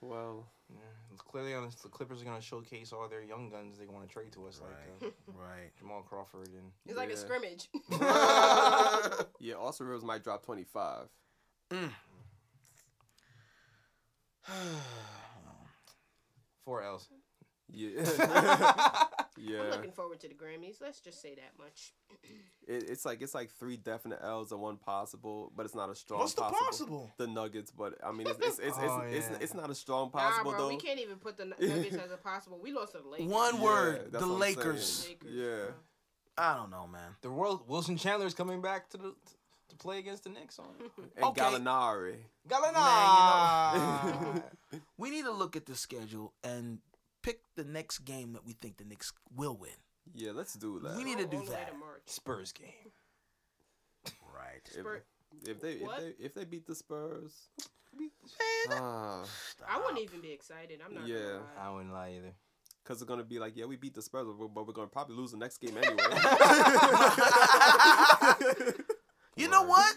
Speaker 4: well,
Speaker 2: yeah, it's clearly, on, the Clippers are going to showcase all their young guns they want to trade to us, like uh, [laughs]
Speaker 1: Right.
Speaker 2: Jamal Crawford and.
Speaker 3: it's like
Speaker 4: yeah.
Speaker 3: a scrimmage [laughs]
Speaker 4: yeah. Austin Rivers might drop twenty five.
Speaker 2: Four L's.
Speaker 4: Yeah, [laughs]
Speaker 3: I'm
Speaker 4: yeah.
Speaker 3: looking forward to the Grammys let's just say that much
Speaker 4: It, it's like it's like three definite L's and one possible, but it's not a strong.
Speaker 1: What's the
Speaker 4: possible?
Speaker 1: possible?
Speaker 4: The Nuggets, but I mean, it's
Speaker 1: [laughs]
Speaker 4: it's it's, it's,
Speaker 2: Oh,
Speaker 4: it's,
Speaker 2: yeah.
Speaker 4: it's not a strong possible
Speaker 3: nah, bro,
Speaker 4: though.
Speaker 3: we can't even put the N-
Speaker 1: [laughs]
Speaker 3: Nuggets as a possible. We lost to the Lakers.
Speaker 1: One
Speaker 4: Yeah,
Speaker 1: word.
Speaker 4: that's
Speaker 1: The
Speaker 4: what I'm saying.
Speaker 1: Lakers.
Speaker 3: Lakers,
Speaker 4: Yeah,
Speaker 3: bro.
Speaker 1: I don't know, man.
Speaker 2: The world, Wilson Chandler is coming back to the to play against the Knicks on [laughs]
Speaker 4: and
Speaker 1: Okay.
Speaker 4: Gallinari.
Speaker 2: Gallinari. [laughs]
Speaker 1: We need to look at the schedule and pick the next game that we think the Knicks will win.
Speaker 4: Yeah, let's do that.
Speaker 1: We need to
Speaker 3: All
Speaker 1: do
Speaker 3: the way
Speaker 1: that.
Speaker 3: to March.
Speaker 2: Spurs game.
Speaker 1: Right.
Speaker 4: if,
Speaker 3: Spur-
Speaker 4: if they if
Speaker 3: What?
Speaker 4: they if they beat the Spurs,
Speaker 1: [laughs]
Speaker 4: Ah,
Speaker 3: I wouldn't
Speaker 1: Uh,
Speaker 3: even be excited. I'm not.
Speaker 4: Yeah.
Speaker 3: Yeah.
Speaker 2: I wouldn't lie either.
Speaker 4: because they're gonna be like, yeah, we beat the Spurs, but we're, but we're gonna probably lose the next game anyway.
Speaker 1: [laughs]
Speaker 4: [laughs]
Speaker 1: You know what?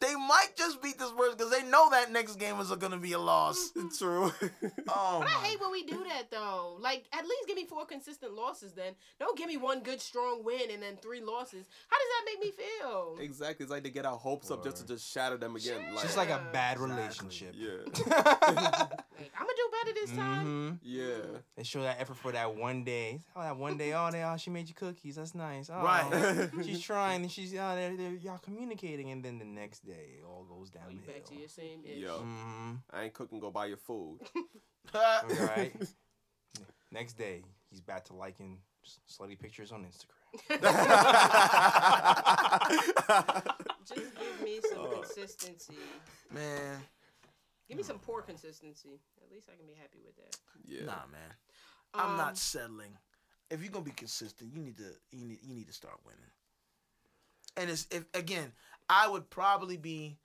Speaker 1: They might just beat the Spurs because they know that next game is going to be a loss.
Speaker 4: True.
Speaker 1: [laughs]
Speaker 4: [laughs]
Speaker 1: Oh, [laughs]
Speaker 3: But I
Speaker 1: my-
Speaker 3: hate when we do that though. Like, at least give me four consistent losses. Then don't give me one good strong win and then three losses. How does that make me feel?
Speaker 4: exactly. It's like they get our hopes up just to just shatter them again.
Speaker 3: Sure.
Speaker 4: Like,
Speaker 2: Just like a
Speaker 3: Yeah.
Speaker 2: bad [laughs] relationship.
Speaker 1: [laughs]
Speaker 4: yeah,
Speaker 3: Like, I'm gonna do better this time.
Speaker 2: hmm
Speaker 4: yeah.
Speaker 2: They show that effort for that one day. Oh, that one day. Oh, they, oh she made you cookies. That's nice. Oh,
Speaker 1: Right.
Speaker 2: [laughs] she's trying and she's oh, they're, they're, y'all communicating, and then the next day. it all goes
Speaker 3: Oh, you
Speaker 2: downhill.
Speaker 3: back to your same ish.
Speaker 2: [laughs]
Speaker 4: Yo.
Speaker 2: hmm
Speaker 4: [laughs] I ain't cooking. Go buy your food.
Speaker 2: All right. [laughs] Next day, he's back to liking s- slutty pictures on Instagram.
Speaker 3: [laughs] Just give me some consistency.
Speaker 1: man.
Speaker 3: Give me some poor consistency. At least I can be happy with that.
Speaker 4: Yeah.
Speaker 1: Nah, man. I'm
Speaker 3: Um,
Speaker 1: not settling. If you're gonna be consistent, you need to you need you need to start winning. And it's if again, I would probably be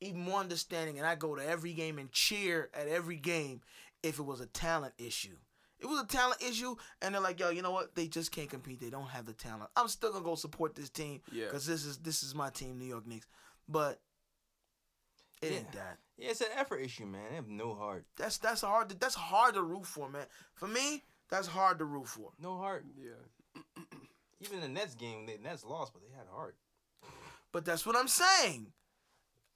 Speaker 1: even more understanding, and I go to every game and cheer at every game if it was a talent issue. It was a talent issue, and they're like, "Yo, you know what? They just can't compete. They don't have the talent." I'm still gonna go support this team
Speaker 4: Yeah.
Speaker 1: because this is this is my team, New York Knicks. But it ain't
Speaker 2: Yeah.
Speaker 1: that.
Speaker 2: Yeah, it's an effort issue, man. They have no heart.
Speaker 1: That's that's hard. To, that's hard to root for, man. For me, that's hard to root for.
Speaker 2: No heart.
Speaker 4: Yeah.
Speaker 2: Even the Nets game, the Nets lost, but they had heart.
Speaker 1: But that's what I'm saying.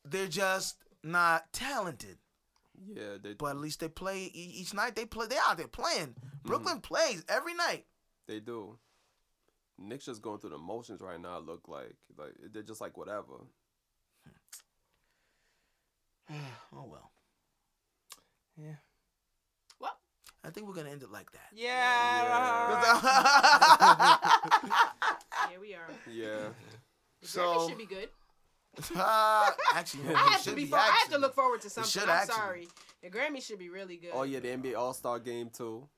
Speaker 1: They're just not talented.
Speaker 4: Yeah. They
Speaker 1: But at least they play e- each night. They play. They out there playing.
Speaker 4: Hmm.
Speaker 1: Brooklyn plays every
Speaker 4: [sighs]
Speaker 1: night.
Speaker 4: they do. Nick's just going through the motions right now. it Look like like they're just like whatever.
Speaker 1: Oh well.
Speaker 2: Yeah.
Speaker 3: Well,
Speaker 1: I think we're gonna end it like that.
Speaker 4: [laughs]
Speaker 2: Yeah.
Speaker 3: here Um, we are.
Speaker 4: Yeah.
Speaker 3: The
Speaker 1: So-
Speaker 3: Grammys should be good.
Speaker 1: [laughs]
Speaker 3: I
Speaker 1: actually, it
Speaker 3: had to
Speaker 1: should
Speaker 3: be.
Speaker 1: be
Speaker 3: fo- I had to
Speaker 1: actually.
Speaker 3: look forward to something.
Speaker 1: should
Speaker 3: I'm
Speaker 1: actually.
Speaker 3: sorry. The Grammy should be really good.
Speaker 4: [laughs] Oh yeah, the NBA All Star Game too.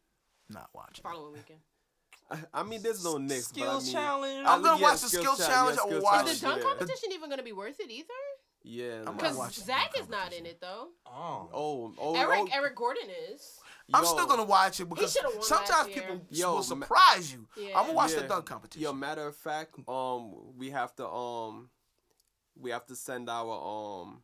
Speaker 1: Not watching.
Speaker 3: Following weekend.
Speaker 4: I mean, there's no Knicks. but I
Speaker 2: Skills
Speaker 4: mean,
Speaker 2: challenge.
Speaker 1: I'm gonna
Speaker 4: yeah,
Speaker 1: watch the skill challenge
Speaker 4: yeah,
Speaker 1: or
Speaker 4: skills
Speaker 1: watch-
Speaker 4: challenge,
Speaker 3: Is Oh, the dunk
Speaker 4: Oh, yeah.
Speaker 3: competition even going to be worth it either?
Speaker 4: Yeah.
Speaker 1: I'm
Speaker 4: like-
Speaker 1: gonna watch
Speaker 3: Because
Speaker 1: the
Speaker 3: Zach
Speaker 1: dunk
Speaker 3: is not
Speaker 1: competition.
Speaker 3: in it though.
Speaker 2: Oh.
Speaker 4: Oh, oh,
Speaker 3: Eric
Speaker 4: oh,
Speaker 3: Eric Gordon is.
Speaker 1: I'm
Speaker 4: yo,
Speaker 1: still gonna watch it because
Speaker 3: should've won last
Speaker 1: sometimes
Speaker 3: year.
Speaker 1: people
Speaker 4: Yo,
Speaker 1: will
Speaker 4: ma-
Speaker 1: surprise you.
Speaker 3: Yeah.
Speaker 1: I'm gonna watch the
Speaker 4: Yeah.
Speaker 1: dunk competition.
Speaker 4: Yo, matter of fact, um, we have to um, we have to send our um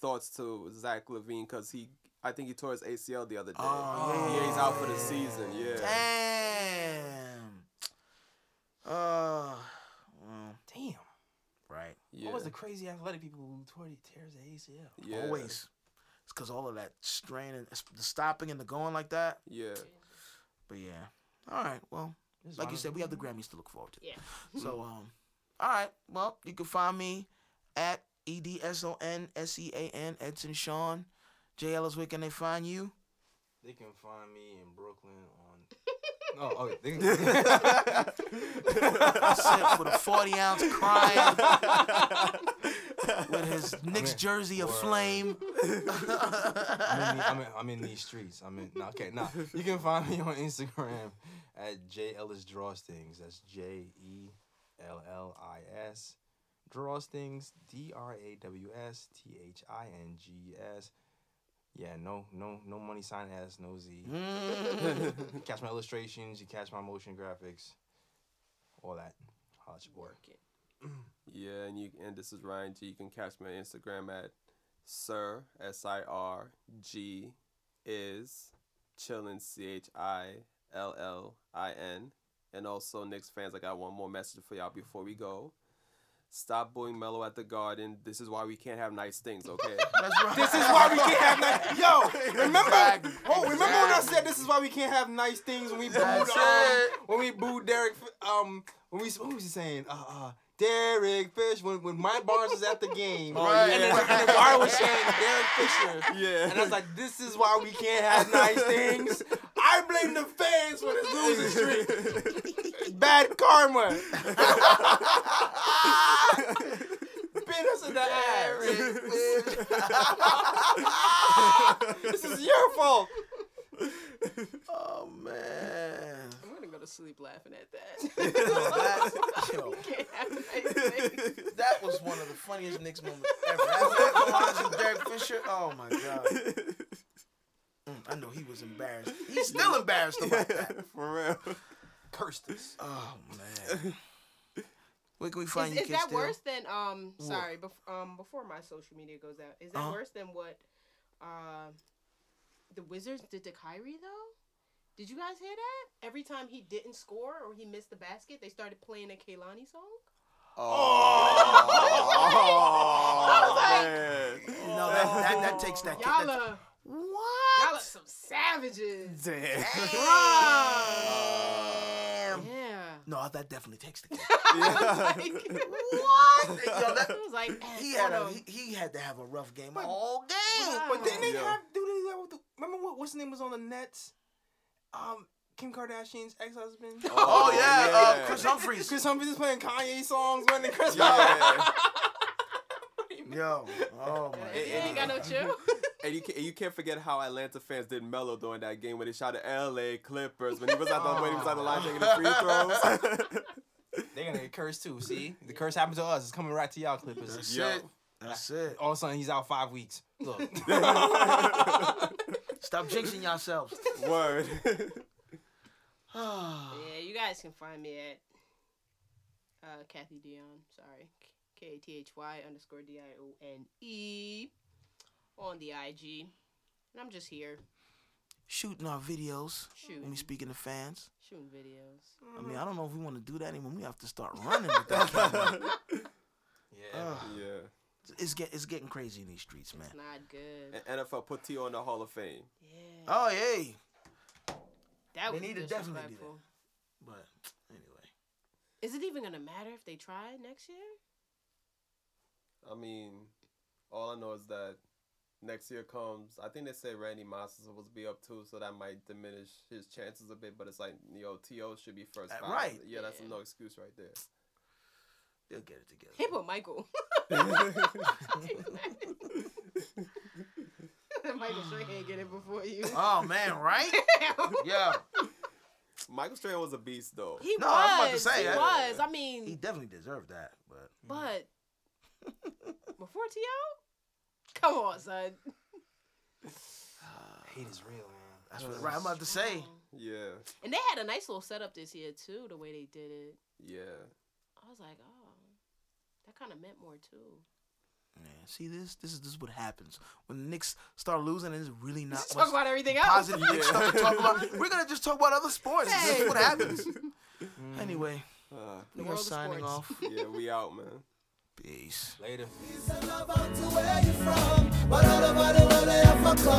Speaker 4: thoughts to Zach Levine because he, I think he tore his ACL the other day.
Speaker 1: Oh,
Speaker 4: yeah, he's out for the
Speaker 1: yeah.
Speaker 4: season. Yeah.
Speaker 1: Damn. Uh, well,
Speaker 2: Damn.
Speaker 1: right.
Speaker 4: yeah.
Speaker 2: What was the crazy athletic people who tore the tears the ACL?
Speaker 4: yeah.
Speaker 1: Always. It's because all of that strain and it's the stopping and the going like that. [laughs]
Speaker 4: Yeah.
Speaker 1: But yeah. All right. Well,
Speaker 2: This is
Speaker 1: like
Speaker 2: one
Speaker 1: you
Speaker 2: of
Speaker 1: said,
Speaker 2: the-
Speaker 1: we have the Grammys to look forward to.
Speaker 3: Yeah.
Speaker 1: [laughs] So, um, all right. Well, you can find me at E D S O N S E A N Edson Sean. J. Ellis, where can they find you?
Speaker 2: They can find me in Brooklyn [laughs] on. oh, okay. They [laughs] can...
Speaker 1: I said
Speaker 4: [laughs]
Speaker 1: for the 40 ounce
Speaker 2: [laughs]
Speaker 1: crying with his Knicks
Speaker 2: in.
Speaker 1: jersey
Speaker 2: Word. [laughs]
Speaker 1: aflame.
Speaker 2: I'm in, the- I'm, in, I'm in these streets. I'm in. Nah, okay, nah. You can find me on Instagram at J Ellis Draws Things. That's J E L L I S Draws Things. D R A W S T H I N G S. Yeah, no, no, no money sign ass, no [laughs] Z.
Speaker 1: Mm.
Speaker 2: catch my illustrations. You catch my motion graphics. All that. Holla at your boy.
Speaker 3: Work it.
Speaker 4: Yeah, and you and this is Ryan G. You can catch me on Instagram at Sir S I R G is chillin C H I L L I N. And also Knicks fans, I got one more message for y'all before we go. Stop booing Mello at the garden. This is why we can't have nice things, okay?
Speaker 1: That's right.
Speaker 2: [laughs] This is why we can't have nice.
Speaker 1: [laughs]
Speaker 2: Yo, remember?
Speaker 1: Exactly.
Speaker 2: Oh, remember when I said this is why we can't have nice things when we booed
Speaker 1: That's
Speaker 2: um,
Speaker 1: it.
Speaker 2: when we booed Derek F- um when we what was he saying uh uh Derek Fish when when Mike Barnes was at the game
Speaker 4: Oh,
Speaker 2: and
Speaker 4: yeah.
Speaker 2: then and then Barnes was saying Derek Fisher
Speaker 4: yeah.
Speaker 2: [laughs]
Speaker 4: [laughs]
Speaker 2: and I was like this is why we can't have nice things. I blame the fans for this losing streak. Bad karma. [laughs] Bit us in the ass. This is your fault.
Speaker 1: oh man.
Speaker 3: I'm gonna go to sleep laughing at
Speaker 1: [laughs]
Speaker 3: that. [laughs]
Speaker 1: That, yo,
Speaker 3: Can't have nice things.
Speaker 1: that was one of the funniest Knicks moments ever. That Barnes and Derek Fisher. Oh my god. Mm, I know he was embarrassed. He's still embarrassed [laughs] about that.
Speaker 4: For real.
Speaker 2: Cursed us.
Speaker 1: Oh man. Where can we find
Speaker 3: Is,
Speaker 1: you?
Speaker 3: is
Speaker 1: Kid
Speaker 3: that
Speaker 1: Steel?
Speaker 3: worse than um? Sorry, bef- um, before my social media goes out, is that
Speaker 1: Uh-huh.
Speaker 3: worse than what, uh, the Wizards did to Kyrie though? Did you guys hear that? Every time he didn't score or he missed the basket, they started playing a Kaylani song.
Speaker 4: Oh,
Speaker 3: [laughs] I
Speaker 4: man.
Speaker 1: No, that, that, that takes that.
Speaker 3: Y'all
Speaker 1: that-
Speaker 3: are
Speaker 1: what?
Speaker 3: y'all are some savages.
Speaker 4: Damn.
Speaker 1: Damn.
Speaker 3: Yeah.
Speaker 1: No, that definitely
Speaker 2: [laughs]
Speaker 1: takes the cake.
Speaker 3: [laughs] [laughs]
Speaker 1: [laughs]
Speaker 4: [laughs]
Speaker 3: I was like, what?
Speaker 1: Yo,
Speaker 3: I
Speaker 1: that-
Speaker 3: was like, eh,
Speaker 1: He had
Speaker 3: hold
Speaker 1: a
Speaker 3: on.
Speaker 1: he, he had to have a rough game all game.
Speaker 3: Wow.
Speaker 2: But didn't they
Speaker 4: Yeah.
Speaker 2: have do they have, remember what what's his name was on the Nets? Um, Kim Kardashian's ex husband.
Speaker 1: Oh,
Speaker 4: Oh,
Speaker 1: yeah, Uh,
Speaker 4: yeah.
Speaker 1: Chris Humphries.
Speaker 2: Chris Humphries is playing Kanye songs when the
Speaker 3: [laughs]
Speaker 2: Chris.
Speaker 4: Yeah.
Speaker 1: Yo,
Speaker 2: [laughs]
Speaker 1: oh [laughs] my.
Speaker 3: You
Speaker 1: God.
Speaker 3: ain't got no chill.
Speaker 4: and you can't, you can't forget how Atlanta fans did mellow during that game when they shot the L.A. Clippers when he was out the when he was out the line taking
Speaker 3: Oh. [laughs]
Speaker 4: the free
Speaker 2: They're gonna get cursed too. See, the curse happened to us. It's coming right to y'all Clippers.
Speaker 1: That's
Speaker 4: Yo. [laughs]
Speaker 1: it. That's it.
Speaker 2: All of a sudden, he's out five weeks.
Speaker 1: [laughs]
Speaker 2: Look,
Speaker 1: Stop jinxing
Speaker 2: [laughs]
Speaker 1: yourselves. [sighs]
Speaker 4: throws. [laughs] Word.
Speaker 3: [laughs]
Speaker 4: [laughs]
Speaker 3: yeah, you guys can find me at uh, Kathy Dion. Sorry, K A T H Y underscore D I O N E on the IG, and I'm just here
Speaker 1: Shooting our videos when
Speaker 3: shooting,
Speaker 1: we speaking to fans.
Speaker 3: shooting videos.
Speaker 1: I
Speaker 2: Mm-hmm.
Speaker 1: mean, I don't know if we want to do that anymore. We have to start running with that camera.
Speaker 2: yeah.
Speaker 1: Ugh.
Speaker 4: yeah.
Speaker 1: It's get it's getting crazy in these streets, man.
Speaker 3: It's not good.
Speaker 4: And NFL put T on the Hall of Fame.
Speaker 3: Yeah,
Speaker 1: Eh. Oh hey,
Speaker 3: that
Speaker 1: they
Speaker 3: was
Speaker 1: need to
Speaker 3: disrespectful.
Speaker 1: definitely do that. but anyway,
Speaker 3: Is it even gonna matter if they try next year?
Speaker 4: I mean, all I know is that next year comes. I think they say Randy Moss is supposed to be up too, so that might diminish his chances a bit. But it's like, yo, To should be first.
Speaker 1: Uh,
Speaker 4: ballot.
Speaker 1: right.
Speaker 4: Yeah, that's a
Speaker 3: Yeah.
Speaker 4: no excuse right there.
Speaker 1: they'll get it together.
Speaker 3: Hip or
Speaker 1: [laughs]
Speaker 3: Michael? [laughs] Michael Strahan get it before you.
Speaker 1: Oh man, right? yeah,
Speaker 4: Michael Strahan was a beast though.
Speaker 3: [laughs] He
Speaker 1: No,
Speaker 3: was.
Speaker 1: I was about to say,
Speaker 3: he
Speaker 1: I-
Speaker 3: was. I
Speaker 1: he
Speaker 3: mean,
Speaker 1: definitely deserved that. But
Speaker 3: but before T.O.? Come on, son.
Speaker 2: Hate is real, man.
Speaker 1: that's what right, I'm about to say.
Speaker 4: Yeah,
Speaker 3: And they had a nice little setup this year, too, the way they did it.
Speaker 4: yeah.
Speaker 3: I was like, oh, that kind of meant more, too.
Speaker 1: Man, see this? This is this is what happens when the Knicks start losing. And it's really not
Speaker 3: Let's
Speaker 1: much
Speaker 3: talk about everything else. [laughs]
Speaker 1: positive Knicks
Speaker 4: Yeah.
Speaker 1: stuff to talk about. We're gonna just talk about other sports. This is
Speaker 3: Hey. [laughs]
Speaker 1: what happens. Anyway,
Speaker 4: Uh,
Speaker 1: we are
Speaker 3: world of
Speaker 1: signing
Speaker 3: sports.
Speaker 1: off.
Speaker 4: yeah, we out, man.
Speaker 1: Peace.
Speaker 2: Later.
Speaker 6: Peace and love unto where you from. But all over the world, they have a